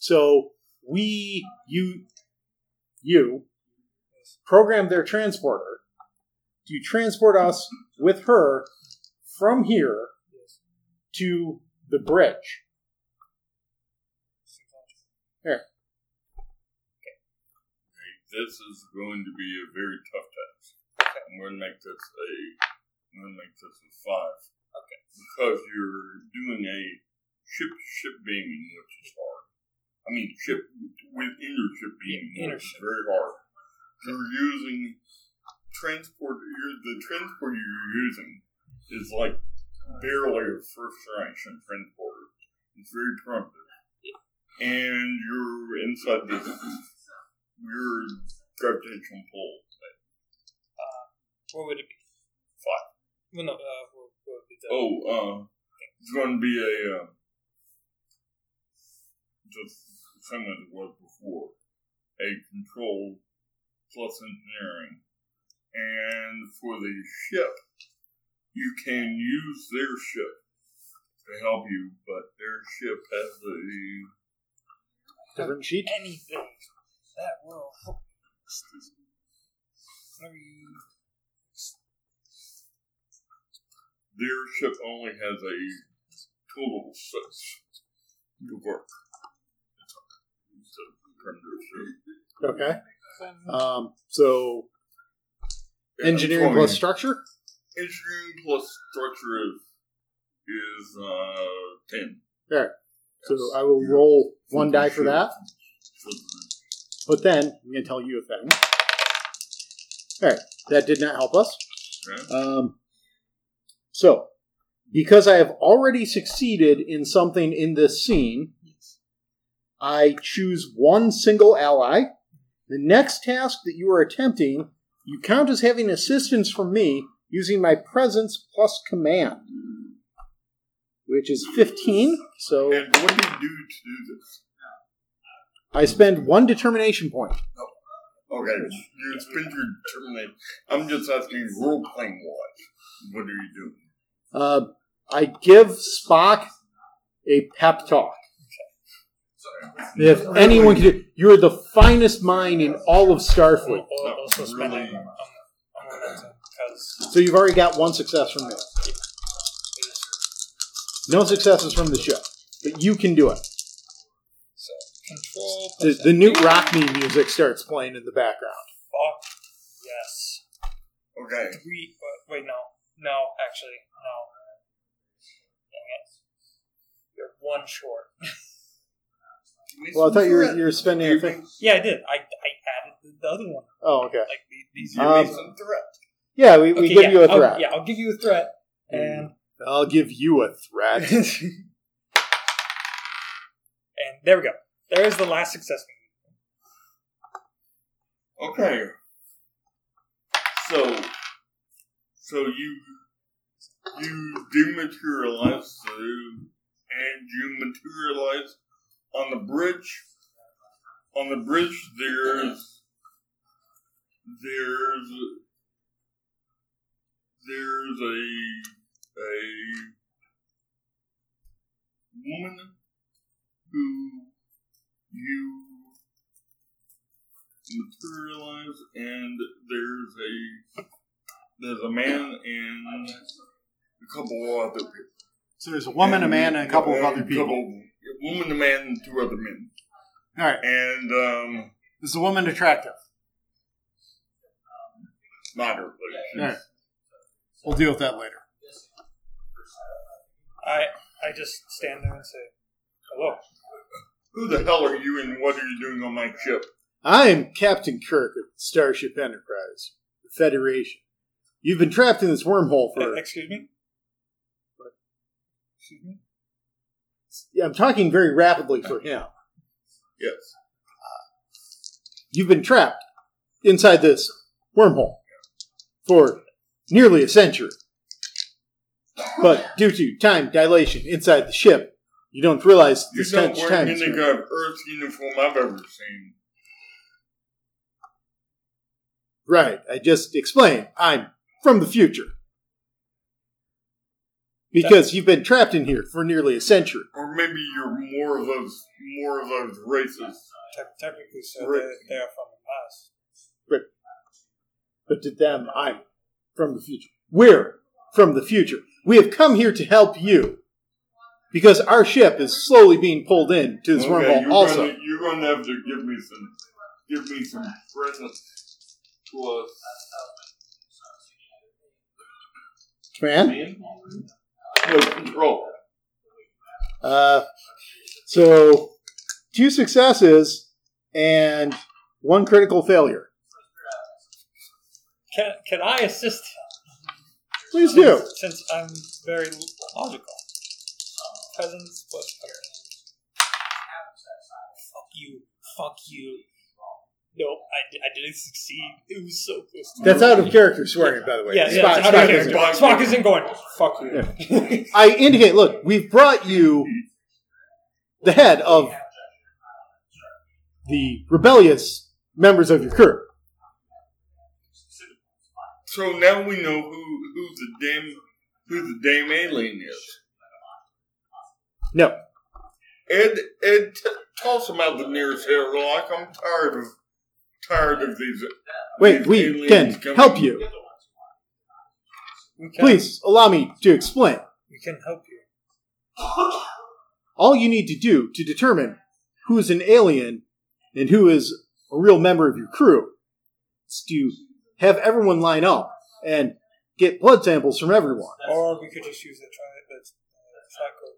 B: So we, you, you program their transporter to transport us with her from here to the bridge.
C: this is going to be a very tough test. I'm going to make this a. I'm going to make this a five. Okay. Because you're doing a ship to ship beaming, which is hard. I mean, ship with inner ship beaming,
D: Inner
C: which
D: ship.
C: is very hard. You're using transport. You're, the transport you're using is like barely a first generation transporter. It's very primitive, and you're inside this weird gravitational pull.
D: What would it be?
C: Five.
D: Well, no, uh, what what would be the...
C: Oh, uh, it's going to be a uh, just the same as it was before. a control plus engineering. And for the ship, you can use their ship to help you, but their ship has a
B: Different sheet.
D: anything that will help Excuse me. Sorry.
C: their ship only has a total of six to work. So, from their
B: Okay.
C: ship.
B: Um, so engineering plus structure.
C: engineering plus structure is is uh ten.
B: So I will roll one die for
C: Sure.
B: that. But then I'm going to tell you a thing. All right, that did not help us.
C: Okay.
B: Um, so, because I have already succeeded in something in this scene, I choose one single ally. The next task that you are attempting, you count as having assistance from me using my presence plus command, which is 15. So.
C: And what do you do to do this?
B: I spend one determination point.
C: Okay, you spend your determination. I'm just asking role playing wise. What are you doing?
B: Uh, I give Spock a pep talk. If anyone could, you are the finest mind in all of Starfleet.
D: Or also spend
C: really.
D: it on, on momentum because
B: So you've already got one success from me. No successes from the ship, but you can do it.
D: so control.
B: The, the new rock me music starts playing in the background.
D: Fuck. Yes.
C: Okay,
D: Three. But wait, no, no. Actually, no. Dang it. You're one short.
B: Well, I thought you were, you were spending a thing.
D: Yeah, I did. I, I added the, the other one.
B: Oh, okay.
D: Like the, these.
C: You
B: Um,
C: made some threat.
B: Yeah, Oh, we, we
D: Okay,
B: give
D: yeah,
B: you a
D: I'll-
B: threat. Mm.
D: yeah, I'll give you a threat. And
B: I'll give you a threat.
D: and there we go. There is the last success.
C: Okay. So, so you you dematerialize the, and you materialize on the bridge. On the bridge, there's there's there's a a woman who you materialize, and there's a there's a man and a couple of other people.
B: [LAUGHS] So there's a
C: Couple, a woman, a man, and two other men.
B: All right.
C: And um,
B: Is the woman attractive?
C: moderately.
B: Alright. We'll deal with that later.
D: I I just stand there and say, "Hello."
C: Who the hell are you, and what are you doing on my ship?
B: I am Captain Kirk of Starship Enterprise, the Federation. You've been trapped in this wormhole
D: Uh,
B: for.
D: Excuse me. Excuse me.
B: Yeah, I'm talking very rapidly for him.
C: Yes.
B: You've been trapped inside this wormhole for nearly a century. But due to time dilation inside the ship, you don't realize
C: You
B: the
C: don't
B: stench
C: wear
B: time.
C: any
B: is-
C: kind of Earth uniform I've ever seen.
B: Right, I just explained. I'm from the future. Because you've been trapped in here for nearly a century.
C: Or maybe you're more of those more of those races.
D: Te- technically, so
C: Rick.
D: they're, they're from the past.
B: But to them, I'm from the future. We're from the future. We have come here to help you. Because our ship is slowly being pulled in to this wormhole
C: you're
B: also.
C: Gonna, you're gonna have to give me some, give me some presents to uh, us,
B: Man?
C: man. No control.
B: Uh, so, two successes and one critical failure.
D: Can can I assist?
B: Please do.
D: Since I'm very logical. Peasants plus peasants. Fuck you. Fuck you. No, I, I didn't succeed. It was so close. To
B: That's out of character swearing, by the way.
D: yeah, yeah,
B: Spock-
D: it's out
B: Spock
D: of
B: is-
D: character.
C: Spock-
D: Spock isn't going. Fuck you.
B: I indicate, look, we've brought you the head of the rebellious members of your crew.
C: So now we know who who the damn who the damn alien is.
B: No,
C: Ed, Ed, t- toss him out the nearest airlock. I'm tired of tired of these. uh,
B: wait,
C: these
B: we
C: aliens
B: can
C: coming.
B: help you.
D: We can,
B: Please allow me to explain.
D: We can help you.
B: All you need to do to determine who is an alien and who is a real member of your crew is to have everyone line up and get blood samples from everyone.
D: Or we could just use the tri- the uh, tricorder.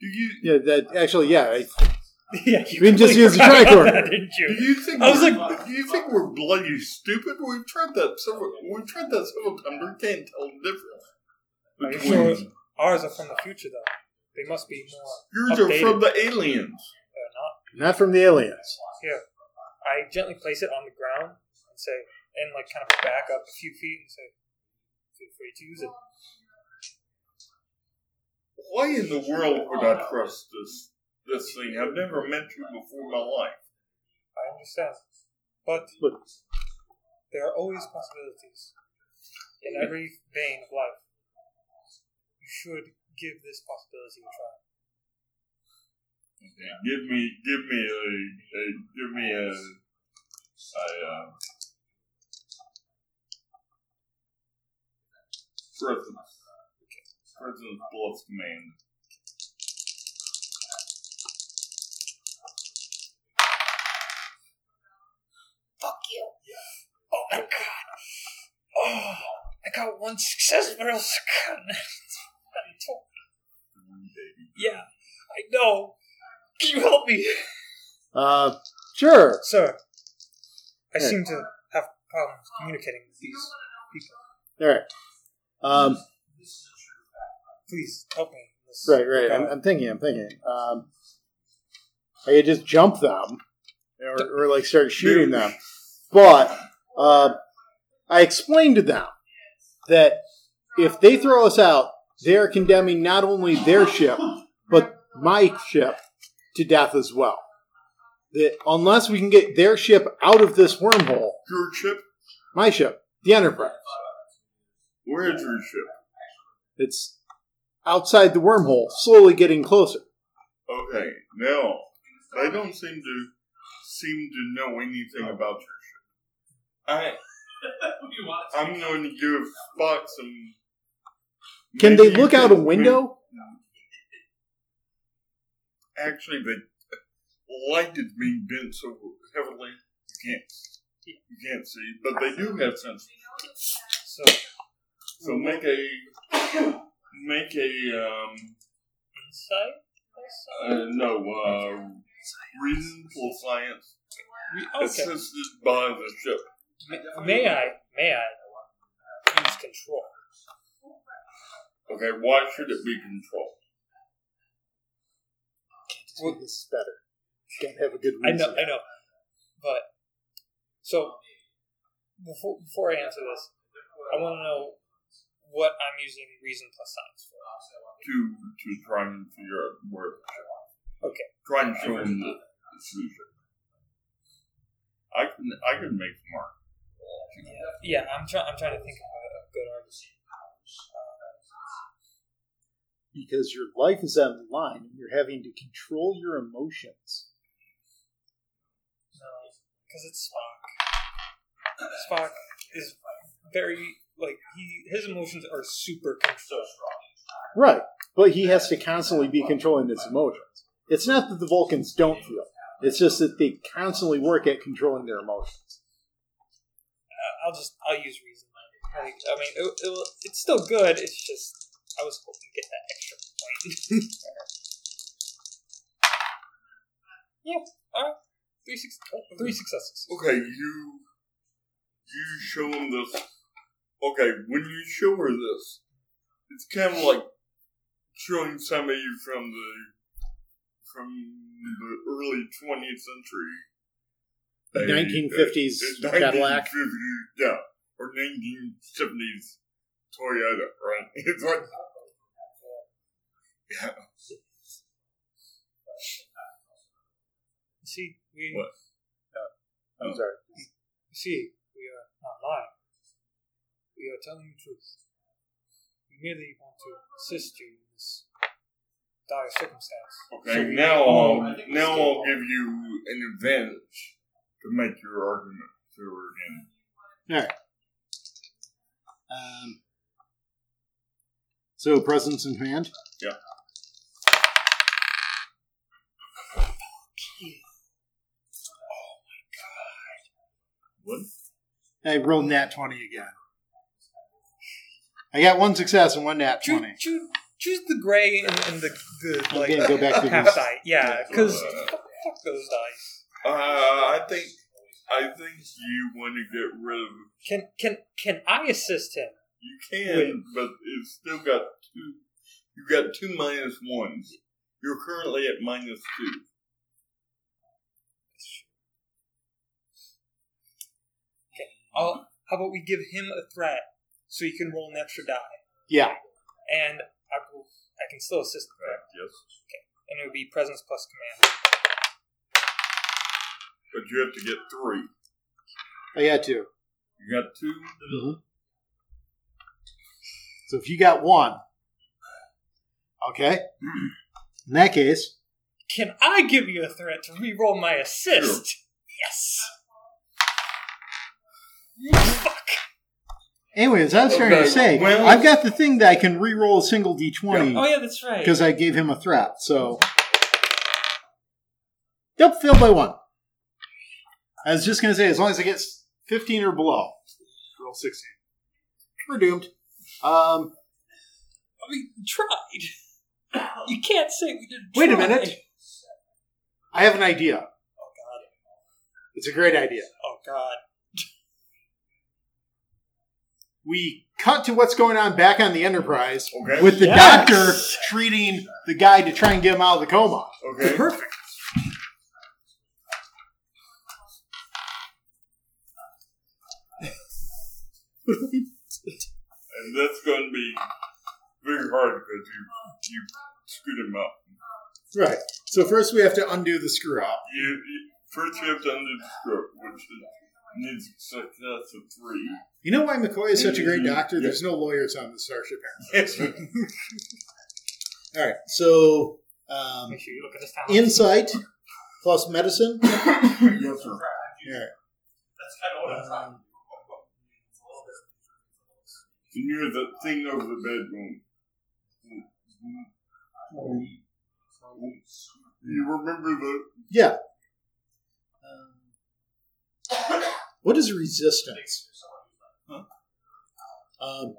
C: Do you
B: Yeah, that actually, yeah, I,
D: [LAUGHS] yeah, you
B: We can just
D: completely
B: use the
D: forgot about
B: tricorder.
D: that, didn't
C: do
D: you?
C: you think
D: I was
C: we're-
D: like-
C: do you think we're bloody stupid? We've tried that several we've tried that several times. We can't tell the difference.
D: Are you
C: between-
D: sure? Ours are from the future, though. They must be more.
C: Yours are
D: Updated.
C: from the aliens.
D: They're not.
B: not from the aliens.
D: Here, I gently place it on the ground and say, and like kind of back up a few feet and say, "Feel free to use it."
C: Why in the world would I trust this this thing? I've never met you before in my life.
D: I understand, but
B: Look,
D: there are always possibilities in every vein of life. You should give this possibility a try.
C: Give me give me a, a give me a, a uh, presence. Presence plus command.
D: Oh my god! Oh, I got one success, but I was [LAUGHS] Yeah, I know. Can you help me,
B: uh, sure.
D: sir? I
B: Hey.
D: seem to have problems communicating with these people.
B: All right. Um,
D: Please help me. in this
B: Right, right. I'm,
D: regard.
B: I'm thinking. I'm thinking. Um, I could just jump them, or, or like start shooting them. But uh, I explained to them that if they throw us out, they are condemning not only their ship but my ship to death as well. That unless we can get their ship out of this wormhole,
C: Your ship?
B: my ship, the Enterprise,
C: Where is your ship?
B: it's outside the wormhole, slowly getting closer.
C: Okay, now they don't seem to seem to know anything about your ship. I I'm going to give Spock some.
B: Can they
C: Maybe you
B: look out a
C: could-
B: window?
C: Actually, the light is being bent so heavily you can't you can't see, but they do have sensors.
D: So,
C: So make a make a um
D: insight.
C: uh, no uh, reason for science
D: Okay.
C: assisted by the ship.
D: May- May I? May I use control?
C: Okay, why should it be controlled?
D: Well-
B: this is better. Can't have a good
D: I know, I know. But so before before I answer this, I want to know what I'm using reason plus science for.
C: to to try and figure out where. it is.
D: Okay.
C: Try and show him the the solution. I can I can make some art.
D: Yeah, yeah I'm trying. I'm trying to think of a, a good Uh, argument.
B: Because your life is on the line and you're having to control your emotions.
D: No, because it's Spock. Spock is very like he his emotions are super controlled.
B: Right. But he has to constantly be controlling his emotions. It's not that the Vulcans don't feel, it's just that they constantly work at controlling their emotions.
D: Uh, I'll just I'll use reason. Like, I mean, it, it, will- it's still good. It's just I was hoping to get that extra point. [LAUGHS] yeah. All right. Three, six, three successes.
C: Okay, you you show him this. Okay, when you show her this, it's kind of like showing somebody from the from the early twentieth century.
B: The
C: A-
B: 1950s
C: a- a
B: Cadillac.
C: 1950s, yeah, or nineteen seventies Toyota, right? [LAUGHS] It's like
D: See, we
C: What?
B: I'm
C: Oh.
B: sorry.
D: You see, we are not lying. We are telling you truth. We merely want to assist you in this dire circumstance.
C: Okay, now I'll, now I'll give you an advantage to make your argument to her again.
B: Um, so presence in command.
C: Yeah. Oh, What?
B: I rolled nat twenty again. I got one success and one nat
D: Choose,
B: twenty.
D: choose, choose the gray and, and the, the like
B: Again, go back to
D: half
B: this.
D: side. Yeah,
B: Yeah.
D: because fuck those dice.
C: Uh, I think I think you want to get rid of.
D: Can can can I assist him?
C: You can, but it's still got two. You got two minus ones. You're currently at minus two.
D: I'll, how about we give him a threat so he can roll an extra die,
B: Yeah.
D: and I will, I can still assist the threat,
C: Right, yes,
D: and it would be presence plus command.
C: but you have to get three.
B: I got two.
C: You got two.
B: So if you got one,
C: [CLEARS THROAT]
B: okay. In that case,
D: Can I give you a threat to re-roll my assist? Yes. Fuck.
B: anyways, I was trying
C: Okay,
B: to say
C: well-
B: I've got the thing that I can re-roll a single d twenty
D: Oh yeah, that's right.
B: because I gave him a threat. So, yep, failed by one. I was just gonna say, as long as it gets fifteen or below, roll sixteen. We're doomed. Um,
D: I mean, you tried. You can't say we didn't.
B: Wait a
D: try.
B: minute. I have an idea.
D: Oh god.
B: It's a great idea.
D: Oh god.
B: We cut to what's going on back on the Enterprise
C: Okay.
B: with the
D: Yes.
B: doctor treating the guy to try and get him out of the coma.
C: okay.
D: Perfect.
C: And that's going to be very hard because you you screwed him up.
B: Right. So first we have to undo the screw up.
C: You, you first you have to undo the script, which is, needs success of three.
B: You know why McCoy is such a great doctor?
C: Mm-hmm. Yeah.
B: There's no lawyers on the Starship Paramount.
C: Yes.
B: [LAUGHS] All right. So um,
D: [LAUGHS] Make sure you look at this town.
B: insight plus medicine.
C: yes, sir.
B: Yeah. Um,
C: And you're the thing over the bedroom. You remember the
B: yeah. Um, what is resistance?
C: Huh?
B: Um,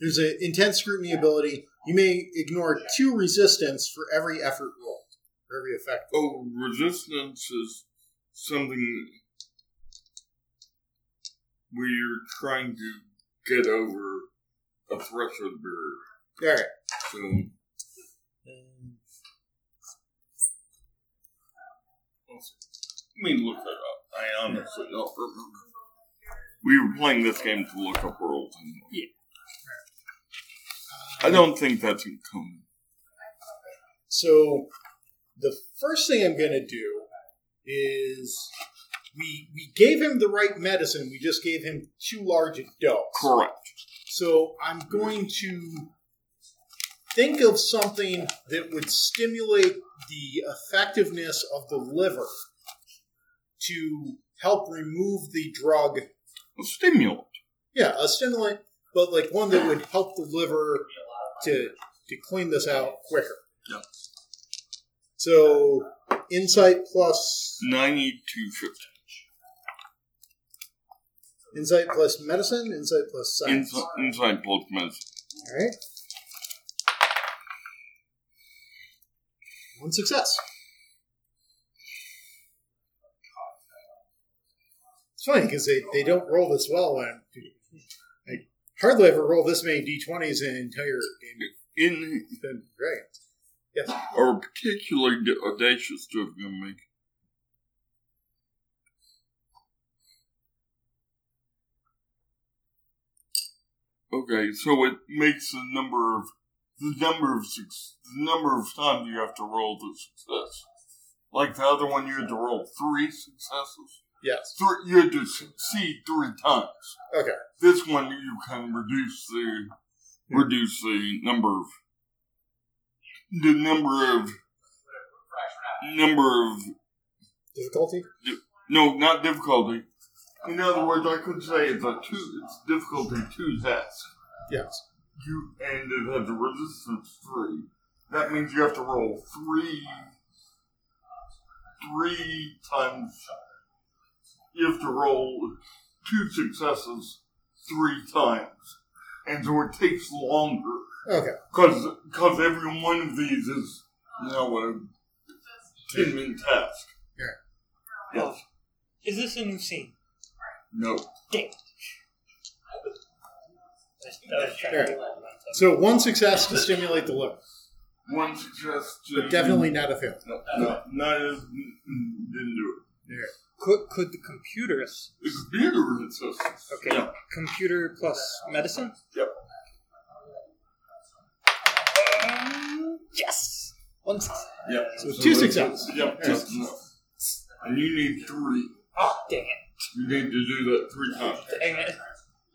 B: there's an intense scrutiny ability. You may ignore two resistance for every effort roll, for every effect.
C: oh resistance is something where you're trying to get over a threshold barrier.
B: All right.
C: So let me look that up. I honestly don't remember. We were playing this game to look up worlds. And yeah. I don't think that's in common.
B: So the first thing I'm going to do is we we gave him the right medicine. We just gave him too large a dose.
C: Correct.
B: So I'm going to think of something that would stimulate the effectiveness of the liver to help remove the drug.
C: A stimulant.
B: Yeah, a stimulant, but like one that would help the liver to to clean this out quicker.
C: Yep.
B: So insight plus
C: 9250.
B: insight plus medicine, insight plus science.
C: Inside, inside blood medicine.
B: All right. One success. It's funny because they, they don't roll this well. When I hardly ever roll this many d20s in an entire game.
C: In,
B: It's been great. Yes.
C: are particularly audacious to have been making. Okay, so it makes the number of the number of suc- the number of times you have to roll the success. Like the other one, you had to roll three successes.
B: Yes.
C: Three, you had to succeed three times.
B: Okay.
C: This one you can reduce the reduce the number of the number of number of
B: Difficulty?
C: no, not difficulty. In other words, I could say it's a two. It's difficulty two test.
B: Yes.
C: You and it has a resistance three. That means you have to roll three, three times. You have to roll two successes three times, and so it takes longer
B: Okay.
C: because because every one of these is you know a ten minute task. Yeah. Yes.
D: Is this a new scene?
C: No.
D: That was trying to do that.
B: So one success to stimulate the loop,
C: One success to
B: but definitely not a fail.
C: no, no, not as- mm, mm, didn't do it.
D: Could, could the computers,
C: The computer insists.
D: okay,
C: Yeah.
D: computer plus medicine?
C: Yep.
D: Um, yes! One success.
C: Yep.
B: So two successes.
C: Yep. Just no. And you need three.
D: Oh, dang it.
C: You need to do that three times.
D: Dang it.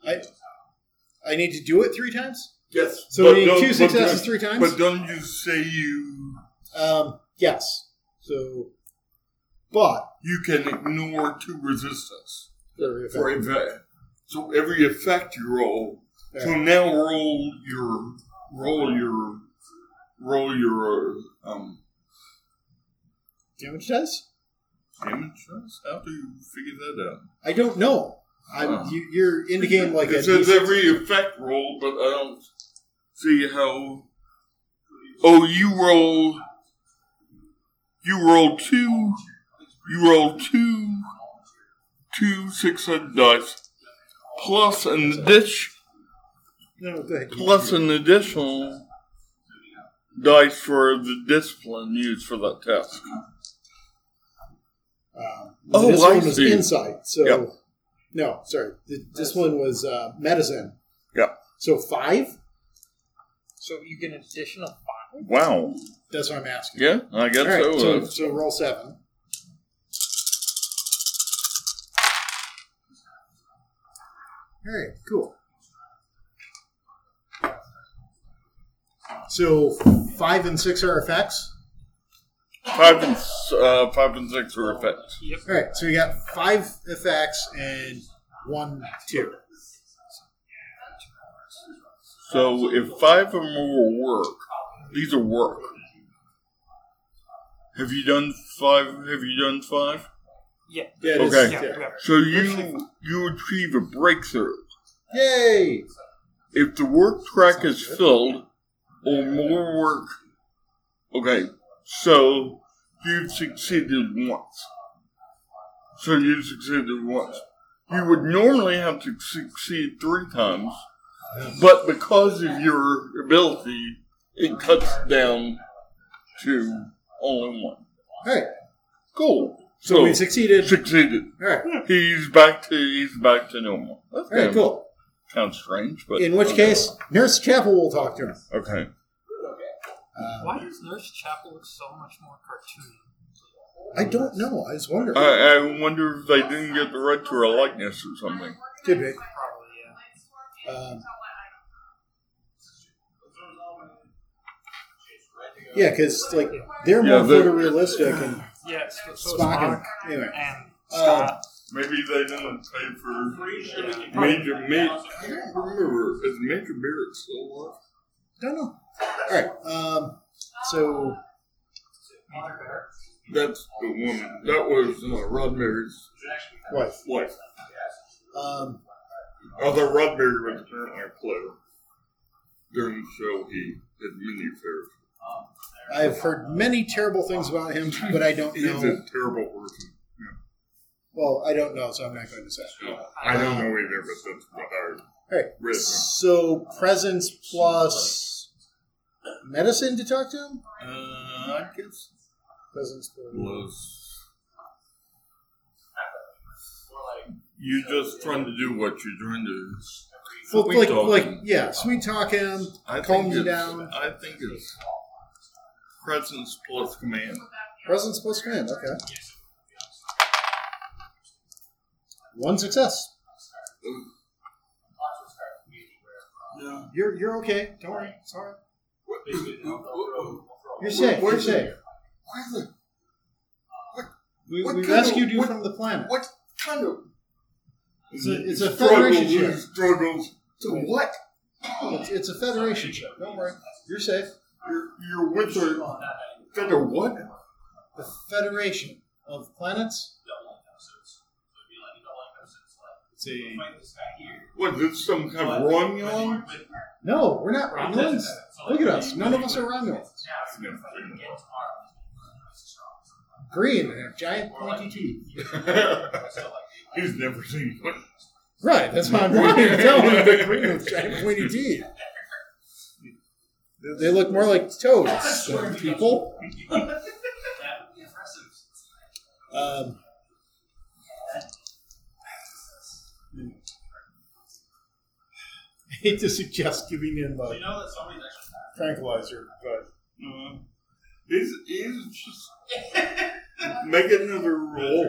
B: I I need to do it three times.
C: Yes.
B: So
C: but
B: we need
C: don't-
B: two
C: but
B: successes
C: don't-
B: three times?
C: But don't you say you
B: Um, yes. So, but
C: you can ignore two resistance
B: there we go.
C: for effect. So every effect you roll. So now roll your roll your roll your um
B: damage dice.
C: damage dice? How do you figure that out?
B: I don't know. I'm,
C: Wow.
B: you, you're in the game like a
C: it says
B: D6.
C: every effect roll, but I don't see how. Oh, you roll. You roll two. You roll two. Two six hundred dice, plus an addition,
B: No, go ahead.
C: plus an additional dice for the discipline used for that test.
B: Um,
C: Oh,
B: this
C: I
B: one was
C: see.
B: insight. So
C: Yep.
B: no, sorry. Th- This one was uh, medicine.
C: Yeah.
B: So five.
D: So you get an additional five?
C: Wow.
B: That's what I'm asking.
C: Yeah, I
B: All
C: guess
B: right.
C: so.
B: So,
C: uh,
B: so roll seven. All right. Cool. So five and six are effects.
C: five and s- uh, five and six are effects.
D: Yep.
B: All right, so we got five effects and one two.
C: So if five or more work, these are work. Have you done five? Have you done five?
D: Yeah.
B: Yeah, it is
C: Okay.
D: Yeah,
B: two.
D: yeah.
C: So you you achieve a breakthrough
B: Yay!
C: if the work track is filled or more work. Okay, so you've succeeded once. So you succeeded once. You would normally have to succeed three times, but because of your ability, it cuts down to only one.
B: All right,
C: Cool.
B: so, we succeeded.
C: succeeded.
B: All right,
C: He's back to he's back to normal. That's
B: all right,
C: kind of-
B: cool.
C: Kind of strange, but
B: In which
C: okay.
B: case, Nurse Chapel will talk to him.
C: okay.
B: Uh,
D: Why does Nurse Chapel look so much more cartoony?
B: I don't know. I was wondering.
C: I, I wonder if they didn't get the right to her likeness or something.
B: Could be.
D: Probably, yeah.
B: Um, yeah, because like they're
C: Yeah,
B: more
C: the-
B: photorealistic and
D: Yeah, so, so it's
B: Spock and
D: Spock
B: anyway.
D: and Scott.
B: Uh,
C: Maybe they didn't pay for Major Merritt. I don't remember. Is Major Merritt still alive?
B: don't know. All right, um, so
C: That's the woman. That was uh, Rod Merritt's
B: what?
C: wife.
B: Um,
C: Although Rod Merritt was apparently a player. During the show, he had many affairs.
B: I've heard many terrible things about him, [LAUGHS] but I don't
C: He's
B: know.
C: a terrible person.
B: Well, I don't know, so I'm not going to say.
C: I don't know either, but that's what I
B: All right.
C: read.
B: So presence plus medicine to talk to him.
C: Uh, I guess
B: Presence plus
C: was you're just trying to do what you're trying to.
B: well,
C: Sweet
B: like
C: talk
B: like
C: him.
B: yeah, sweet talk him,
C: I
B: calm
C: think
B: you
C: it's,
B: down.
C: I think it's presence plus command.
B: Presence plus command. Okay. One success.
C: Yeah.
B: You're you're okay. Don't worry. It's all right. You're
C: You're
B: safe. You're safe. We,
C: What
B: we
C: kind of-
B: rescued you
C: what-
B: from the planet.
C: What kind of
B: It's a, it's a
C: struggle
B: federation
C: he
B: ship.
C: struggles to what?
B: It's, it's a federation ship. Don't worry. You're safe.
C: You're, you're with a federal what?
B: The Federation of Planets. It's a
C: What is this some kind of run on?
B: no. We're not Romulans. Look at us. None of us are Romulans. Green and a giant pointy teeth.
C: [LAUGHS] He's never seen one.
B: Right. That's why I'm right here telling them they're green with giant pointy teeth. They look more like toads than people. Um, I hate to suggest giving him a tranquilizer, but
C: Uh, he's, he's just [LAUGHS] make another roll.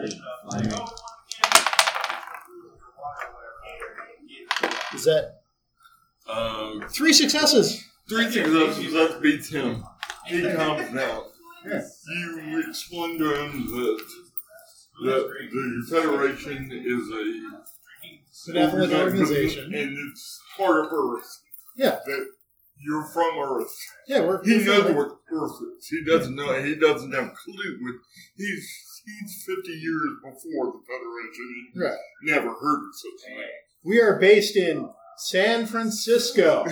B: is that
C: Uh,
B: three successes?
C: three successes, that beats him. He comes now.
B: Yeah.
C: You explain to him that, that the Federation is a
B: Benevolent organization.
C: and it's part of Earth.
B: Yeah.
C: That you're from Earth.
B: Yeah, we're
C: He
B: we're
C: knows
B: friendly.
C: what Earth is. He doesn't know. He doesn't have a clue. What, he's he's fifty years before the Federation.
B: Right.
C: Never heard of such a thing.
B: We are based in San Francisco,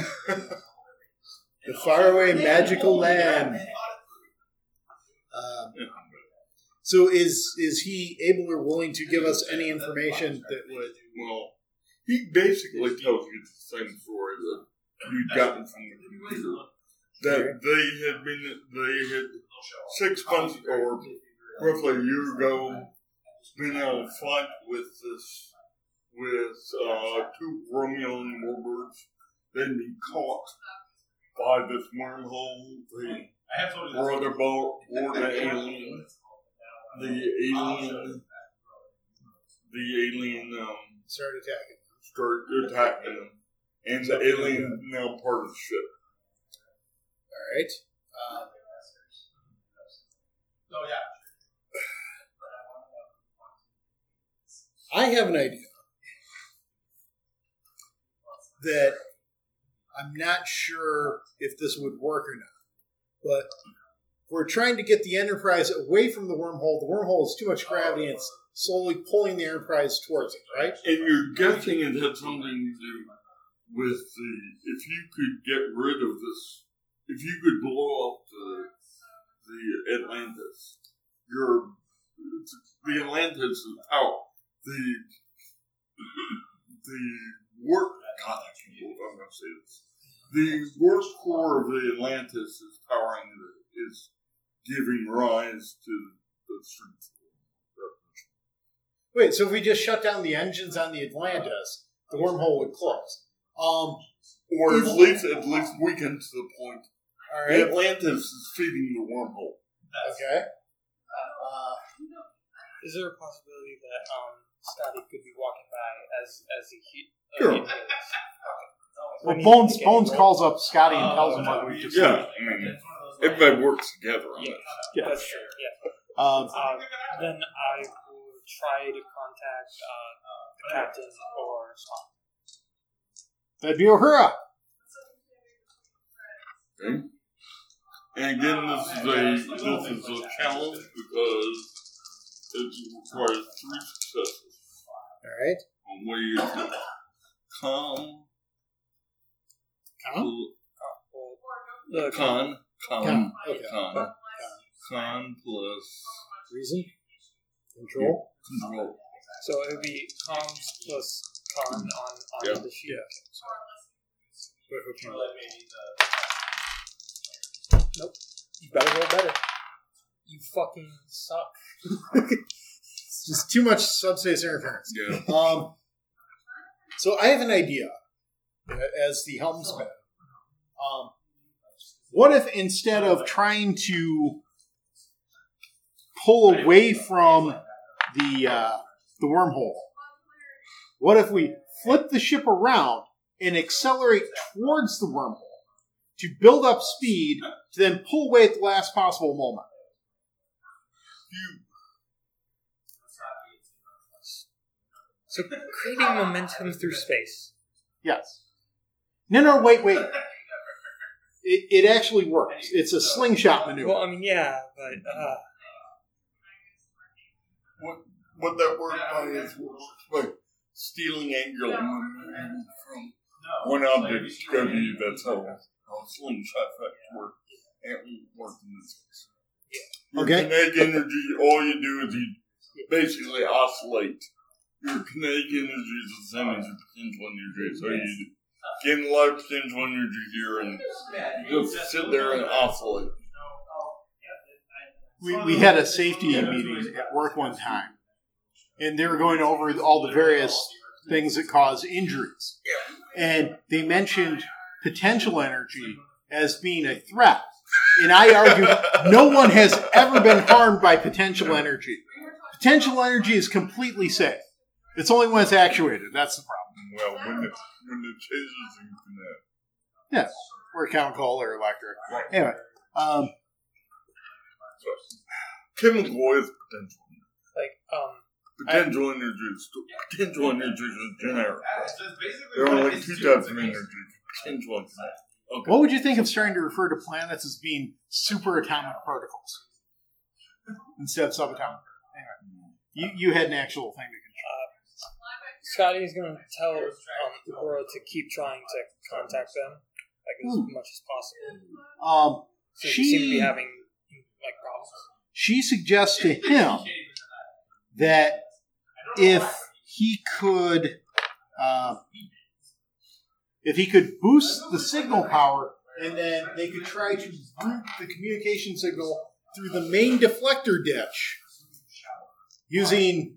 B: the faraway magical land. Um, so, is is he able or willing to give us any information that would?
C: Well, he basically tells you the same story that you'd gotten from the computer. That they had been they had six months or roughly a year ago been out of fight with this with uh, two Romulan warbirds. They'd been caught by this wormhole. They were on their boat, were the alien, the alien, the alien um,
B: Start attacking.
C: start attacking them. And the alien is now part of the ship.
B: All right. Um, I have an idea that I'm not sure if this would work or not, but we're trying to get the Enterprise away from the wormhole. The wormhole is too much gravity and it's slowly pulling the Enterprise towards it, right?
C: And you're guessing it had something to do with the. If you could get rid of this, if you could blow up the the Atlantis, your the Atlantis is out. The the work. God, I can't believe I'm gonna say this. The work core of the Atlantis is powering the, is giving rise to the strength.
B: Wait, so if we just shut down the engines on the Atlantis, the wormhole would close. Um,
C: Or at least at least weaken to the point
B: all
C: The
B: right.
C: Atlantis is feeding the wormhole.
B: Okay. Uh,
D: Is there a possibility that um, Scotty could be walking by as as he? he-
C: Sure.
D: uh,
B: Well,
D: when he-
B: Bones
D: again,
B: Bones
D: when-
B: calls up Scotty and tells him what we just.
C: Yeah, I mean, everybody works together on it.
D: That's true. Yeah.
B: Um,
D: Um, then I will try to contact uh, the captain or something.
B: that'd be Uhura.
C: Okay? And again, this is a this is a challenge because it requires three successes
B: All right.
C: on where [LAUGHS] you can calm,
B: Calm?
D: The
C: con, con,
B: Calm, okay.
C: con, con plus
B: Reason. Control.
C: control.
D: So it would be comms plus con on, on
C: Yeah.
D: the sheet. Nope. You better roll better. You fucking suck.
B: It's just too much subspace interference.
C: Yeah.
B: Um, so I have an idea uh, as the helmsman. Um, what if instead of trying to pull away from the uh, the wormhole, What if we flip the ship around and accelerate towards the wormhole to build up speed to then pull away at the last possible moment?
D: So creating momentum through space.
B: Yes. No, no, wait, wait. It, it actually works. It's a slingshot maneuver.
D: Well, I mean, yeah, but uh,
C: What, what that word by is like stealing angular momentum from one object to go to you. That's how how slingshot effect work. It won't work in this case. Your
B: Okay.
C: kinetic energy, all you do is you basically oscillate. Your kinetic energy is the same as your potential energy, so you gain a lot of potential energy here and you just sit there and oscillate.
B: we, we had a safety meeting at work one time, and they were going over all the various things that cause injuries. And they mentioned potential energy as being a threat. And I argued no one has ever been harmed by potential energy. Potential energy is completely safe. It's only when it's actuated. That's the problem.
C: Well, when it, when it changes in kinetic.
B: Yeah, or chemical or electric. Anyway, um,
C: Chemical is potential.
D: like um,
C: Potential energy is potential energy is generic. There are only two types of energy: potential and okay.
B: what would you think of starting to refer to planets as being superatomic particles instead of subatomic? Anyway, you, you had an actual thing to
D: Scotty is going to tell um, the world to keep trying to contact them like as
B: Hmm.
D: much as possible.
B: control. Um,
D: So she seems to be
B: She-
D: having like [COUGHS] problems.
B: she suggests to him that if he could, uh, if he could boost the signal power, and then they could try to route the communication signal through the main deflector ditch using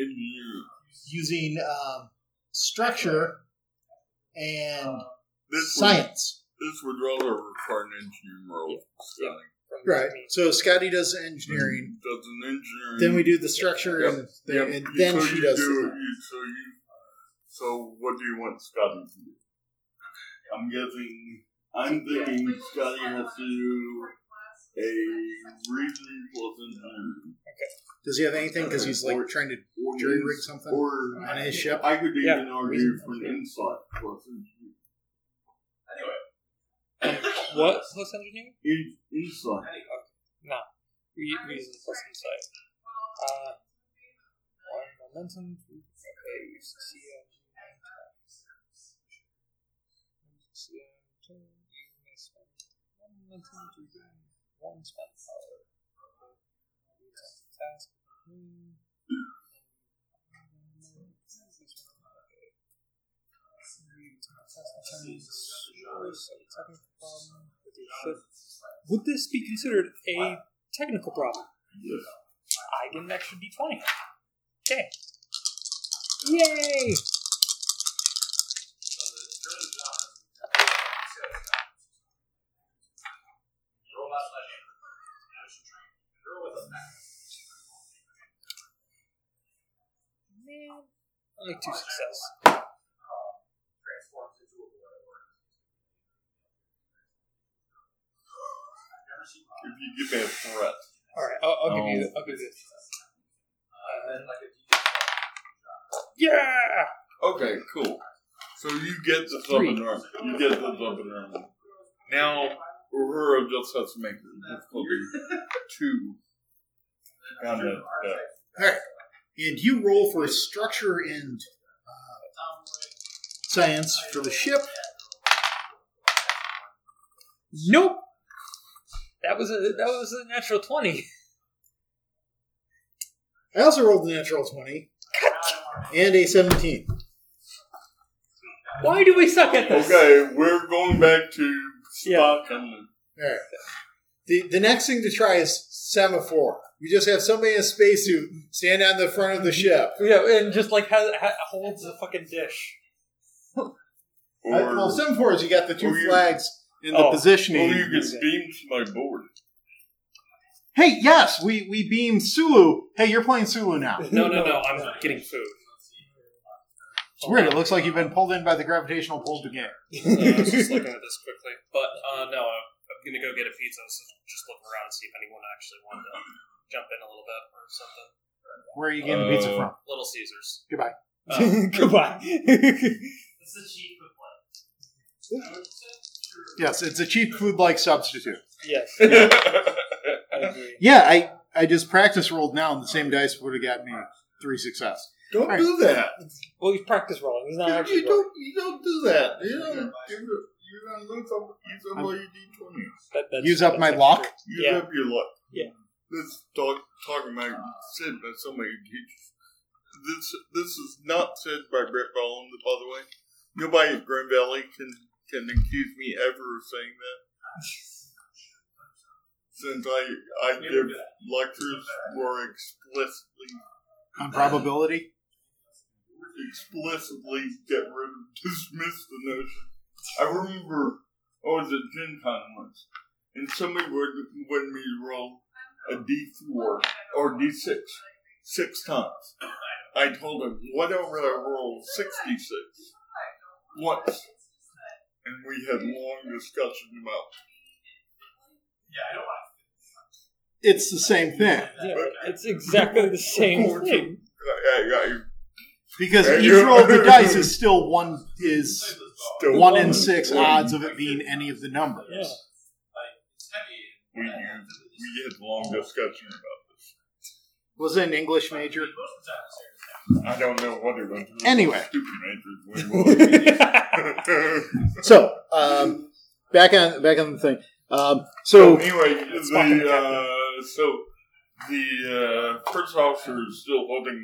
C: In you,
B: using um, structure and
C: this
B: science.
C: Would, this would rather require an engineering role.
D: Yeah. From
B: Right.
D: me.
B: So Scotty does engineering.
C: Does Hmm. an engineering.
B: Then we do the structure,
C: Yep.
B: and, the,
C: Yep.
B: and then
C: So
B: she
C: you
B: does.
C: Do,
B: the-
C: you, so you. So what do you want Scotty to do? I'm guessing. I'm thinking Scotty has to do a reasonable engineering.
B: Does he have anything? Because he's like trying to
C: Or
B: jury
C: use-
B: rig something
C: or
B: on his ship.
C: I could
D: Yeah.
C: even argue for an insight plus
D: What plus engineering?
C: in, insight.
D: No. Re- reason plus insight. Uh, one momentum. Okay, we see um, see, um, two, you may spend one momentum to gain one spend power. You attempt the task. Hmm. Okay. You attempt the task, determine the source of the technical problem with your ship. Would this be considered a technical problem?
C: Yes.
D: I get an extra d20. Okay. Yay! Man. Only two success.
C: If you give me a threat,
D: All right, I'll, I'll give you.
C: No.
D: I'll give you. Yeah.
C: okay, cool. So you get the sub and arm. You get the sub and arm. Now Uhura just has to make it difficulty two. And that, that.
B: All right, and you roll for structure and uh, science for the ship.
D: Nope. That was a that was a natural twenty.
B: I also rolled a natural twenty and a seventeen.
D: Why do we suck at this?
C: Okay, we're going back to
D: Yeah.
C: Spock and
B: All right. The, the next thing to try is semaphore. We just have somebody in a spacesuit stand on the front of the ship.
D: Yeah, and just like ha- ha- holds the fucking dish.
C: or,
B: Uh, well, semaphore is you got the two
C: or you-
B: flags in the
C: Oh, or
B: positioning.
C: you can beam to my board.
B: hey, yes, we, we beam Sulu. Hey, you're playing Sulu now.
E: [LAUGHS]
D: No, no, no. I'm getting food.
B: It's weird. It looks like you've been pulled in by the gravitational pull to get.
F: Yeah, Uh, I was just looking at this quickly, but uh, no, I'm, I'm gonna go get a pizza. So just look around and see if anyone actually wanted to jump in a little bit or something.
B: Where are you getting the pizza
C: Uh,
B: from?
F: Little Caesars.
B: Goodbye.
F: Uh,
D: [LAUGHS] Goodbye.
F: it's a cheap complaint.
B: Yes, it's a cheap food-like substitute.
D: yes,
C: [LAUGHS]
D: I agree.
B: Yeah, I I just practice rolled now, and the same dice would have got me three success.
C: Don't
B: Alright.
C: do that.
D: Well, he's practice rolling. He's not
C: You-
D: actually
C: you
D: rolling.
C: don't. You don't do that. You don't. You're you're gonna lose up. Use up all your d20s.
D: That- that's-
B: Use up
D: that's
B: my
D: actually
B: lock.
D: true.
C: Use
D: Yeah.
C: up your luck.
D: Yeah.
C: This talk talking about said by so many teachers. This this is not said by Brett Bowen, by the way. Nobody at Grand Valley can can accuse me ever of saying that. Since I I give lectures were explicitly
B: on probability.
C: explicitly get rid of, [LAUGHS] dismiss the notion. I remember I was at Gen Con once, and somebody would when me roll a D4 or D6 six times. I told him, why don't I roll 66 once? And we had long discussion about
B: It's the same thing
D: Yeah, it's exactly [LAUGHS] the same thing.
C: I, I, I
B: because each roll of the dice is still one is
C: still
B: one in six odds of it being any of the numbers.
D: Yeah.
C: We, we had long discussion about this.
B: Was it an English major?
C: I don't know what it was.
B: Anyway.
C: Stupid majors when it was.
B: [LAUGHS] So um, back on back on the thing. Um, so
C: So anyway,
D: fucking
C: the uh, so the uh, first officer is still holding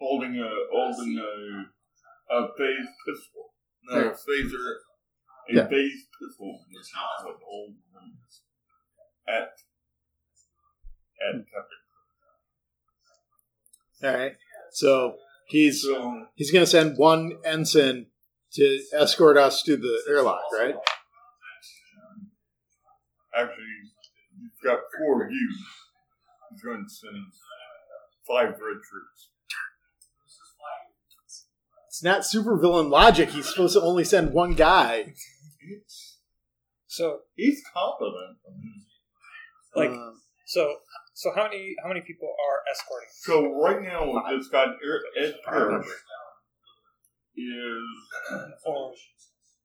C: holding a holding a a phase pistol, not a phaser, a
B: Yeah.
C: phase pistol. That's what old one is. At at Captain.
B: all right. So he's
C: So
B: he's going to send one ensign to escort us to the airlock, right?
C: actually, you've got four of you. He's going to send five red troops.
B: It's not supervillain logic. He's supposed to only send one guy.
D: So,
C: He's competent.
D: like,
B: Um,
D: so, so how many how many people are escorting?
C: So right now, we've just got Eric, Ed Parrish is
D: Or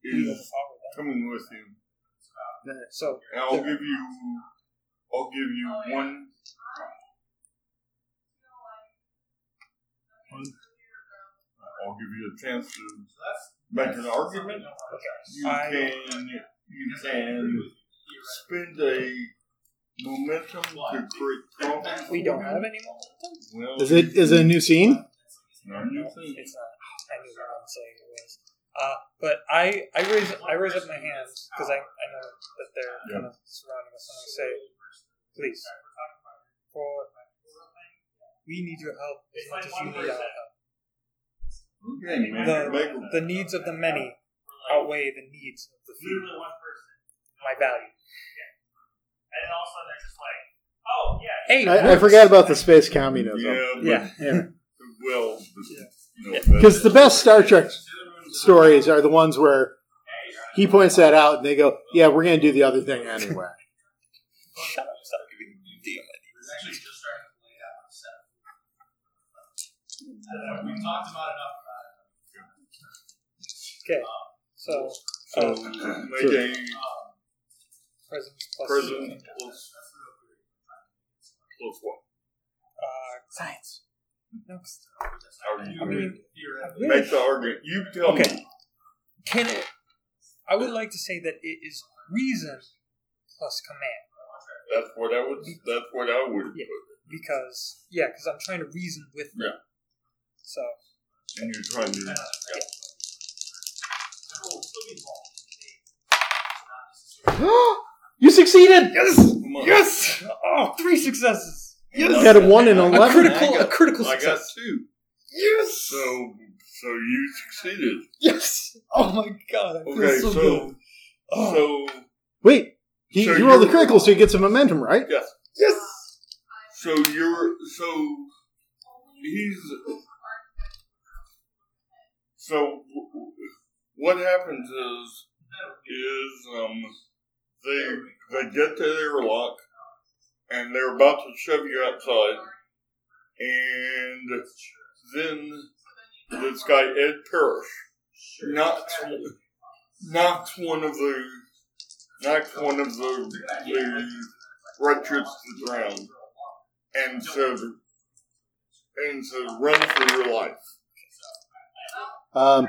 C: is coming with him.
D: so
C: And I'll give you, I'll give you one. I'll give you a chance to make an argument. You
D: I- uh,
C: can you can spend a momentum to create problems.
D: we don't have any more.
C: Well,
B: is it is it a new scene?
C: no, you
D: No,
C: think-
D: it's not. I knew what I'm saying it was. Uh, but I, I raise I raise up my hands because I, I know that they're kind of surrounding us and I say, please, for we need your help as much as you need our help.
C: Okay, man,
D: The-
C: make a-
D: The needs of the many outweigh the needs of the few.
G: literally one person.
D: My value.
G: And then all of a sudden they're just like, oh, yeah.
D: Hey,
B: I, I forgot about the space communism.
C: yeah, but,
D: Yeah. [LAUGHS]
C: Well, but, you know,
B: Because the best Star Trek stories are the ones where he points that out and they go, "Yeah, we're going to do the other thing
D: [GASPS]
B: anyway."
D: Shut up! Stop giving me deal.
G: actually just starting to lay out set. Uh, We've talked about it Um, enough.
D: Okay, so
C: So
B: Oh.
C: make a
D: present plus
C: prison plus, plus what?
D: Uh, science. No, 'cause-
C: How
D: I
C: do you
D: mean, I'm really
C: make the argument? You tell
D: Okay.
C: me.
D: Can it? I would like to say that it is reason plus command
C: That's what I would. That's what I would.
D: Yeah. because yeah, because I'm trying to reason with them.
C: Yeah.
D: So
C: And you're trying to.
B: you succeeded.
D: yes,
C: Come on.
D: yes. Oh, three successes.
C: Yes!
B: You got a one and
C: I
D: A
B: eleven.
D: critical,
C: I got-
D: a critical
C: I got
D: success.
C: two.
D: Yes.
C: So, so you succeeded.
D: Yes. Oh my god. I feel
C: Okay,
D: so,
C: so-
D: good. Oh,
C: So,
B: Wait, he,
C: So
B: he rolled a
C: you're-
B: critical, so he gets some momentum, right?
C: yes.
D: yes.
C: So you're so he's So w- w- what happens is is um they they get to the airlock and they're about to shove you outside, and then this guy Ed Parrish knocks knocks one of the knocks one of the the wretches to the ground, and so and so run for your life.
B: Um,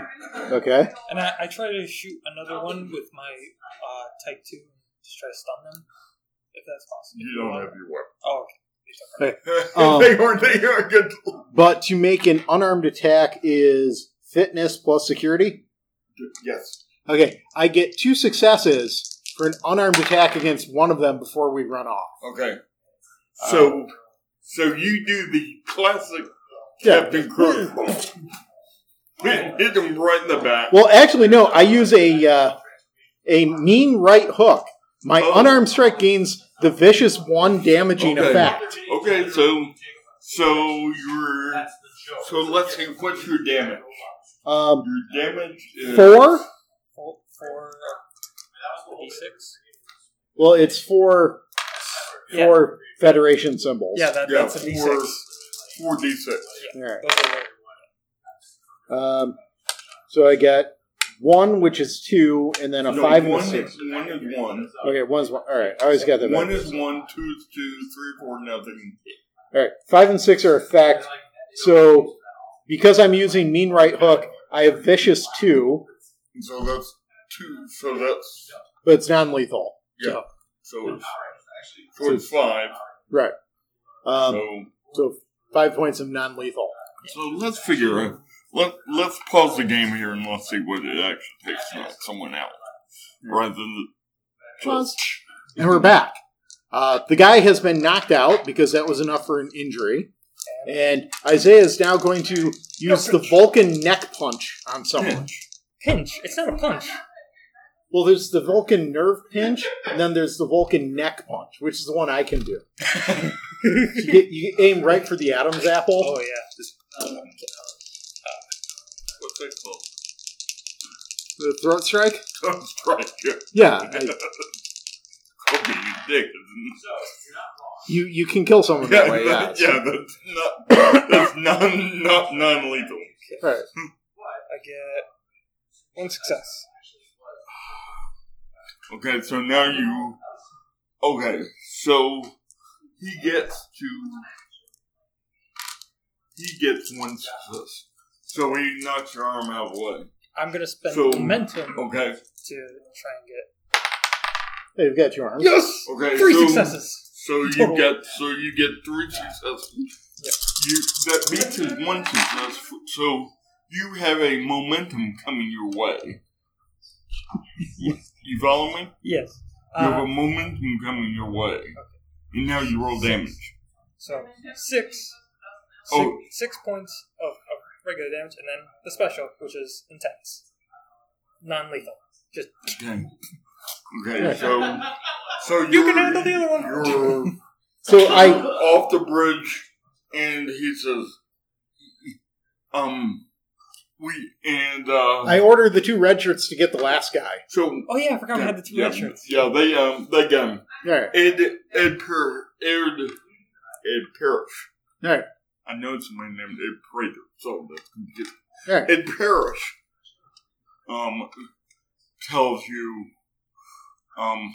B: okay.
D: And I, I try to shoot another one with my uh, type two, just try to stun them, if that's possible.
C: You don't have your weapon.
D: Oh, okay.
C: [LAUGHS]
B: Um,
C: they are they are good.
B: But to make an unarmed attack is fitness plus security.
C: Yes.
B: Okay, I get two successes for an unarmed attack against one of them before we run off.
C: Okay. So so you do the classic
B: Yeah.
C: Captain
B: [LAUGHS]
C: Kirk. hit, hit him right in the back.
B: Well, actually, no. I use a uh, a mean right hook. My
C: Oh.
B: unarmed strike gains the vicious one damaging
C: Okay.
B: effect.
C: Okay, so so you're so let's see what's your damage.
B: Um,
C: Your damage is
B: four.
D: Four, four d6.
B: Well, it's four
D: Yeah.
B: four Federation symbols.
D: Yeah, that,
C: Yeah,
D: that's a d6.
C: four. four d six.
B: All right.
D: Those are the-
B: Um, so I got one, which is two, and then a five and a
C: one,
B: six.
C: one is one.
B: Okay, one's one. All right, I always got that.
C: One
B: One
C: is one, two is two, three, four, nothing.
B: All right, five and six are effect. So because I'm using mean right hook, I have vicious two,
C: So that's two. So that's
B: but it's non-lethal.
C: yeah. So it's, so it's five.
B: Right. Um,
C: So
B: so five points of non-lethal.
C: So let's figure out. Let, let's pause the game here and let's see what it actually takes to knock someone out. Rather than.
B: Pause. And we're back. Uh, the guy has been knocked out because that was enough for an injury. And Isaiah is now going to use the Vulcan neck punch on
C: [LAUGHS]
B: someone.
D: Pinch. It's not a punch.
B: Well, there's the Vulcan nerve pinch, and then there's the Vulcan neck punch, which is the one I can do. you, get, you aim right for the Adam's apple.
D: Oh, yeah.
C: What's that called? [LAUGHS]
B: The throat strike?
C: Thumb strike. Yeah.
B: Yeah. I-
C: Okay, you dick.
B: you, you can kill someone that way, [LAUGHS] yeah.
C: that- yeah, that's not that's non not non lethal.
B: All right.
D: I get one success.
C: Okay, so now you. Okay, so he gets to. He gets one success. So he knocks your arm out of the way.
D: I'm going to spend
C: So-
D: momentum
C: Okay.
D: to try and get.
B: Hey, You've got your arms.
D: Yes!
C: Okay.
D: Three
C: so,
D: successes.
C: So you
D: Total.
C: get so you get three successes. You that beats his one success. f- So you have a momentum coming your way. You, you follow me?
D: Yes.
C: You have a
D: Uh,
C: momentum coming your way, and now you roll damage.
D: so six,
C: Oh.
D: six, six points of, of regular damage, and then the special, which is intense, non-lethal. Just
C: Okay. Okay.
D: [LAUGHS]
C: So so
D: you can
C: you're-
D: handle the other one.
C: You're
B: So I
C: off the bridge, and he says, "Um, we and uh."
B: I ordered the two red shirts to get the last guy.
C: so
D: Oh yeah, I forgot we had the two
C: yeah,
D: red shirts.
C: Yeah, they um they got him.
B: All right.
C: Ed Ed Per Ed Ed Parrish.
B: All right.
C: I know somebody named Ed Prater, so that's confusing.
B: All right.
C: Ed Parrish um tells you um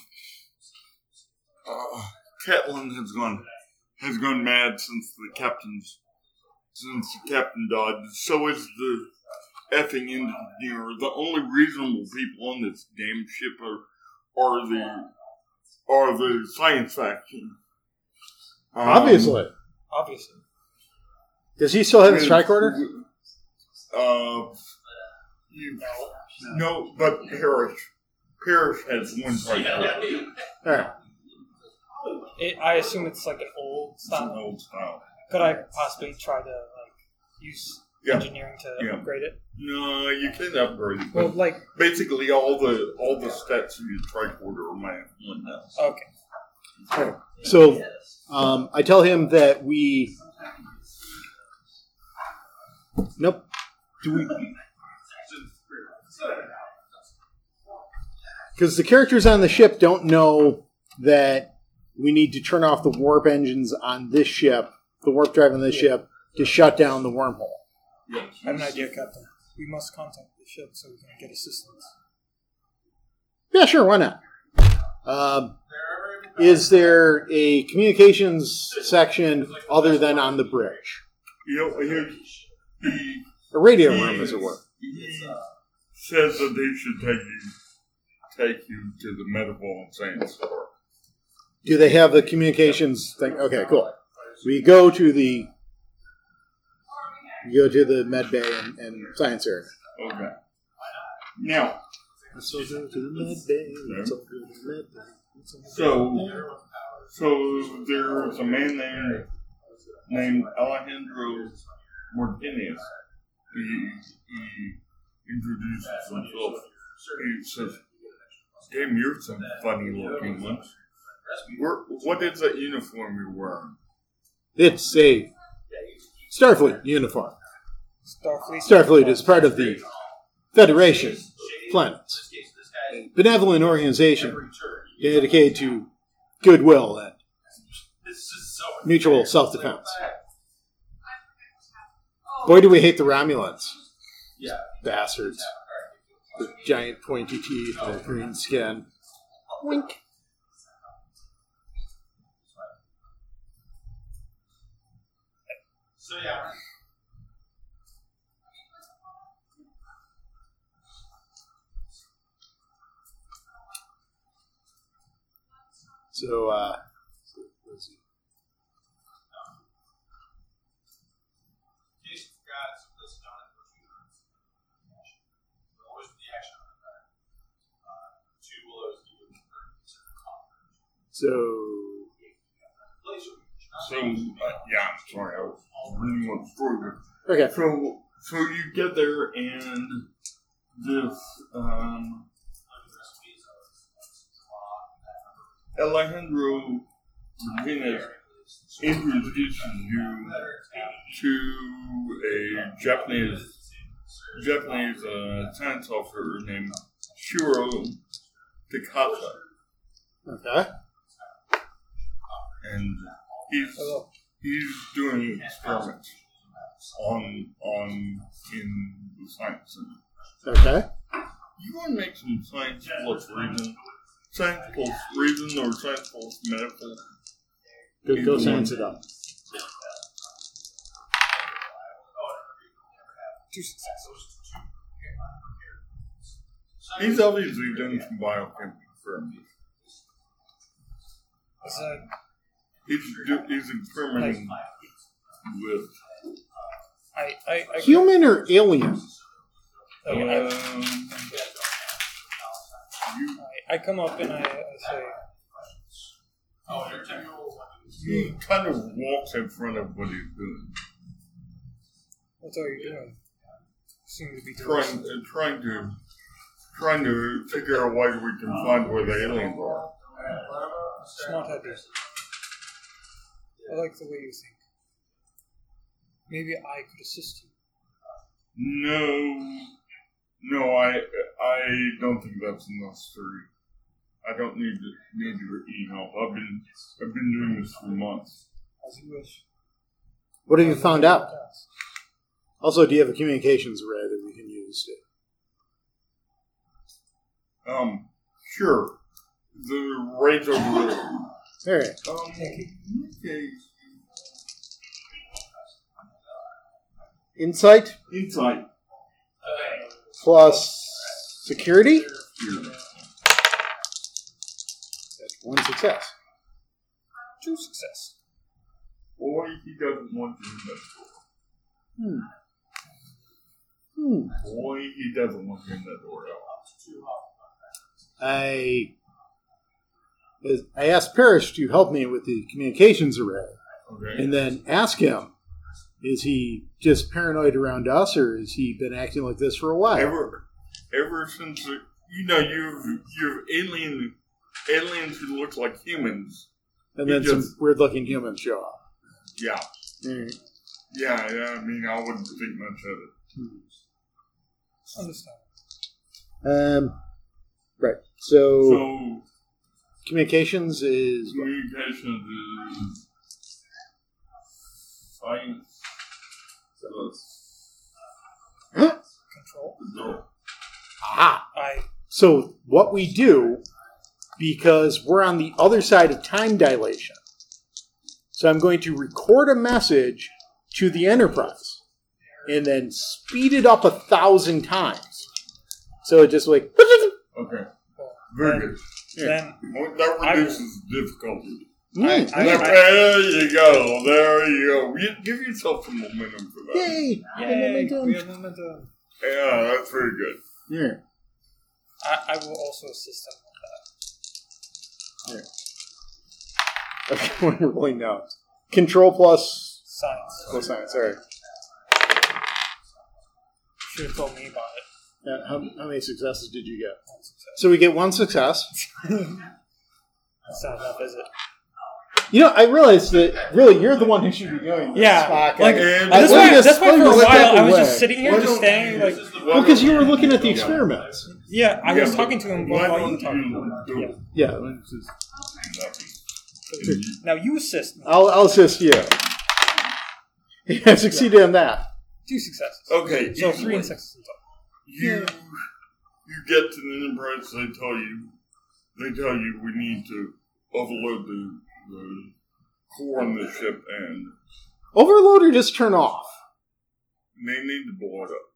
C: uh, Catelyn has gone has gone mad since the captain's since the captain died. So is the effing engineer. The only reasonable people on this damn ship are are the are the science faction. Um,
B: Obviously.
D: Obviously,
B: Does he still have his strike order?
C: Uh, you, no, but Parrish. Parrish has one strike order.
B: All right.
D: it, I assume it's like an old
C: It's an
D: style.
C: old style.
D: Could I possibly try to like use
C: Yeah.
D: engineering to
C: Yeah.
D: upgrade it?
C: No, you can upgrade it.
D: Well,
C: But
D: like
C: basically, all the all the stats of your strike order are my one now.
D: okay,
B: So um, I tell him that we. Nope. Do we? Because the characters on the ship don't know that we need to turn off the warp engines on this ship, the warp drive on this ship, to shut down the wormhole.
D: I have an idea, Captain. We must contact the ship so we can get assistance.
B: Yeah, sure, why not? Um, is there a communications section other than on the bridge?
C: You know, here's the
B: A radio room, as it were.
C: He says that they should take you take you to the medical insane store.
B: Do they have the communications thing? Okay, cool. We go to the we go to the med bay and, and science area.
C: Okay. Now,
B: Let's all go to the med bay. Let's all go to the med bay. Let's all go to
C: So-
B: the med bay.
C: so there was a man there named Alejandro Martinez. He, he introduces himself. He says, "Damn, you're some funny looking ones. Where- What is that uniform you're wearing?"
B: It's a Starfleet uniform.
D: Starfleet.
B: Starfleet is part of the Federation of Planets, a benevolent organization dedicated to goodwill and mutual self defense. Boy, do we hate the Romulans. Yeah. Bastards. The giant pointy teeth, the green skin. So, uh,
C: Uh,
B: so
C: So uh, yeah, I'm sorry, I was reading one story. there.
B: okay,
C: So, so you get there, and this um, Alejandro Martinez introduces you to a Japanese Japanese uh, science officer named Shiro Takata,
B: okay.
C: and he's
D: Hello.
C: he's doing experiments on on in the science center.
B: Okay.
C: You want to make some science plus reason, science plus reason, or science plus medical?
B: Go, go science it up.
D: Two successes.
C: He's obviously done some biochemistry experiments.
D: Is that
C: He's do, he's experimenting with
D: I, I, I,
B: Human or alien?
D: okay, I-
C: um, you,
D: I, I come up and I, I say,
C: he kind of walks in front of what he's doing,
D: "What are you doing?" Seem to be doing.
C: trying uh, trying to trying to figure out why we can find where the aliens are.
D: Smart idea. I like the way you think. Maybe I could assist you.
C: No, no, I I don't think that's necessary. I don't need to, need your e help. I've been I've been doing this for months.
D: As you wish.
B: What have you found out? Also, do you have a communications array that we can use?
C: Um, sure, the rates over there.
B: All right.
C: Um, okay.
B: Insight
C: Insight
B: plus security.
C: here.
B: That's one success.
D: Two success.
C: Or he doesn't want to invest.
B: Hmm. Hmm.
C: Boy, he doesn't want to in that door at all.
B: I I asked Parrish to help me with the communications array,
C: Okay.
B: and then ask him: Is he just paranoid around us, or has he been acting like this for a while?
C: ever ever since uh, you know you've you've alien aliens who look like humans.
B: And then
C: he
B: some
C: just-
B: weird-looking humans show up.
C: Yeah,
B: All right.
C: yeah, yeah. I mean, I wouldn't think much of it.
D: Understand.
B: Um, right. So,
C: So
B: communications is
C: communications is science. So it's
D: Control.
C: no.
B: ah.
D: I
B: So what we do because we're on the other side of time dilation. So I'm going to record a message to the Enterprise and then speed it up a thousand times. So it just
D: [LAUGHS]
B: like
C: Okay. Very good.
D: then
C: Well, That
D: I-
C: reduces difficulty.
B: Mm,
D: I-
B: yeah.
D: I-
C: there you go. There you go. You, give yourself some momentum for that.
B: Yay!
D: yay, we
B: Momentum.
D: have momentum.
C: Yeah, that's very good.
B: Yeah.
D: I, I will also assist him with that.
B: [LAUGHS] Okay, we're rolling now. Control plus
D: Science.
B: plus science. All right.
D: Should have told me about it.
B: Yeah, how, how many successes did you get? So we get one success.
D: It's not enough, is it?
B: You know, I realized that really you're the one who should be doing this.
D: Yeah,
B: Spock.
D: like,
B: I-
C: And
B: I
D: That's
B: wanted
D: why,
B: to
D: that's why
B: explain
D: for a
B: this
D: while
B: back
D: I was
B: away.
D: just sitting here,
C: Why
D: just
C: don't-
D: standing like,
B: Well, because you were looking at the experiments.
D: yeah, I
C: Yeah,
D: was
C: but
D: talking to him
C: Why
D: while you were
C: don't
D: talking about
C: you do
D: Yeah.
B: Yeah.
C: nothing?
D: it. Now you assist me.
B: I'll, I'll assist you. [LAUGHS] I succeeded on that.
D: Two successes.
C: Okay,
D: So
C: either
D: three
C: way.
D: and six. in total.
C: you you get to the enterprise they tell you they tell you we need to overload the, the core on the ship and
B: Overload or just turn off.
C: they need to blow it up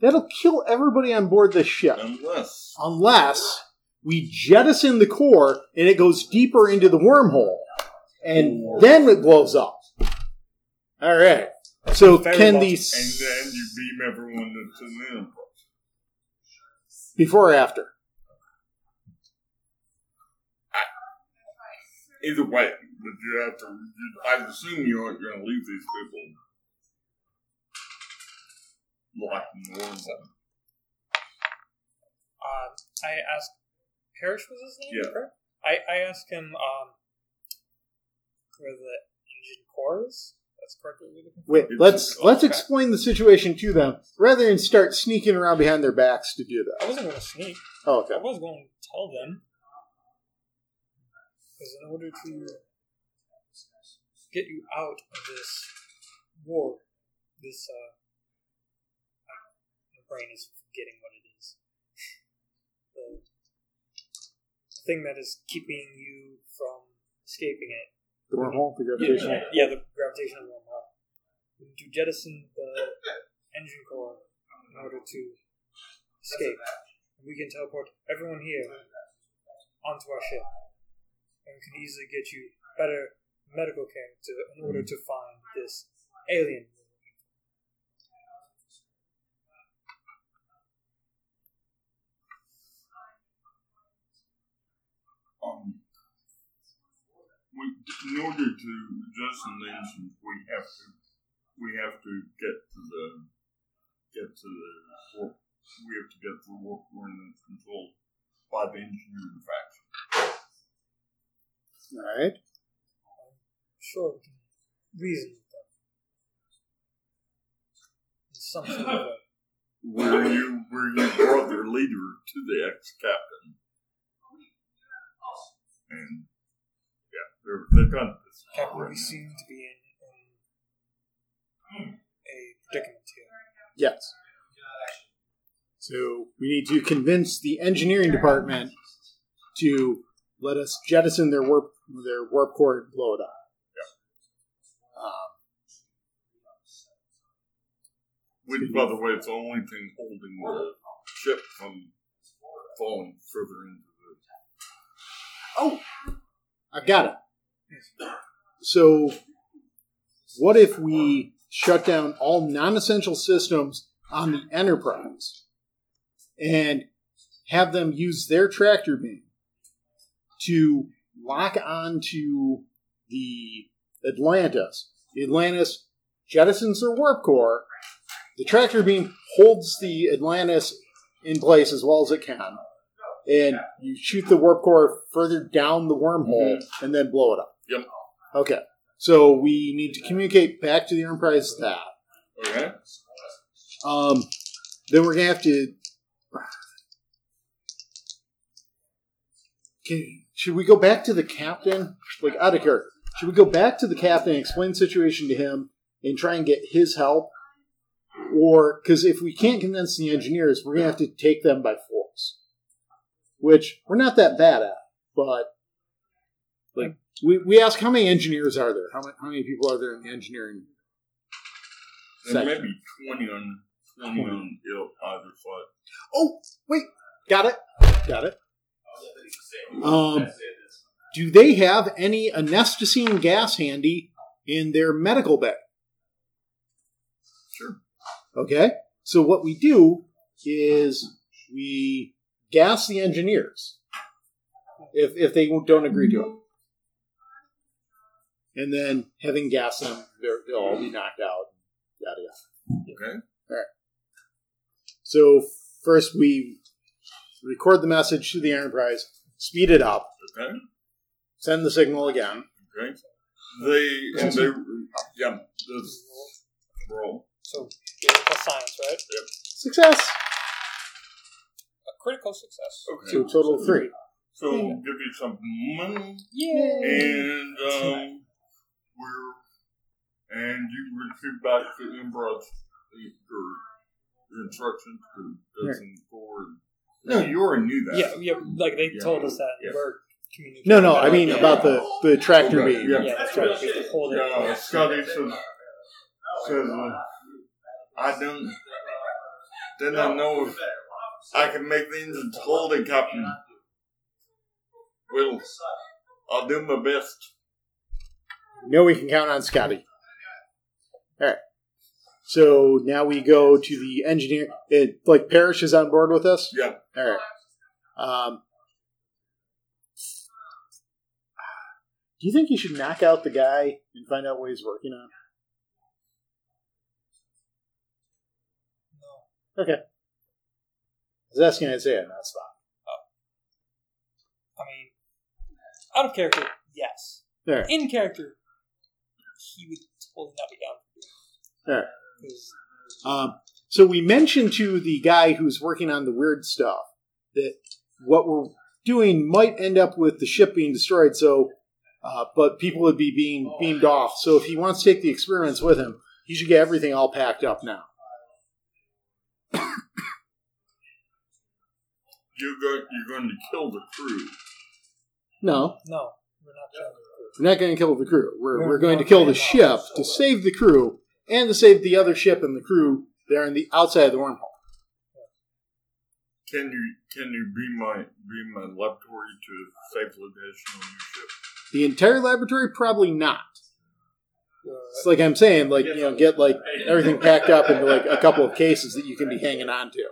B: That'll kill everybody on board this ship.
C: unless
B: Unless we jettison the core and it goes deeper into the wormhole. And then it blows up. All right. So
D: Very
B: can
D: well.
B: the.
C: and
B: s-
C: then you beam everyone to the enterprise.
B: Before or after?
C: Either way, but you have to. You, I assume you aren't going to leave these people locked in the warm zone.
D: Um, I asked Parrish was his name,
C: Yeah.
D: correct? I, I asked him um, where the engine core is. That's correctly what we're looking for.
B: Wait,
C: It's-
B: let's let's
D: okay.
B: explain the situation to them rather than start sneaking around behind their backs to do
D: I
B: that.
D: wasn't going to sneak.
B: Oh,
D: I
B: okay.
D: was going to tell them. Because in order to get you out of this war, this, uh, I- my brain is forgetting what it is. The [LAUGHS] thing that is keeping you from escaping it
B: The wormhole, the
D: yeah,
B: gravitation.
D: yeah, the gravitational wormhole. To jettison the engine core in order to escape, we can teleport everyone here onto our ship, and we can easily get you better medical care to, in order to find this alien.
C: Um, we, in order to adjust the nations, we have to we have to get to the get to the warp. We have to get to the warp coordinates controlled by the engineering faction.
B: All right.
D: Sure, we can reason with them. In some sort of way.
C: Where you where you brought their leader to the ex captain, and yeah, they're they're done with this.
D: Captain, we seem to be in, in a predicament here.
B: Yes. So we need to convince the engineering department to let us jettison their warp their warp core and blow it up.
C: Which, by the way, it's the only thing holding the ship from falling further into the
B: I've got it. So, what if we shut down all non essential systems on the Enterprise and have them use their tractor beam to lock onto the Atlantis? The Atlantis jettisons their warp core. The tractor beam holds the Atlantis in place as well as it can. And you shoot the warp core further down the wormhole and then blow it up.
C: Yep.
B: Okay. So we need to communicate back to the Enterprise that.
C: Okay.
B: Um, then we're gonna have to Can, should we go back to the captain? Like out of character. Should we go back to the captain, explain the situation to him, and try and get his help? Or because if we can't convince the engineers, we're gonna have to take them by force. Which we're not that bad at, but like we, we ask how many engineers are there? How many how many people are there in the engineering
C: There may
B: section?
C: be 20 on, 20 on the either side.
B: Oh, wait. Got it. Got it. Um, do they have any anesthetizing gas handy in their medical bag?
C: Sure.
B: Okay. So what we do is we gas the engineers if if they don't agree to it, and then having gassed them, they're, they'll all be knocked out. Yada yada.
C: Okay.
B: So first we record the message to the Enterprise, speed it up,
C: Okay.
B: send the signal again.
C: Okay. They and they yeah. This roll.
D: So, give it plus science, right?
B: Success.
D: A critical success.
C: Okay.
B: So total of three.
C: So we'll give you some money and um, we're and you retrieve back the Embra's your, your instructions to doesn't forward. No, you already knew that.
D: Yeah, yeah. Like they
C: Yeah.
D: told us that
C: Yeah.
D: we're communicating.
B: No, no, I mean about the the tractor
C: Okay,
B: beam.
C: yeah.
D: Yeah, that's right. We have to hold it.
C: Yeah, uh, Scotty says, says uh, I don't did not know if I can make things and hold it, Captain. Well, I'll do my best.
B: No, we can count on Scotty. All right. So now we go to the engineer. It, like Parrish is on board with us.
C: Yeah.
B: All right. Um, do you think you should knock out the guy and find out what he's working on? Okay. I was asking Isaiah, not Scott.
D: I mean, out of character, yes.
B: There.
D: In character, he would totally not be down.
B: There.
D: 'Cause
B: Um, so we mentioned to the guy who's working on the weird stuff that what we're doing might end up with the ship being destroyed. So, uh, but people would be being beamed off. So if he wants to take the experiments with him, he should get everything all packed up now.
C: You're going, you're going to kill the crew.
B: No,
D: No, we're not killing the crew.
B: we're not going to kill the crew. We're we're going to kill the ship to save the crew and to save the other ship and the crew that are in the outside of the wormhole.
C: Can you can you be my be my laboratory to safe location on your ship?
B: The entire laboratory probably not.
D: We're-
B: It's like I'm saying, like you know, get like everything packed up into like a couple of cases that you can be hanging on to.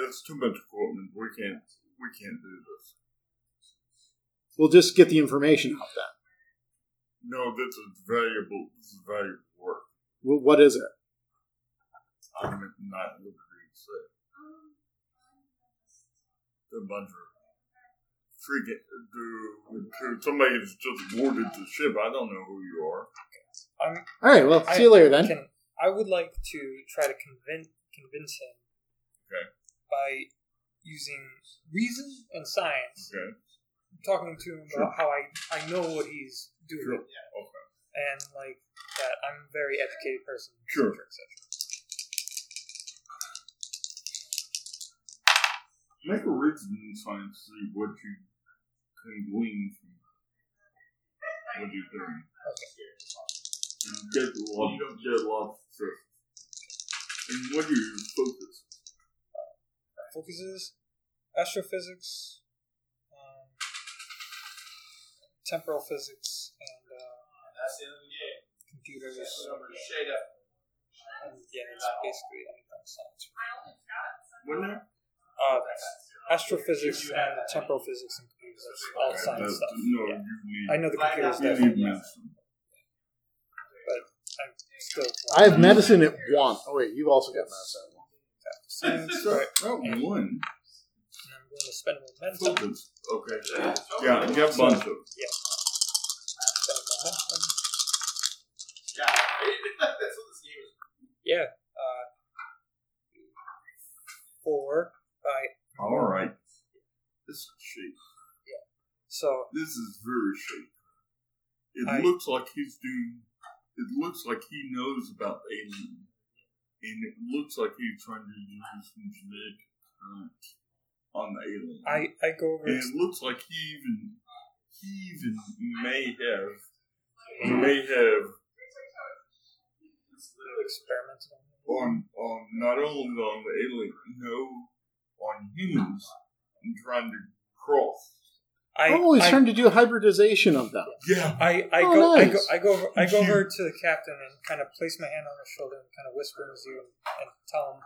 C: That's too much equipment. We can't we can't do this.
B: We'll just get the information out then.
C: No, this is valuable. This is valuable work.
B: Well, what is it?
C: I'm not at liberty to say. A bunch of freaking to, to somebody that's just boarded the ship. I don't know who you are.
B: All right. Well,
D: I-
B: see you later then.
D: Can, I would like to try to convince convince him
C: Okay.
D: by using reason and science.
C: Okay.
D: Talking to him about how I, I know what he's doing.
C: Sure.
D: And like that I'm a very educated person.
C: Sure. Make a reason science see what you can glean from what you're doing. And get a lot, you don't get a lot of success. And what are your focus?
D: Focuses astrophysics, um, temporal physics, and uh,
G: That's the end of the game.
D: computers.
G: Just remember to shade up.
D: And, yeah, that's basically anything science.
C: Wasn't there?
G: Oh,
D: Uh, astrophysics and temporal physics and computers. That's all
C: Okay, that's-
D: science stuff.
C: No,
D: Yeah.
C: you need,
D: I know the computer stuff.
C: you need medicine.
D: I'm still.
B: I have medicine at one. Oh wait, you've also got medicine. At one.
D: science, [LAUGHS] right?
C: Oh,
D: And-
C: one.
D: And I'm going to spend my momentum.
C: Focus. Okay. Yeah, you get a bunch of.
D: Spend my momentum.
G: Yeah.
E: [LAUGHS]
D: uh,
G: That's what this game is.
D: Yeah. Uh, four Bye.
C: All right. This is shady.
D: So
C: This is very shady. It
D: I-
C: looks like he's doing. It looks like he knows about alien, and it looks like he's trying to do some genetic experiments on the alien.
D: I I go over.
C: and it looks like he even he even may have may have
D: experimented on it.
C: on on not only on the alien, no, on humans and trying to cross.
D: I,
B: oh, he's
D: I,
B: trying to do hybridization of them.
C: Yeah,
D: I, I,
B: Oh,
D: go,
B: nice.
D: I go I go over
C: Cute.
D: I go over to the captain and kind of place my hand on his shoulder and kind of whisper in his ear and tell him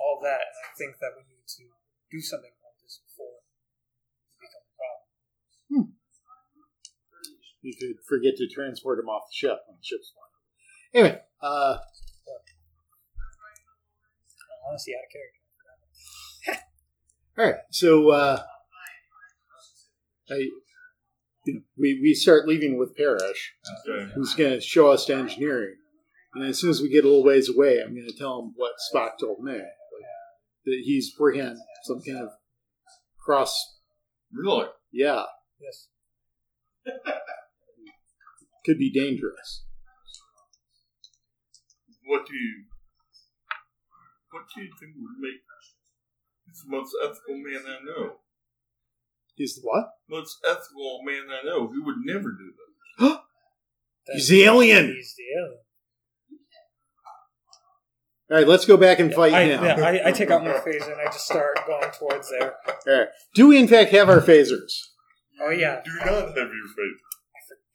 D: all that. And I think that we need to do something about this before it becomes a problem.
B: You could forget to transport him off the ship when the ship's flying. Anyway, uh,
D: I'm honestly out of character.
B: all right. So, uh, I, you know, we, we start leaving with Parrish,
C: okay.
B: who's going to show us to engineering. And as soon as we get a little ways away, I'm going to tell him what Spock told me. Like, that he's working on some kind of cross,
C: really.
B: yeah,
D: Yes.
B: could be dangerous.
C: What do you what do you think would make he's the most ethical man I know?
B: He's the what?
C: Most ethical man I know. He would never do that.
B: He's the alien.
D: He's the alien.
B: All right, let's go back and fight
D: I,
B: now.
D: yeah, I, I take out my phaser and I just start going towards there.
B: All right. Do we in fact have our phasers?
D: Oh yeah.
C: Do not have your faith.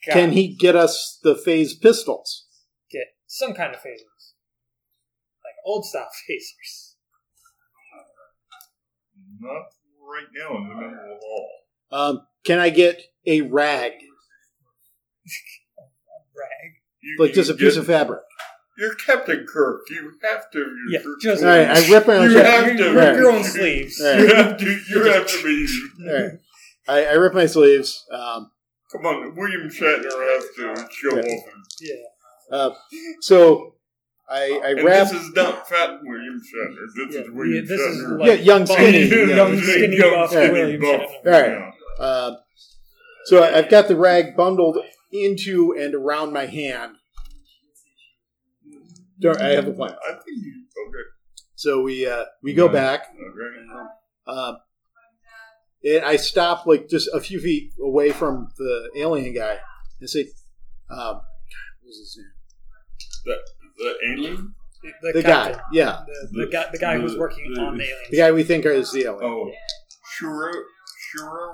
D: God,
B: Can he get us the phase pistols?
D: get some kind of phasers? Like old style [LAUGHS] phasers.
C: Not right now in the middle of all.
B: Um, can I get a rag,
D: Rag.
C: You,
B: like just a
C: you
B: piece
C: get-
B: of fabric?
C: You're Captain Kirk. You have to. You're
D: Yeah,
C: Kirk.
D: just-
B: All right, I rip my own.
C: You
B: shirt.
C: have to.
D: Rip
B: Right.
D: your own sleeves. [LAUGHS]
B: Right.
C: you have to. You have to be.
B: All right. I, I rip my sleeves. Um,
C: Come on, William Shatner has to show
B: Right.
C: off.
D: Yeah.
B: uh, so I, I
C: And
B: wrap.
C: this is not fat William Shatner. This
D: Yeah,
C: is William
D: yeah, this is
C: Shatner.
D: like
B: yeah, young skinny.
D: Bunny.
B: yeah.
D: Young skinny buff
B: skinny
D: William
C: buff.
D: Shatner.
B: All right. Uh, so I, I've got the rag bundled into and around my hand. Don't- I have a plan.
C: I think you okay. Uh,
B: So we uh, we go
C: Right.
B: back.
C: Okay.
B: Um, and I stop like just a few feet away from the alien guy and say, um, "What was his name?
C: The alien.
D: The,
B: The
D: captain.
B: guy, yeah,
D: The, the guy, the guy who was working on the aliens.
B: the guy we think is the alien."
C: Oh, Shiro Shiro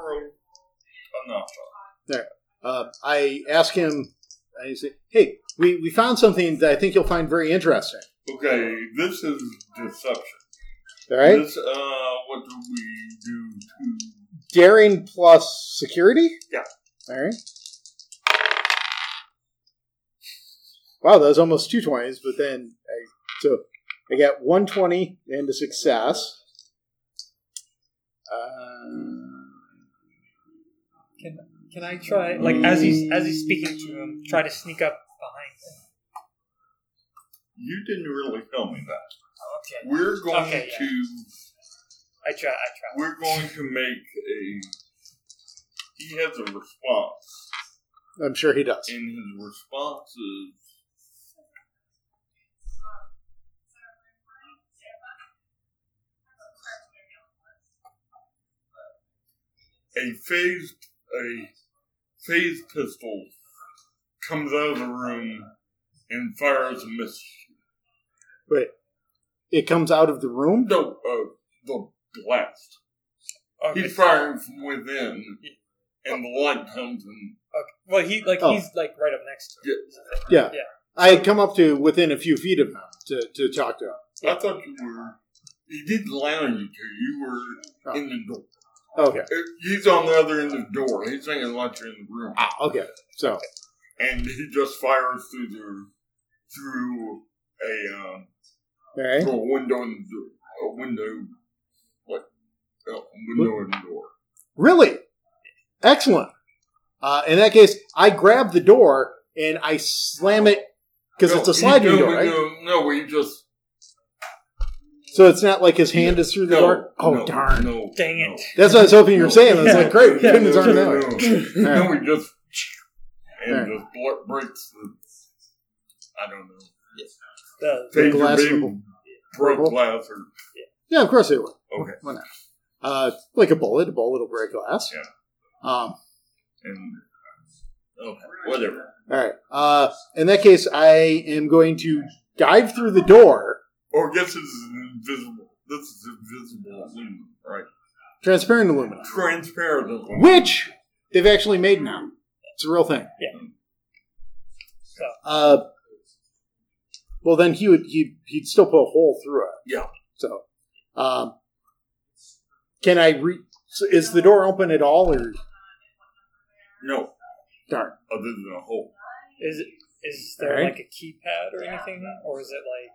C: Tanaka.
B: Um, I ask him. I say, "Hey, we, we found something that I think you'll find very interesting.
C: Okay, this is deception.
B: All right,
C: This, uh, what do we do to?
B: daring plus security.
C: Yeah.
B: All right. Wow, that was almost two twenties, but then I, so I got one twenty and a success. Uh,
D: Can, can I try, like, as he's as he's speaking to him, try to sneak up behind him?
C: You didn't really tell me that.
D: Oh, Okay.
C: We're going
D: Okay, yeah.
C: to.
D: I try. I try.
C: We're going to make a. He has a response,
B: I'm sure he does.
C: and his response is a phased a phased pistol comes out of the room and fires a missile.
B: Wait, it comes out of the room.
C: No, uh, the blast.
D: Okay.
C: He's firing from within, and the light comes in.
D: Okay. Well, he like
B: Oh.
D: he's like right up next to him.
B: Yeah,
D: Yeah.
B: I had come up to within a few feet of him to, to talk to him.
C: I thought you were. He didn't allow you to. You were in the door. Uh,
B: Okay,
C: He's on the other end of the door. He's thinking like you're in the room.
B: okay. So
C: And he just fires through the through a um,
B: all right,
C: Through a window in the door. A window, like a window in the door.
B: really excellent. Uh, in that case, I grab the door and I slam it because
C: No,
B: it's a
C: you-
B: sliding
C: no,
B: door,
C: no,
B: right?
C: No, no, we just
B: So it's not like his hand is through the door. Oh
C: no,
B: darn!
C: No,
D: Dang
C: no.
D: it.
B: That's what I was hoping you were saying. I was
D: Yeah.
B: like, great,
C: Yeah,
B: Finn's
C: no,
B: arm
C: no,
B: out.
C: no.
B: All
C: No, we just and
B: All right.
C: just bl- breaks the. I don't know.
D: The-
B: Big
C: Taser
B: glass
C: beam
B: will-
C: broke
B: will-
C: glass or
B: Yeah, of course they will.
C: okay,
B: Uh, like a bullet, a bullet will break glass.
C: Yeah.
B: Um,
C: and uh, okay, whatever.
B: all right. Uh, in that case, I am going to dive through the door.
C: Or Oh, guess this is invisible. This is invisible aluminum, right?
B: Transparent aluminum.
C: Transparent aluminum.
B: which they've actually made now. It's a real thing.
D: Yeah.
B: Uh, well, then he would he he'd still put a hole through it.
C: Yeah.
B: So, um, can I re? so is the door open at all? Or
C: No,
B: darn,
C: other than a hole.
D: Is it- is there
B: Alright.
D: like a keypad or anything, or is it like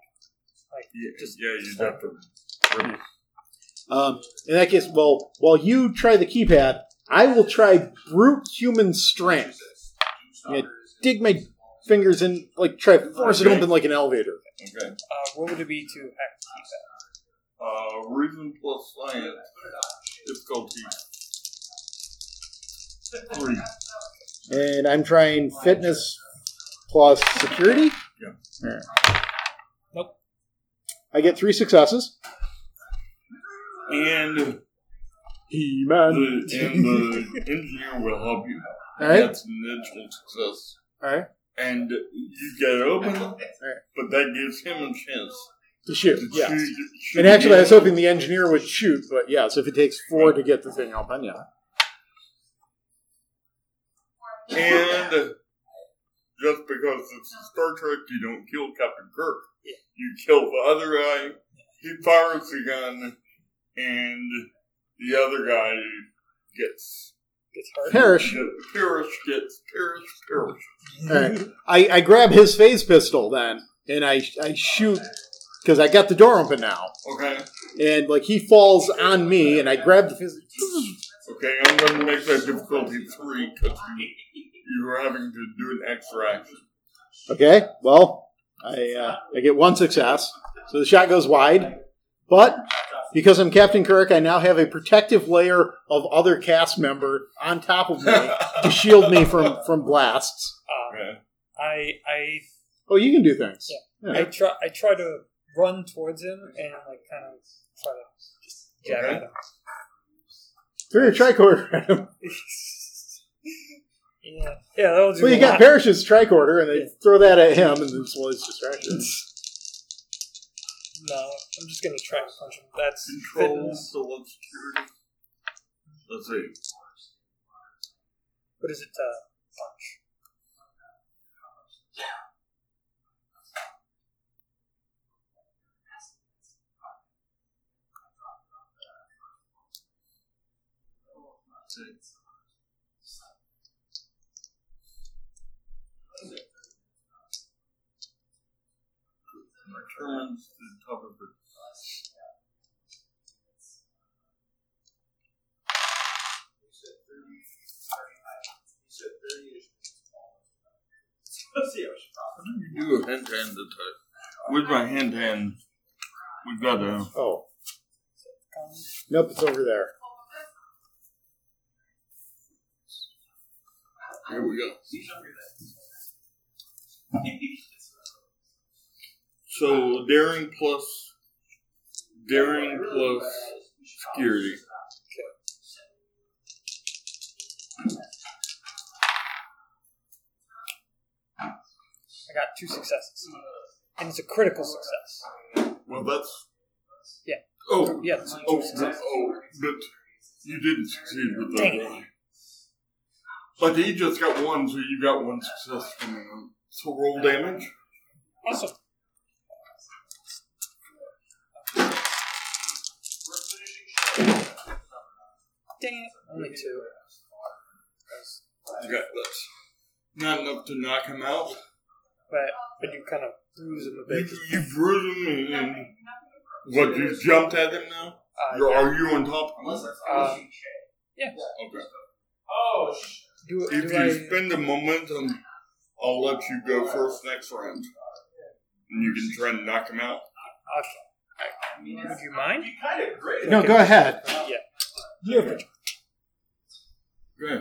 C: Yeah,
D: Just-
C: yeah you'd have to. rip it.
B: um, in that case, well, while you try the keypad, I will try brute human strength. I'm gonna dig my fingers in, like try to force it open like an elevator.
C: Okay.
D: uh, what would it be to hack the keypad?
C: Uh, reason plus science. Difficulty. Three.
B: And I'm trying fitness plus security.
C: Yeah.
B: Alright.
D: Nope.
B: I get three successes.
C: And
B: He
C: the, and the engineer will help you.
B: All right.
C: That's an initial success.
B: All right.
C: And you get it open, but that gives him a chance
B: To shoot.
C: to
B: Yeah.
C: shoot, shoot
B: And actually, I was
C: again.
B: hoping the engineer would shoot, but yeah, so if it takes four to get the thing open, yeah.
C: And just because this is Star Trek, you don't kill Captain Kirk. You kill the other guy. He fires the gun, and the other guy gets
D: It's hard.
B: Perish.
C: Perish gets perish perish.
B: All right. I, I grab his phase pistol then, and I, I shoot because I got the door open now.
C: Okay,
B: And like he falls on me, and I grab the phase.
C: okay. I'm going to make that difficulty three because you you were having to do an extra action.
B: Okay, well, I uh, I get one success, so the shot goes wide. But because I'm Captain Kirk, I now have a protective layer of other cast member on top of [LAUGHS] me to shield me from from blasts.
D: Uh,
C: Okay.
D: I I
B: Oh, you can do things. Yeah.
D: I try I try to run towards him and like kind of try to just jab
C: Okay.
D: at him. [LAUGHS]
B: Throw your tricorder [LAUGHS] at him.
D: yeah, yeah, that'll do.
B: Well, you
D: a
B: got
D: lot.
B: Parrish's tricorder, and they
D: Yeah.
B: throw that at him, and it's, well, it's distraction.
D: No, I'm just gonna try and punch him. That's
C: Control
D: fitness.
C: select security. Let's see.
D: What is it? Uh, punch.
C: Determines the top of it. How do you do a hand to hand attack? With my hand to hand, we've got a.
B: Oh, nope, it's over there.
C: Here we go. So daring plus daring plus security.
D: I got two successes, and it's a critical success.
C: Well, that's
D: Yeah.
C: Oh,
D: Yeah, it's
C: oh, but, oh, but you didn't succeed with that.
D: Dang it.
C: one. But he just got one, so you got one success from him. So roll damage.
D: awesome. Dang it! Only two.
C: Okay, that's not enough to knock him out.
D: but I do kind of bruise him a
C: You,
D: bit.
C: you bruise him and, and what? You jumped at him now.
D: Uh,
C: You're,
D: yeah.
C: Are you on top of him?
D: Um, yeah.
C: Okay.
G: Oh, sh-
D: Do, do
C: If
D: I,
C: you spend the momentum, I'll let you go first next round. And you can try and knock him out.
D: okay. Would you mind?
B: No, go ahead.
D: Yeah.
C: Good.
D: Yeah.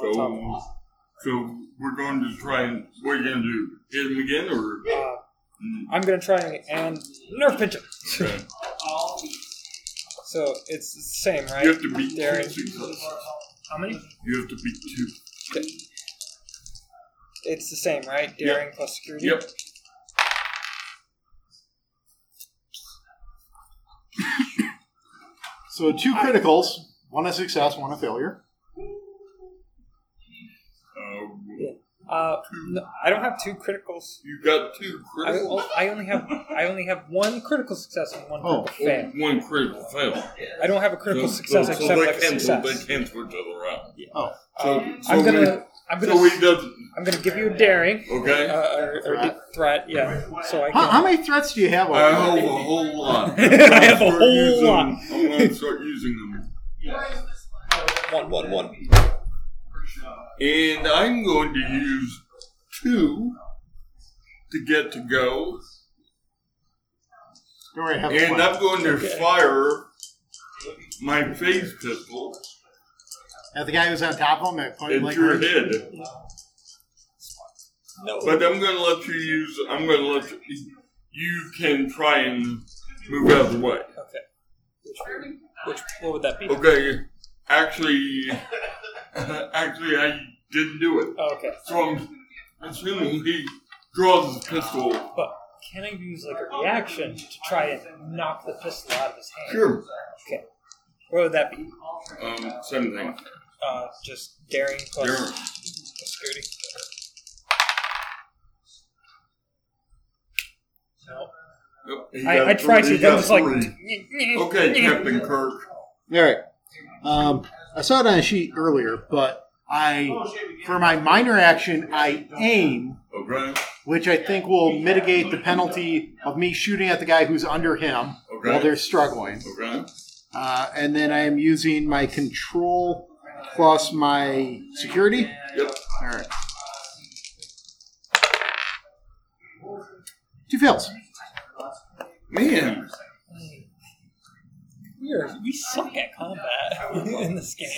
D: on top.
C: So, so we're going to try and what are you going to do? Hit him again or?
D: Uh,
C: Mm,
D: I'm gonna try and nerf pinch him.
C: okay.
D: [LAUGHS] So it's the same, right?
C: You have to beat two
D: Darren.
C: successes.
D: How many?
C: You have to beat two.
D: It's the same, right?
C: Yep.
D: Daring plus security.
C: Yep.
B: So two criticals, one a success, one a failure.
C: Uh,
D: Uh, no, I don't have two criticals.
C: you got two
D: I,
C: critical.
D: I only have I only have one critical success and one
B: Oh.
D: critical fail.
C: One critical fail.
D: I don't have a critical
C: So-
D: success.
C: so-
D: I
C: so
D: just have
C: they
D: like a
C: cancel-
D: success.
C: They cancel each other out.
B: Oh,
C: So,
D: Um,
C: so
D: I'm gonna
C: we,
D: I'm gonna
C: so we doesn't.
D: I'm gonna give you a daring.
C: Okay.
D: Uh, or, or
B: Threat.
D: di- threat, yeah. So I
B: how,
D: can.
B: how many threats do you have?
C: I
B: Over?
C: have a whole
D: [LAUGHS]
C: lot.
D: I have a
C: I'm gonna start
D: whole
C: using
D: lot.
C: them. I'm going to start using them.
D: One, one, one.
C: And I'm going to use two to get to go.
B: Don't worry, I have
C: And
B: one.
C: I'm going to fire my phase pistol
B: At the guy who's on top of him at point
C: at
B: blank
C: your
B: range.
C: head.
D: No.
C: But I'm going to let you use. I'm going to let you. You can try and move out of the way.
D: Which what would that be?
C: Okay. Actually, [LAUGHS] actually, I didn't do it.
D: Oh, okay.
C: So I'm assuming he draws his pistol.
D: But can I use like a reaction to try and knock the pistol out of his hand?
C: Sure.
D: Okay. What would that be?
C: Um, same thing.
D: Uh, just daring plus
C: Daring.
D: security.
C: Yep, he got
D: I, I tried
C: three,
D: to,
C: he
D: but
C: got
D: I'm just like.
C: three.
D: [LAUGHS]
C: Okay, Captain Kirk.
B: All right. Um, I saw it on a sheet earlier, but I, for my minor action, I aim,
C: Okay.
B: which I think will mitigate the penalty of me shooting at the guy who's under him
C: Okay.
B: while they're struggling.
C: Okay.
B: Uh, and then I am using my control plus my security.
C: Yep.
B: All right. Two fails.
C: Man.
D: We, are, we suck at combat [LAUGHS] in this game.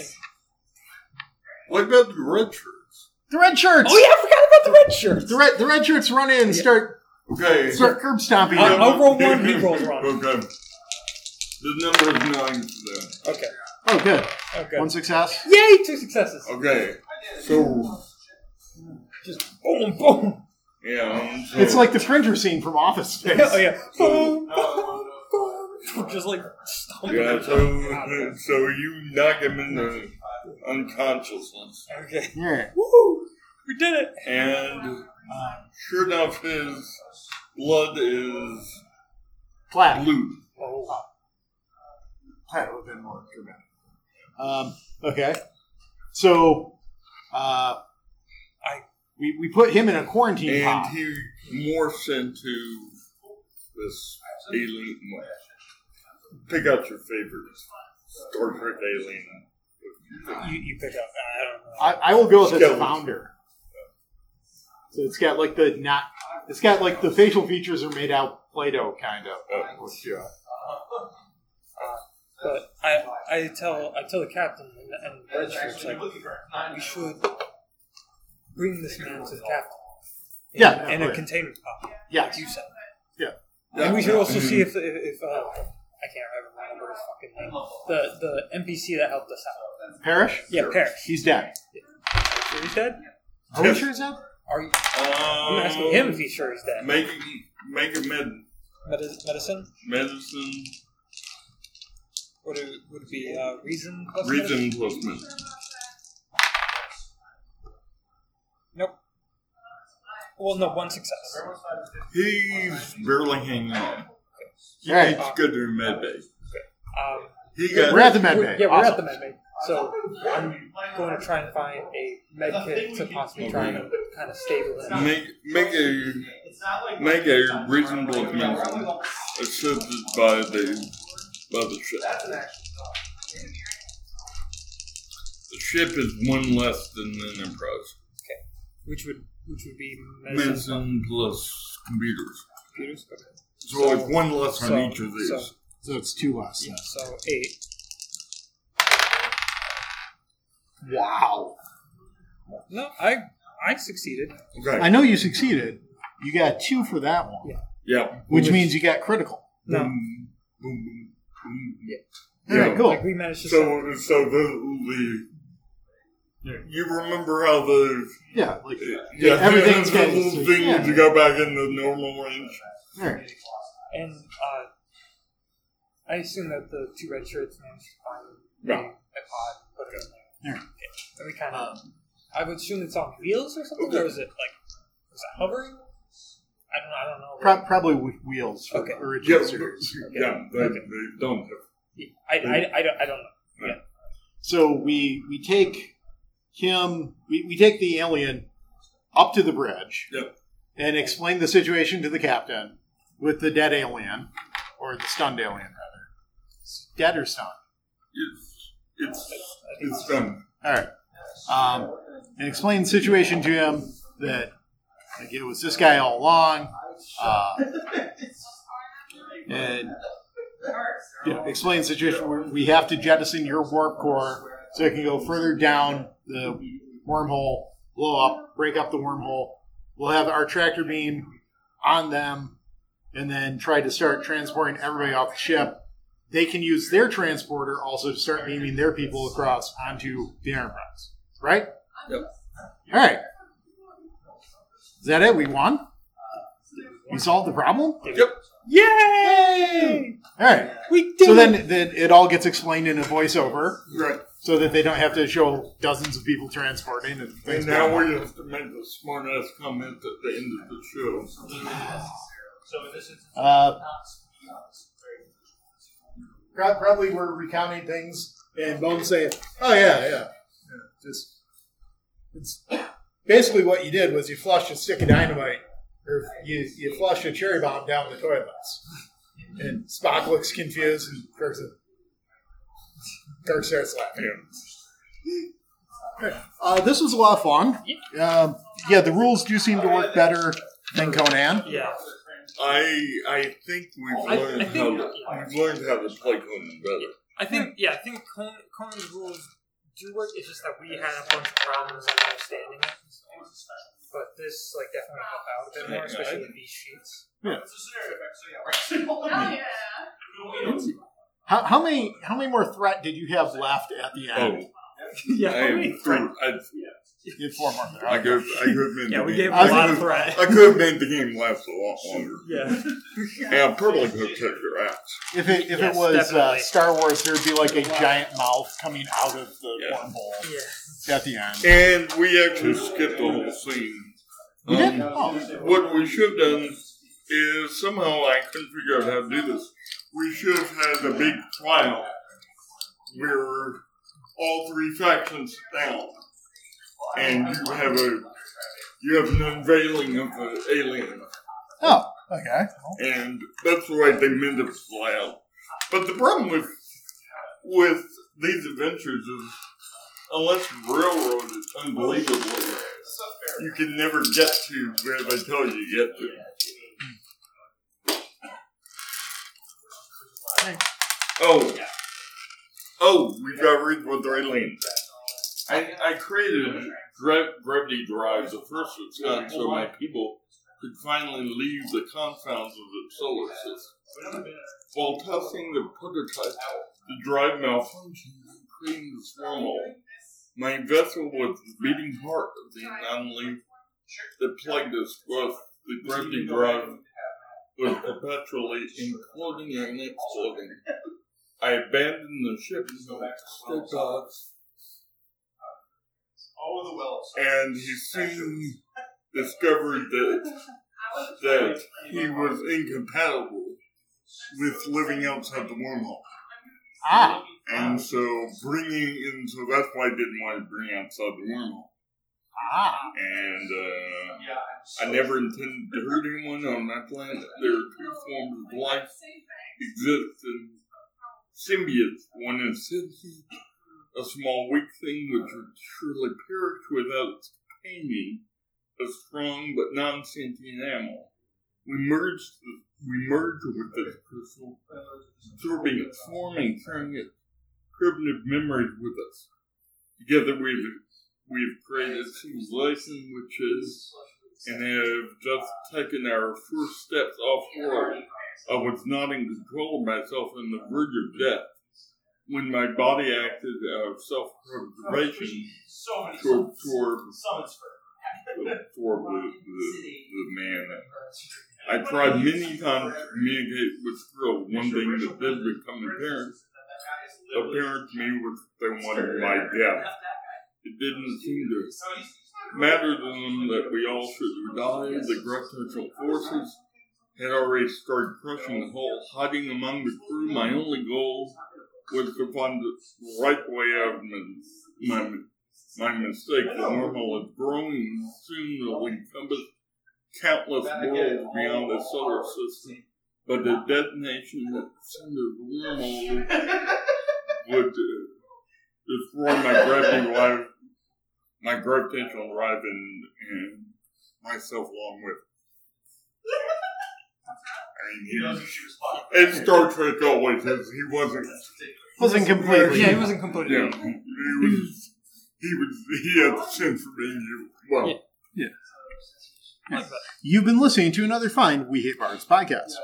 C: What about the red shirts?
B: The red shirts.
D: Oh yeah, I forgot about the red shirts.
B: The red the red shirts run in and start
C: Okay.
B: start curb stomping.
D: Uh,
B: them.
D: I'll roll one, he rolls wrong.
C: Okay. The number is nine for them.
D: Okay.
B: Oh, good.
D: Okay.
B: One success.
D: Yay! Two successes.
C: Okay. So,
D: Just boom, boom.
C: yeah. um, so-
B: It's like the printer scene from
D: [LAUGHS]
B: Office Space.
D: oh yeah. Oh, Boom, boom, boom. Just like stomping. [LAUGHS]
C: Yeah, so, so you knock him into unconsciousness.
D: Okay.
B: All right.
D: Woo! We did it.
C: And
D: Uh,
C: sure enough, his blood is
B: Plaid.
C: blue.
B: Plaid would have been more dramatic. Um, okay. So, uh, I we, we put him in a quarantine
C: And
B: pod.
C: he morphs into this alien. Pick out your favorite Star Trek alien.
D: You, you pick up. I don't know.
B: I, I will go with the
C: Skeleton.
B: founder. So it's got like the not. It's got like the facial features are made out of Play-Doh, kind of.
C: Oh, yeah.
D: But I, I tell, I tell the captain and, and the red shirts like, we should bring this man to the captain. In,
B: Yeah,
D: in
B: yeah,
D: a
B: right.
D: containment pod.
B: Yeah.
D: Like you said.
B: Yeah.
D: And we should also see if, if, if uh, I can't remember his fucking name. The the NPC that helped us out.
B: Parrish.
D: Yeah, Parrish.
B: He's dead.
D: Sure he's dead?
B: Are we sure he's dead?
D: Are you,
C: Um,
D: I'm asking him if he's sure he's dead.
C: Make it, make it med,
D: Medi- medicine?
C: medicine,
D: Would it, would it be uh, reason? plus medicine?
C: reason plus medicine.
D: Nope. Well, no, one success.
C: He's barely hanging on. He
B: All right.
C: needs to go to a med bay.
D: Um,
C: He
B: We're
C: got
B: at the med bay.
D: Yeah, we're
B: Awesome.
D: at the med bay. So I'm going to try and find a med kit to possibly try and kind of stable him.
C: make make a make a reasonable medicine assisted by the by the ship. The ship is one less than the Enterprise.
D: Which would which would be medicine.
C: Medicine plus computers.
D: Computers? Okay.
C: So, like one less on each of these.
D: So,
B: So it's two less. then.
D: so eight.
B: Wow.
D: No, I I succeeded.
C: okay.
B: I know you succeeded. You got two for that one,
D: Yeah.
C: yeah.
B: which means you got critical.
D: No.
C: Boom, boom, boom, boom.
D: Yeah.
B: All right,
C: Yeah.
B: cool.
D: Like we managed to. stop-
C: So, so the, the you remember how the
B: Yeah, like
C: yeah,
B: everything's
C: the
B: got-
C: little thing
B: yeah.
C: to go back in the normal range.
B: all right.
D: and uh, I assume that the two red shirts managed to find
C: Yeah.
D: a pod. Put it in there.
B: Yeah.
D: Okay. And we kind of. I would assume it's on wheels or something, or is it like was it hovering? I don't. I don't know.
B: Pro- probably with wheels for
D: Okay.
B: the original
C: Yeah,
B: series.
C: yeah, they,
D: Okay.
C: they don't have
D: I, I, I, don't, I don't know.
B: So we we take him, we, we take the alien up to the bridge,
C: Yep.
B: and explain the situation to the captain with the dead alien or the stunned alien rather, dead or stunned.
C: it's it's it's done.
B: All right, um, and explain the situation to him that like, it was this guy all along, uh, and you know, explain the situation where we have to jettison your warp core so it can go further down the wormhole, blow up, break up the wormhole. We'll have our tractor beam on them and then try to start transporting everybody off the ship. They can use their transporter also to start beaming their people across onto the Enterprise. Right?
C: Yep.
B: All right. Is that it? We won? We solved the problem?
C: Yep.
B: Yay! All right.
D: We
B: So then, then it all gets explained in a voiceover
C: Right.
B: so that they don't have to show dozens of people transporting and things.
C: And now we have to make a smart ass comment at the end of the show.
B: uh, prob- probably we're recounting things and Bones saying, oh, yeah, yeah. yeah. Just, it's basically what you did was you flushed a stick of dynamite or you, you flushed a cherry bomb down the toilets. And Spock looks confused and Kirk's, Kirk starts laughing. Uh, this was a lot of fun. Um, yeah, the rules do seem to work better than Conan.
D: Yeah.
C: I I think we've
D: I-
C: learned
D: I think-
C: how to, we've learned how to play Conan better.
D: I think yeah, I think Con- Conan's rules do work. It's just that we had a bunch of problems in understanding it. But this like definitely helped out a bit more, especially with these sheets.
G: [LAUGHS]
B: How, how many how many more threat did you have left at the end?
C: Oh,
D: [LAUGHS] yeah,
C: I am through. I,
B: You had four more. There.
C: I could I could have made
D: yeah,
C: the
D: we
C: game.
D: gave
B: I
D: him a
B: was
D: lot of
C: could've-
D: threat.
C: I could have made the game last a lot longer.
D: [LAUGHS] Yeah,
C: Yeah, probably could have kicked your ass.
B: If it if
D: Yes,
B: it was uh,
D: definitely.
B: Star Wars, there'd be like a giant mouth coming out of the
C: Yeah.
B: wormhole
D: yeah.
B: at the end.
C: And we actually skipped the whole scene.
B: We did.
C: Um,
B: Oh.
C: What we should have done is somehow I couldn't figure out how to do this. We should have had a big trial where all three factions sit down, and you have a you have an unveiling of the alien,
B: Oh, okay.
C: and that's the way they meant it to play out. But the problem with with these adventures is unless railroaded unbelievably, you can never get to where they tell you to get to. Oh. Oh, we got rid of the alien. I, I created gra- gravity drives, the first it's done, so my people could finally leave the confines of the solar system. While testing the prototype, the drive malfunctioned, creating this wormhole. My vessel was the beating heart of the anomaly that plagued us with the gravity drive was perpetually imploding and exploding. I abandoned the ship and stepped off, and he soon discovered that that he was incompatible with living outside the wormhole.
B: Ah,
C: And so bringing in, so that's why I didn't want to bring outside the wormhole.
B: ah.
C: And uh, I never intended to hurt anyone on my planet. There are two forms of life exist in symbiotes. One is sentient, a small weak thing which would surely perish without its companion, a strong but non-sentient animal. We merged. We merged with this crystal, absorbing its form and carrying its primitive memories with us. Together, we've we've created civilization, which is and have just taken our first steps off-world. I was not in control of myself on the verge of death when my body acted out of self-preservation
G: So many summons.
C: toward toward
G: Summons for [LAUGHS]
C: toward the, the, the man that I tried many times to communicate with girls. One thing that did become apparent, apparent to me was they wanted my death. It didn't seem to matter to them that we all should die. The gravitational forces had already started crushing the whole. Hiding among the crew, my only goal was to find the right way out of my, my, my mistake. The wormhole is growing soon will encompass countless worlds beyond the solar system, but the detonation that centered the wormhole would uh, destroy my gravity life, my gravitational life, and, and myself along with. it. I mean, he, and Star Trek always says he wasn't.
H: Wasn't completely.
D: Yeah, he wasn't completely.
C: Yeah, he was. He was. He had the sense for being you. Well,
H: You've been listening to another fine We Hate Bards podcast.